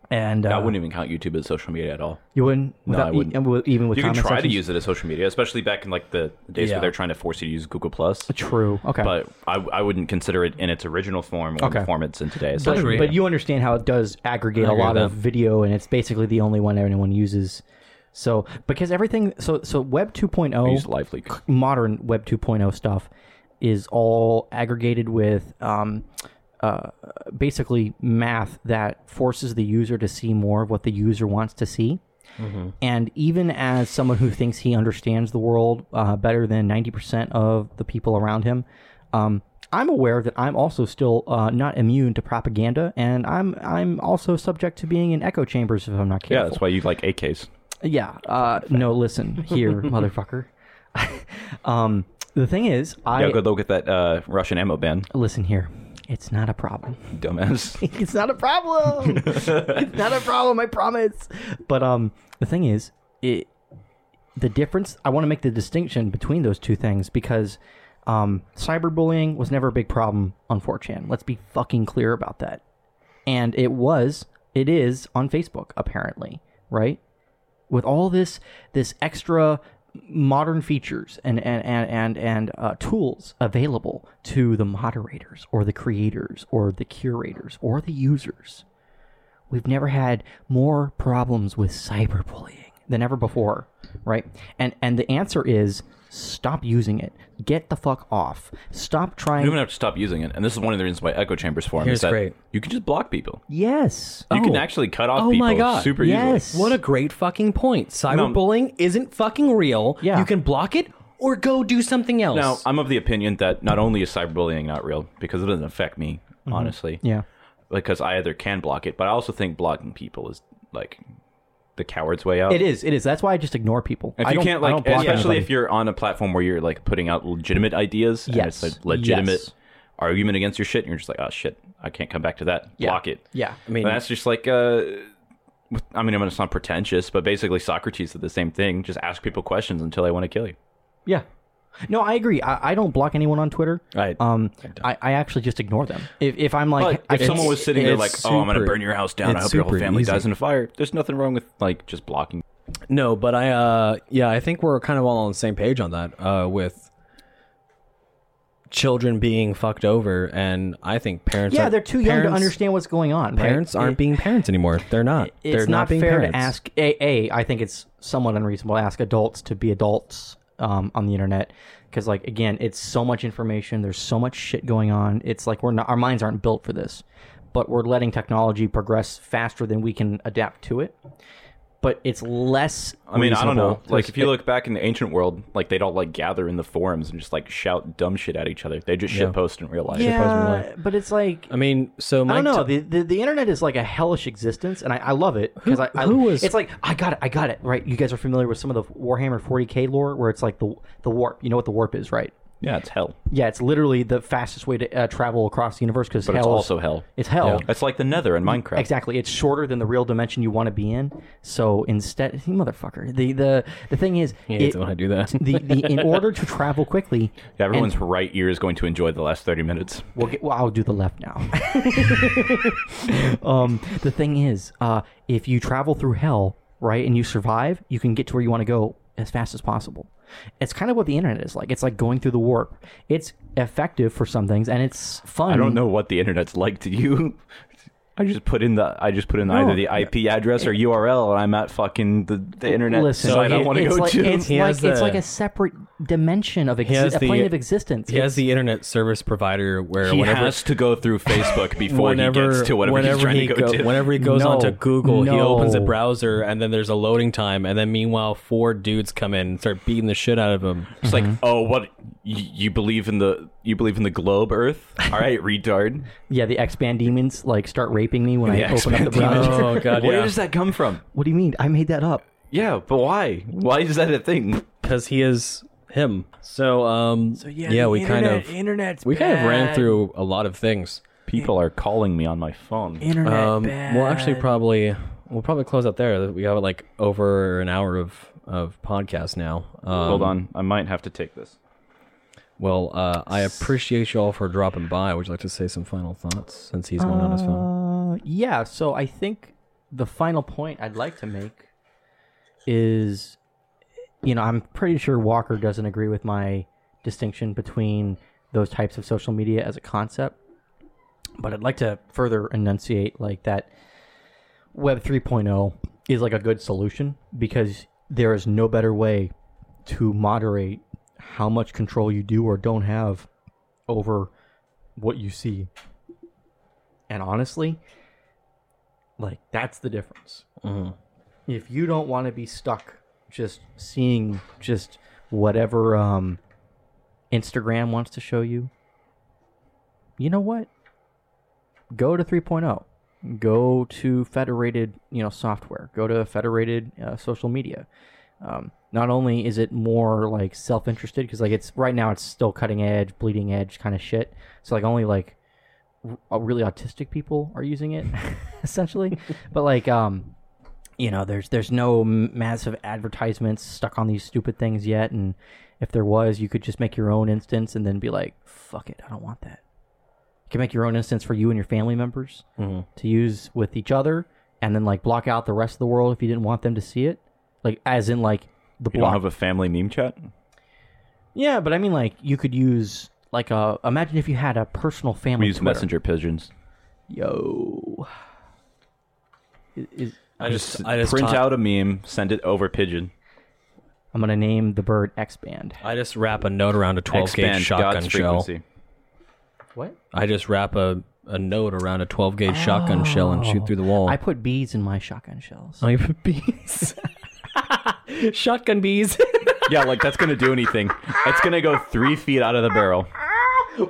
[SPEAKER 3] And uh,
[SPEAKER 4] I wouldn't even count YouTube as social media at all.
[SPEAKER 3] you wouldn't,
[SPEAKER 4] I
[SPEAKER 3] without,
[SPEAKER 4] wouldn't.
[SPEAKER 3] e- with- even with
[SPEAKER 4] you can
[SPEAKER 3] comment
[SPEAKER 4] try
[SPEAKER 3] sections?
[SPEAKER 4] to use it as social media, especially back in like the days
[SPEAKER 2] Yeah.
[SPEAKER 4] where they're trying to force you to use Google Plus.
[SPEAKER 3] True. Okay.
[SPEAKER 4] But I, I wouldn't consider it in its original form or the
[SPEAKER 3] Okay.
[SPEAKER 4] form it's in today. as
[SPEAKER 3] But,
[SPEAKER 4] social media.
[SPEAKER 3] but you understand how it does aggregate a
[SPEAKER 2] agree
[SPEAKER 3] lot
[SPEAKER 2] with
[SPEAKER 3] of
[SPEAKER 2] that.
[SPEAKER 3] video, and it's basically the only one anyone uses. So because everything, so so Web
[SPEAKER 4] I use
[SPEAKER 3] 2.0,
[SPEAKER 4] Live Leak.
[SPEAKER 3] modern Web 2.0 stuff is all aggregated with um, uh, basically math that forces the user to see more of what the user wants to see. And even as someone who thinks he understands the world uh, better than 90% of the people around him, um, I'm aware that I'm also still uh, not immune to propaganda, and I'm I'm also subject to being in echo chambers if I'm not careful.
[SPEAKER 4] Yeah, that's why you like AKs.
[SPEAKER 3] Yeah. Uh, no, listen here, motherfucker. um, the thing is, I
[SPEAKER 4] Yeah, go look at that uh, Russian ammo ban,
[SPEAKER 3] listen here. It's not a problem.
[SPEAKER 4] dumbass.
[SPEAKER 3] It's not a problem. it's not a problem. I promise. But um, the thing is, it the difference. I want to make the distinction between those two things because um, cyberbullying was never a big problem on 4chan. Let's be fucking clear about that. And it was, it is on Facebook apparently, right? with all this this extra modern features and and and and, and uh, tools available to the moderators or the creators or the curators or the users we've never had more problems with cyberbullying than ever before right and and the answer is stop using it get the fuck off stop
[SPEAKER 4] You
[SPEAKER 3] trying
[SPEAKER 4] don't even have to stop using it. And this is one of the reasons why echo chambers form.
[SPEAKER 2] Here's
[SPEAKER 4] is that
[SPEAKER 2] great.
[SPEAKER 4] You can just block people.
[SPEAKER 3] yes
[SPEAKER 4] You can
[SPEAKER 2] Oh.
[SPEAKER 4] actually cut off
[SPEAKER 2] Oh
[SPEAKER 4] people
[SPEAKER 2] my God.
[SPEAKER 4] super
[SPEAKER 3] yes
[SPEAKER 4] easily.
[SPEAKER 2] What a great fucking point. Cyberbullying isn't fucking real.
[SPEAKER 3] Yeah.
[SPEAKER 2] You can block it or go do something else.
[SPEAKER 4] Now, I'm of the opinion that not only is cyberbullying not real, because it doesn't affect me,
[SPEAKER 3] Mm-hmm.
[SPEAKER 4] honestly.
[SPEAKER 3] yeah
[SPEAKER 4] Because I either can block it, but I also think blocking people is like the coward's way out.
[SPEAKER 3] it is it is that's why i just ignore people
[SPEAKER 4] Oh. If
[SPEAKER 3] I
[SPEAKER 4] you
[SPEAKER 3] don't-
[SPEAKER 4] can't
[SPEAKER 3] I
[SPEAKER 4] like,
[SPEAKER 3] don't block
[SPEAKER 4] especially
[SPEAKER 3] anybody.
[SPEAKER 4] if you're on a platform where you're like putting out legitimate ideas, and it's
[SPEAKER 3] Yes.
[SPEAKER 4] like legitimate
[SPEAKER 3] Yes.
[SPEAKER 4] argument against your shit, and you're just like, oh shit, I can't come back to that. Block it.
[SPEAKER 3] yeah
[SPEAKER 2] I mean,
[SPEAKER 4] and that's just like, uh, with- I mean, I'm gonna sound pretentious, but basically Socrates did the same thing. Just ask people questions until they want to kill you.
[SPEAKER 3] yeah No, I agree. I, I don't block anyone on Twitter.
[SPEAKER 4] Right.
[SPEAKER 3] Um, I, I actually just ignore them. If, if I'm like,
[SPEAKER 4] But if
[SPEAKER 3] I-
[SPEAKER 4] someone was sitting there
[SPEAKER 6] it's
[SPEAKER 4] like, "Oh, I'm gonna
[SPEAKER 6] super-
[SPEAKER 4] burn your house down. I
[SPEAKER 6] it's
[SPEAKER 4] hope your whole
[SPEAKER 6] super
[SPEAKER 4] family
[SPEAKER 6] easy.
[SPEAKER 4] dies in a fire." There's nothing wrong with like just blocking.
[SPEAKER 6] No, but I, uh, yeah, I think we're kind of all on the same page on that uh, with children being fucked over, and I think parents.
[SPEAKER 3] yeah,
[SPEAKER 6] are-
[SPEAKER 3] they're too young to
[SPEAKER 6] parents-
[SPEAKER 3] understand what's going on. right?
[SPEAKER 6] Parents aren't
[SPEAKER 3] It-
[SPEAKER 6] being parents anymore. They're not.
[SPEAKER 3] It's
[SPEAKER 6] they're
[SPEAKER 3] not,
[SPEAKER 6] being
[SPEAKER 3] fair
[SPEAKER 6] parents.
[SPEAKER 3] to ask. A, a, I think it's somewhat unreasonable to ask adults to be adults um, on the internet because, like, again, it's so much information. There's so much shit going on. It's like we're not, our minds aren't built for this, but we're letting technology progress faster than we can adapt to it. But it's less.
[SPEAKER 4] I mean, I don't know.
[SPEAKER 3] reasonable to
[SPEAKER 4] Like if you
[SPEAKER 3] expect-
[SPEAKER 4] look back in the ancient world, like they'd all like gather in the forums and just like shout dumb shit at each other. They just shit post in real life.
[SPEAKER 3] yeah, but it's like
[SPEAKER 6] I mean, so my
[SPEAKER 3] I don't know. The, the the internet is like a hellish existence, and I, I love it because I, I
[SPEAKER 6] who was-
[SPEAKER 3] it's like I got it, I got it right. You guys are familiar with some of the Warhammer 40k lore, where it's like the the warp. You know what the warp is, right?
[SPEAKER 4] yeah, it's hell.
[SPEAKER 3] Yeah, it's literally the fastest way to uh, travel across the universe because
[SPEAKER 4] But it's also hell.
[SPEAKER 3] It's hell.
[SPEAKER 4] It's like the Nether in Minecraft.
[SPEAKER 3] Exactly. It's shorter than the real dimension you want to be in. So instead, you motherfucker. The the the thing is,
[SPEAKER 6] hate it when I do that.
[SPEAKER 3] the, the in order to travel quickly,
[SPEAKER 4] Yeah, everyone's right ear is going to enjoy the last thirty minutes.
[SPEAKER 3] We'll get. Well, I'll do the left now. um, the thing is, uh, if you travel through hell, right, and you survive, you can get to where you want to go as fast as possible. It's kind of what the internet is like. It's like going through the warp. It's effective for some things, and it's fun.
[SPEAKER 4] I don't know what the internet's like to you. I just put in the I just put in either the IP address or URL, and I'm at fucking the, the internet
[SPEAKER 3] Listen,
[SPEAKER 4] site I
[SPEAKER 3] it-
[SPEAKER 4] want to
[SPEAKER 3] it's
[SPEAKER 4] go
[SPEAKER 3] like,
[SPEAKER 4] to.
[SPEAKER 3] It's
[SPEAKER 6] He
[SPEAKER 3] like
[SPEAKER 6] has
[SPEAKER 3] it's
[SPEAKER 6] the-
[SPEAKER 3] like a separate dimension of
[SPEAKER 6] He
[SPEAKER 3] exi-
[SPEAKER 6] has
[SPEAKER 3] a
[SPEAKER 6] the-
[SPEAKER 3] plane of existence.
[SPEAKER 6] He has the internet service provider where
[SPEAKER 4] he
[SPEAKER 6] whenever
[SPEAKER 4] has to go through Facebook before
[SPEAKER 6] whenever
[SPEAKER 4] he gets to whatever
[SPEAKER 6] whenever
[SPEAKER 4] he's trying
[SPEAKER 6] he
[SPEAKER 4] to go, to.
[SPEAKER 6] whenever he goes
[SPEAKER 3] No.
[SPEAKER 6] onto Google, he opens a
[SPEAKER 3] No.
[SPEAKER 6] browser and then there's a loading time, and then meanwhile four dudes come in and start beating the shit out of him.
[SPEAKER 4] it's like, oh, what you, you believe in the you believe in the globe Earth? All right, retard.
[SPEAKER 3] yeah, the expand demons like start raping me when
[SPEAKER 4] The
[SPEAKER 3] I open up the
[SPEAKER 4] X-Men demons.
[SPEAKER 3] browser.
[SPEAKER 6] Oh, God,
[SPEAKER 4] Where
[SPEAKER 6] yeah.
[SPEAKER 4] does that come from?
[SPEAKER 3] what do you mean? I made that up.
[SPEAKER 4] Yeah, but why? Why is that a thing?
[SPEAKER 6] because he is him. So um, yeah, we kind of
[SPEAKER 7] internet's
[SPEAKER 6] we kind of ran through a lot of things.
[SPEAKER 4] People are calling me on my phone.
[SPEAKER 7] internet.
[SPEAKER 6] Um, we'll actually probably we'll probably close out there. We have like over an hour of of podcast now. Um,
[SPEAKER 4] Hold on, I might have to take this.
[SPEAKER 6] Well, uh, I appreciate you all for dropping by. Would you like to say some final thoughts since he's going on his phone?
[SPEAKER 3] Uh, yeah, so I think the final point I'd like to make is you know, I'm pretty sure Walker doesn't agree with my distinction between those types of social media as a concept, but I'd like to further enunciate like that web 3.0 is like a good solution because there is no better way to moderate how much control you do or don't have over what you see and honestly, like that's the difference. If you don't want to be stuck just seeing just whatever um, Instagram wants to show you, you know what? Go to 3.0. Go to federated, you know, software. Go to federated uh, social media. Um, not only is it more like self-interested because like it's right now it's still cutting edge, bleeding edge kind of shit. So like only like uh, really autistic people are using it essentially but like um you know there's there's no m- massive advertisements stuck on these stupid things yet and if there was you could just make your own instance and then be like fuck it i don't want that you can make your own instance for you and your family members
[SPEAKER 4] Mm-hmm.
[SPEAKER 3] to use with each other and then like block out the rest of the world if you didn't want them to see it like as in like the
[SPEAKER 4] You don't
[SPEAKER 3] block
[SPEAKER 4] have a family meme chat?
[SPEAKER 3] yeah but i mean like you could use like a imagine if you had a personal family
[SPEAKER 4] We use
[SPEAKER 3] Twitter.
[SPEAKER 4] messenger pigeons.
[SPEAKER 3] yo Is- is-
[SPEAKER 4] I just,
[SPEAKER 6] I just
[SPEAKER 4] print
[SPEAKER 6] taught-
[SPEAKER 4] out a meme, send it over pigeon.
[SPEAKER 3] I'm gonna name the bird X Band.
[SPEAKER 6] I just wrap a note around a 12 gauge
[SPEAKER 4] Expand
[SPEAKER 6] shotgun
[SPEAKER 4] God's
[SPEAKER 6] shell.
[SPEAKER 4] frequency.
[SPEAKER 3] What?
[SPEAKER 6] I just wrap a, a note around a 12 gauge shotgun shell and shoot through the wall.
[SPEAKER 3] I put bees in my shotgun shells.
[SPEAKER 6] I put bees. shotgun bees.
[SPEAKER 4] yeah, like that's gonna do anything. It's gonna go three feet out of the barrel.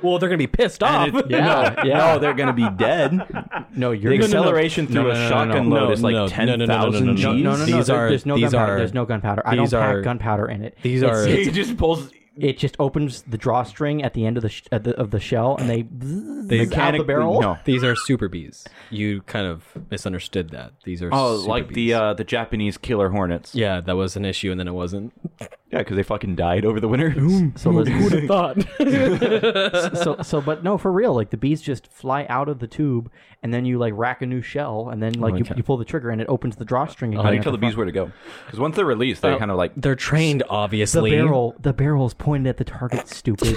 [SPEAKER 6] well, they're gonna be pissed off.
[SPEAKER 4] And it- no, no, they're gonna be dead.
[SPEAKER 3] No,
[SPEAKER 4] The
[SPEAKER 3] you're
[SPEAKER 6] no, no.
[SPEAKER 4] acceleration
[SPEAKER 6] No,
[SPEAKER 4] through
[SPEAKER 6] no, no,
[SPEAKER 4] a
[SPEAKER 6] no,
[SPEAKER 4] shotgun
[SPEAKER 6] no,
[SPEAKER 4] load is like
[SPEAKER 6] no, no, no, no, no,
[SPEAKER 4] ten thousand
[SPEAKER 6] no, no,
[SPEAKER 4] G's.
[SPEAKER 6] no, no, no. These are-
[SPEAKER 3] there's no
[SPEAKER 6] these
[SPEAKER 3] gunpowder.
[SPEAKER 6] are-
[SPEAKER 3] there's no gunpowder. I don't
[SPEAKER 6] these
[SPEAKER 3] pack
[SPEAKER 6] are-
[SPEAKER 3] gunpowder in it.
[SPEAKER 6] These
[SPEAKER 3] It's-
[SPEAKER 6] are-
[SPEAKER 3] it's-
[SPEAKER 4] He just pulls
[SPEAKER 3] it just opens the drawstring at the end of the sh- at the, of the shell, and they they out the
[SPEAKER 4] mechanically-
[SPEAKER 3] barrel.
[SPEAKER 4] No.
[SPEAKER 6] These are super bees. You kind of misunderstood that. These are
[SPEAKER 4] Oh,
[SPEAKER 6] super
[SPEAKER 4] like
[SPEAKER 6] bees.
[SPEAKER 4] the uh, the Japanese killer hornets.
[SPEAKER 6] yeah, that was an issue, and then it wasn't.
[SPEAKER 4] Yeah, because they fucking died over the winter.
[SPEAKER 3] So listen,
[SPEAKER 2] have thought?
[SPEAKER 3] so so but no for real like the bees just fly out of the tube and then you like rack a new shell and then like you,
[SPEAKER 4] Okay.
[SPEAKER 3] you pull the trigger and it opens the drawstring again
[SPEAKER 4] Oh, How do you
[SPEAKER 3] at
[SPEAKER 4] tell the bees where to go? Because once they're released, they kind of like
[SPEAKER 2] They're trained,
[SPEAKER 3] the
[SPEAKER 2] obviously.
[SPEAKER 3] barrel the barrel's pointed at the target stupid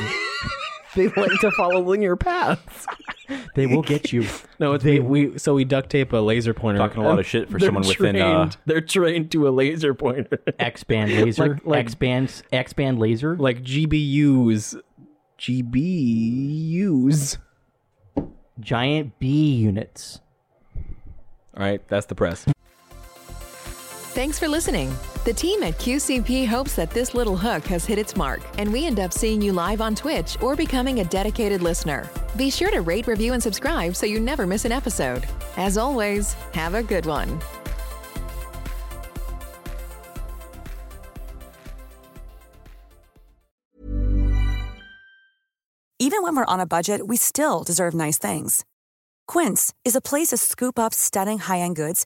[SPEAKER 2] They like to follow linear paths.
[SPEAKER 3] they will get you
[SPEAKER 2] No, it's we, we. So we duct tape a laser pointer.
[SPEAKER 4] Talking a lot of shit for someone within, uh,
[SPEAKER 2] they're trained to a laser pointer,
[SPEAKER 3] X band laser
[SPEAKER 2] Like- like-
[SPEAKER 3] X band X band laser
[SPEAKER 2] like GBUs, GBUs.
[SPEAKER 3] giant bee units
[SPEAKER 2] All right, that's the press.
[SPEAKER 1] Thanks for listening. The team at QCP hopes that this little hook has hit its mark and we end up seeing you live on Twitch or becoming a dedicated listener. Be sure to rate, review, and subscribe so you never miss an episode. As always, have a good one.
[SPEAKER 8] Even when we're on a budget, we still deserve nice things. Quince is a place to scoop up stunning high-end goods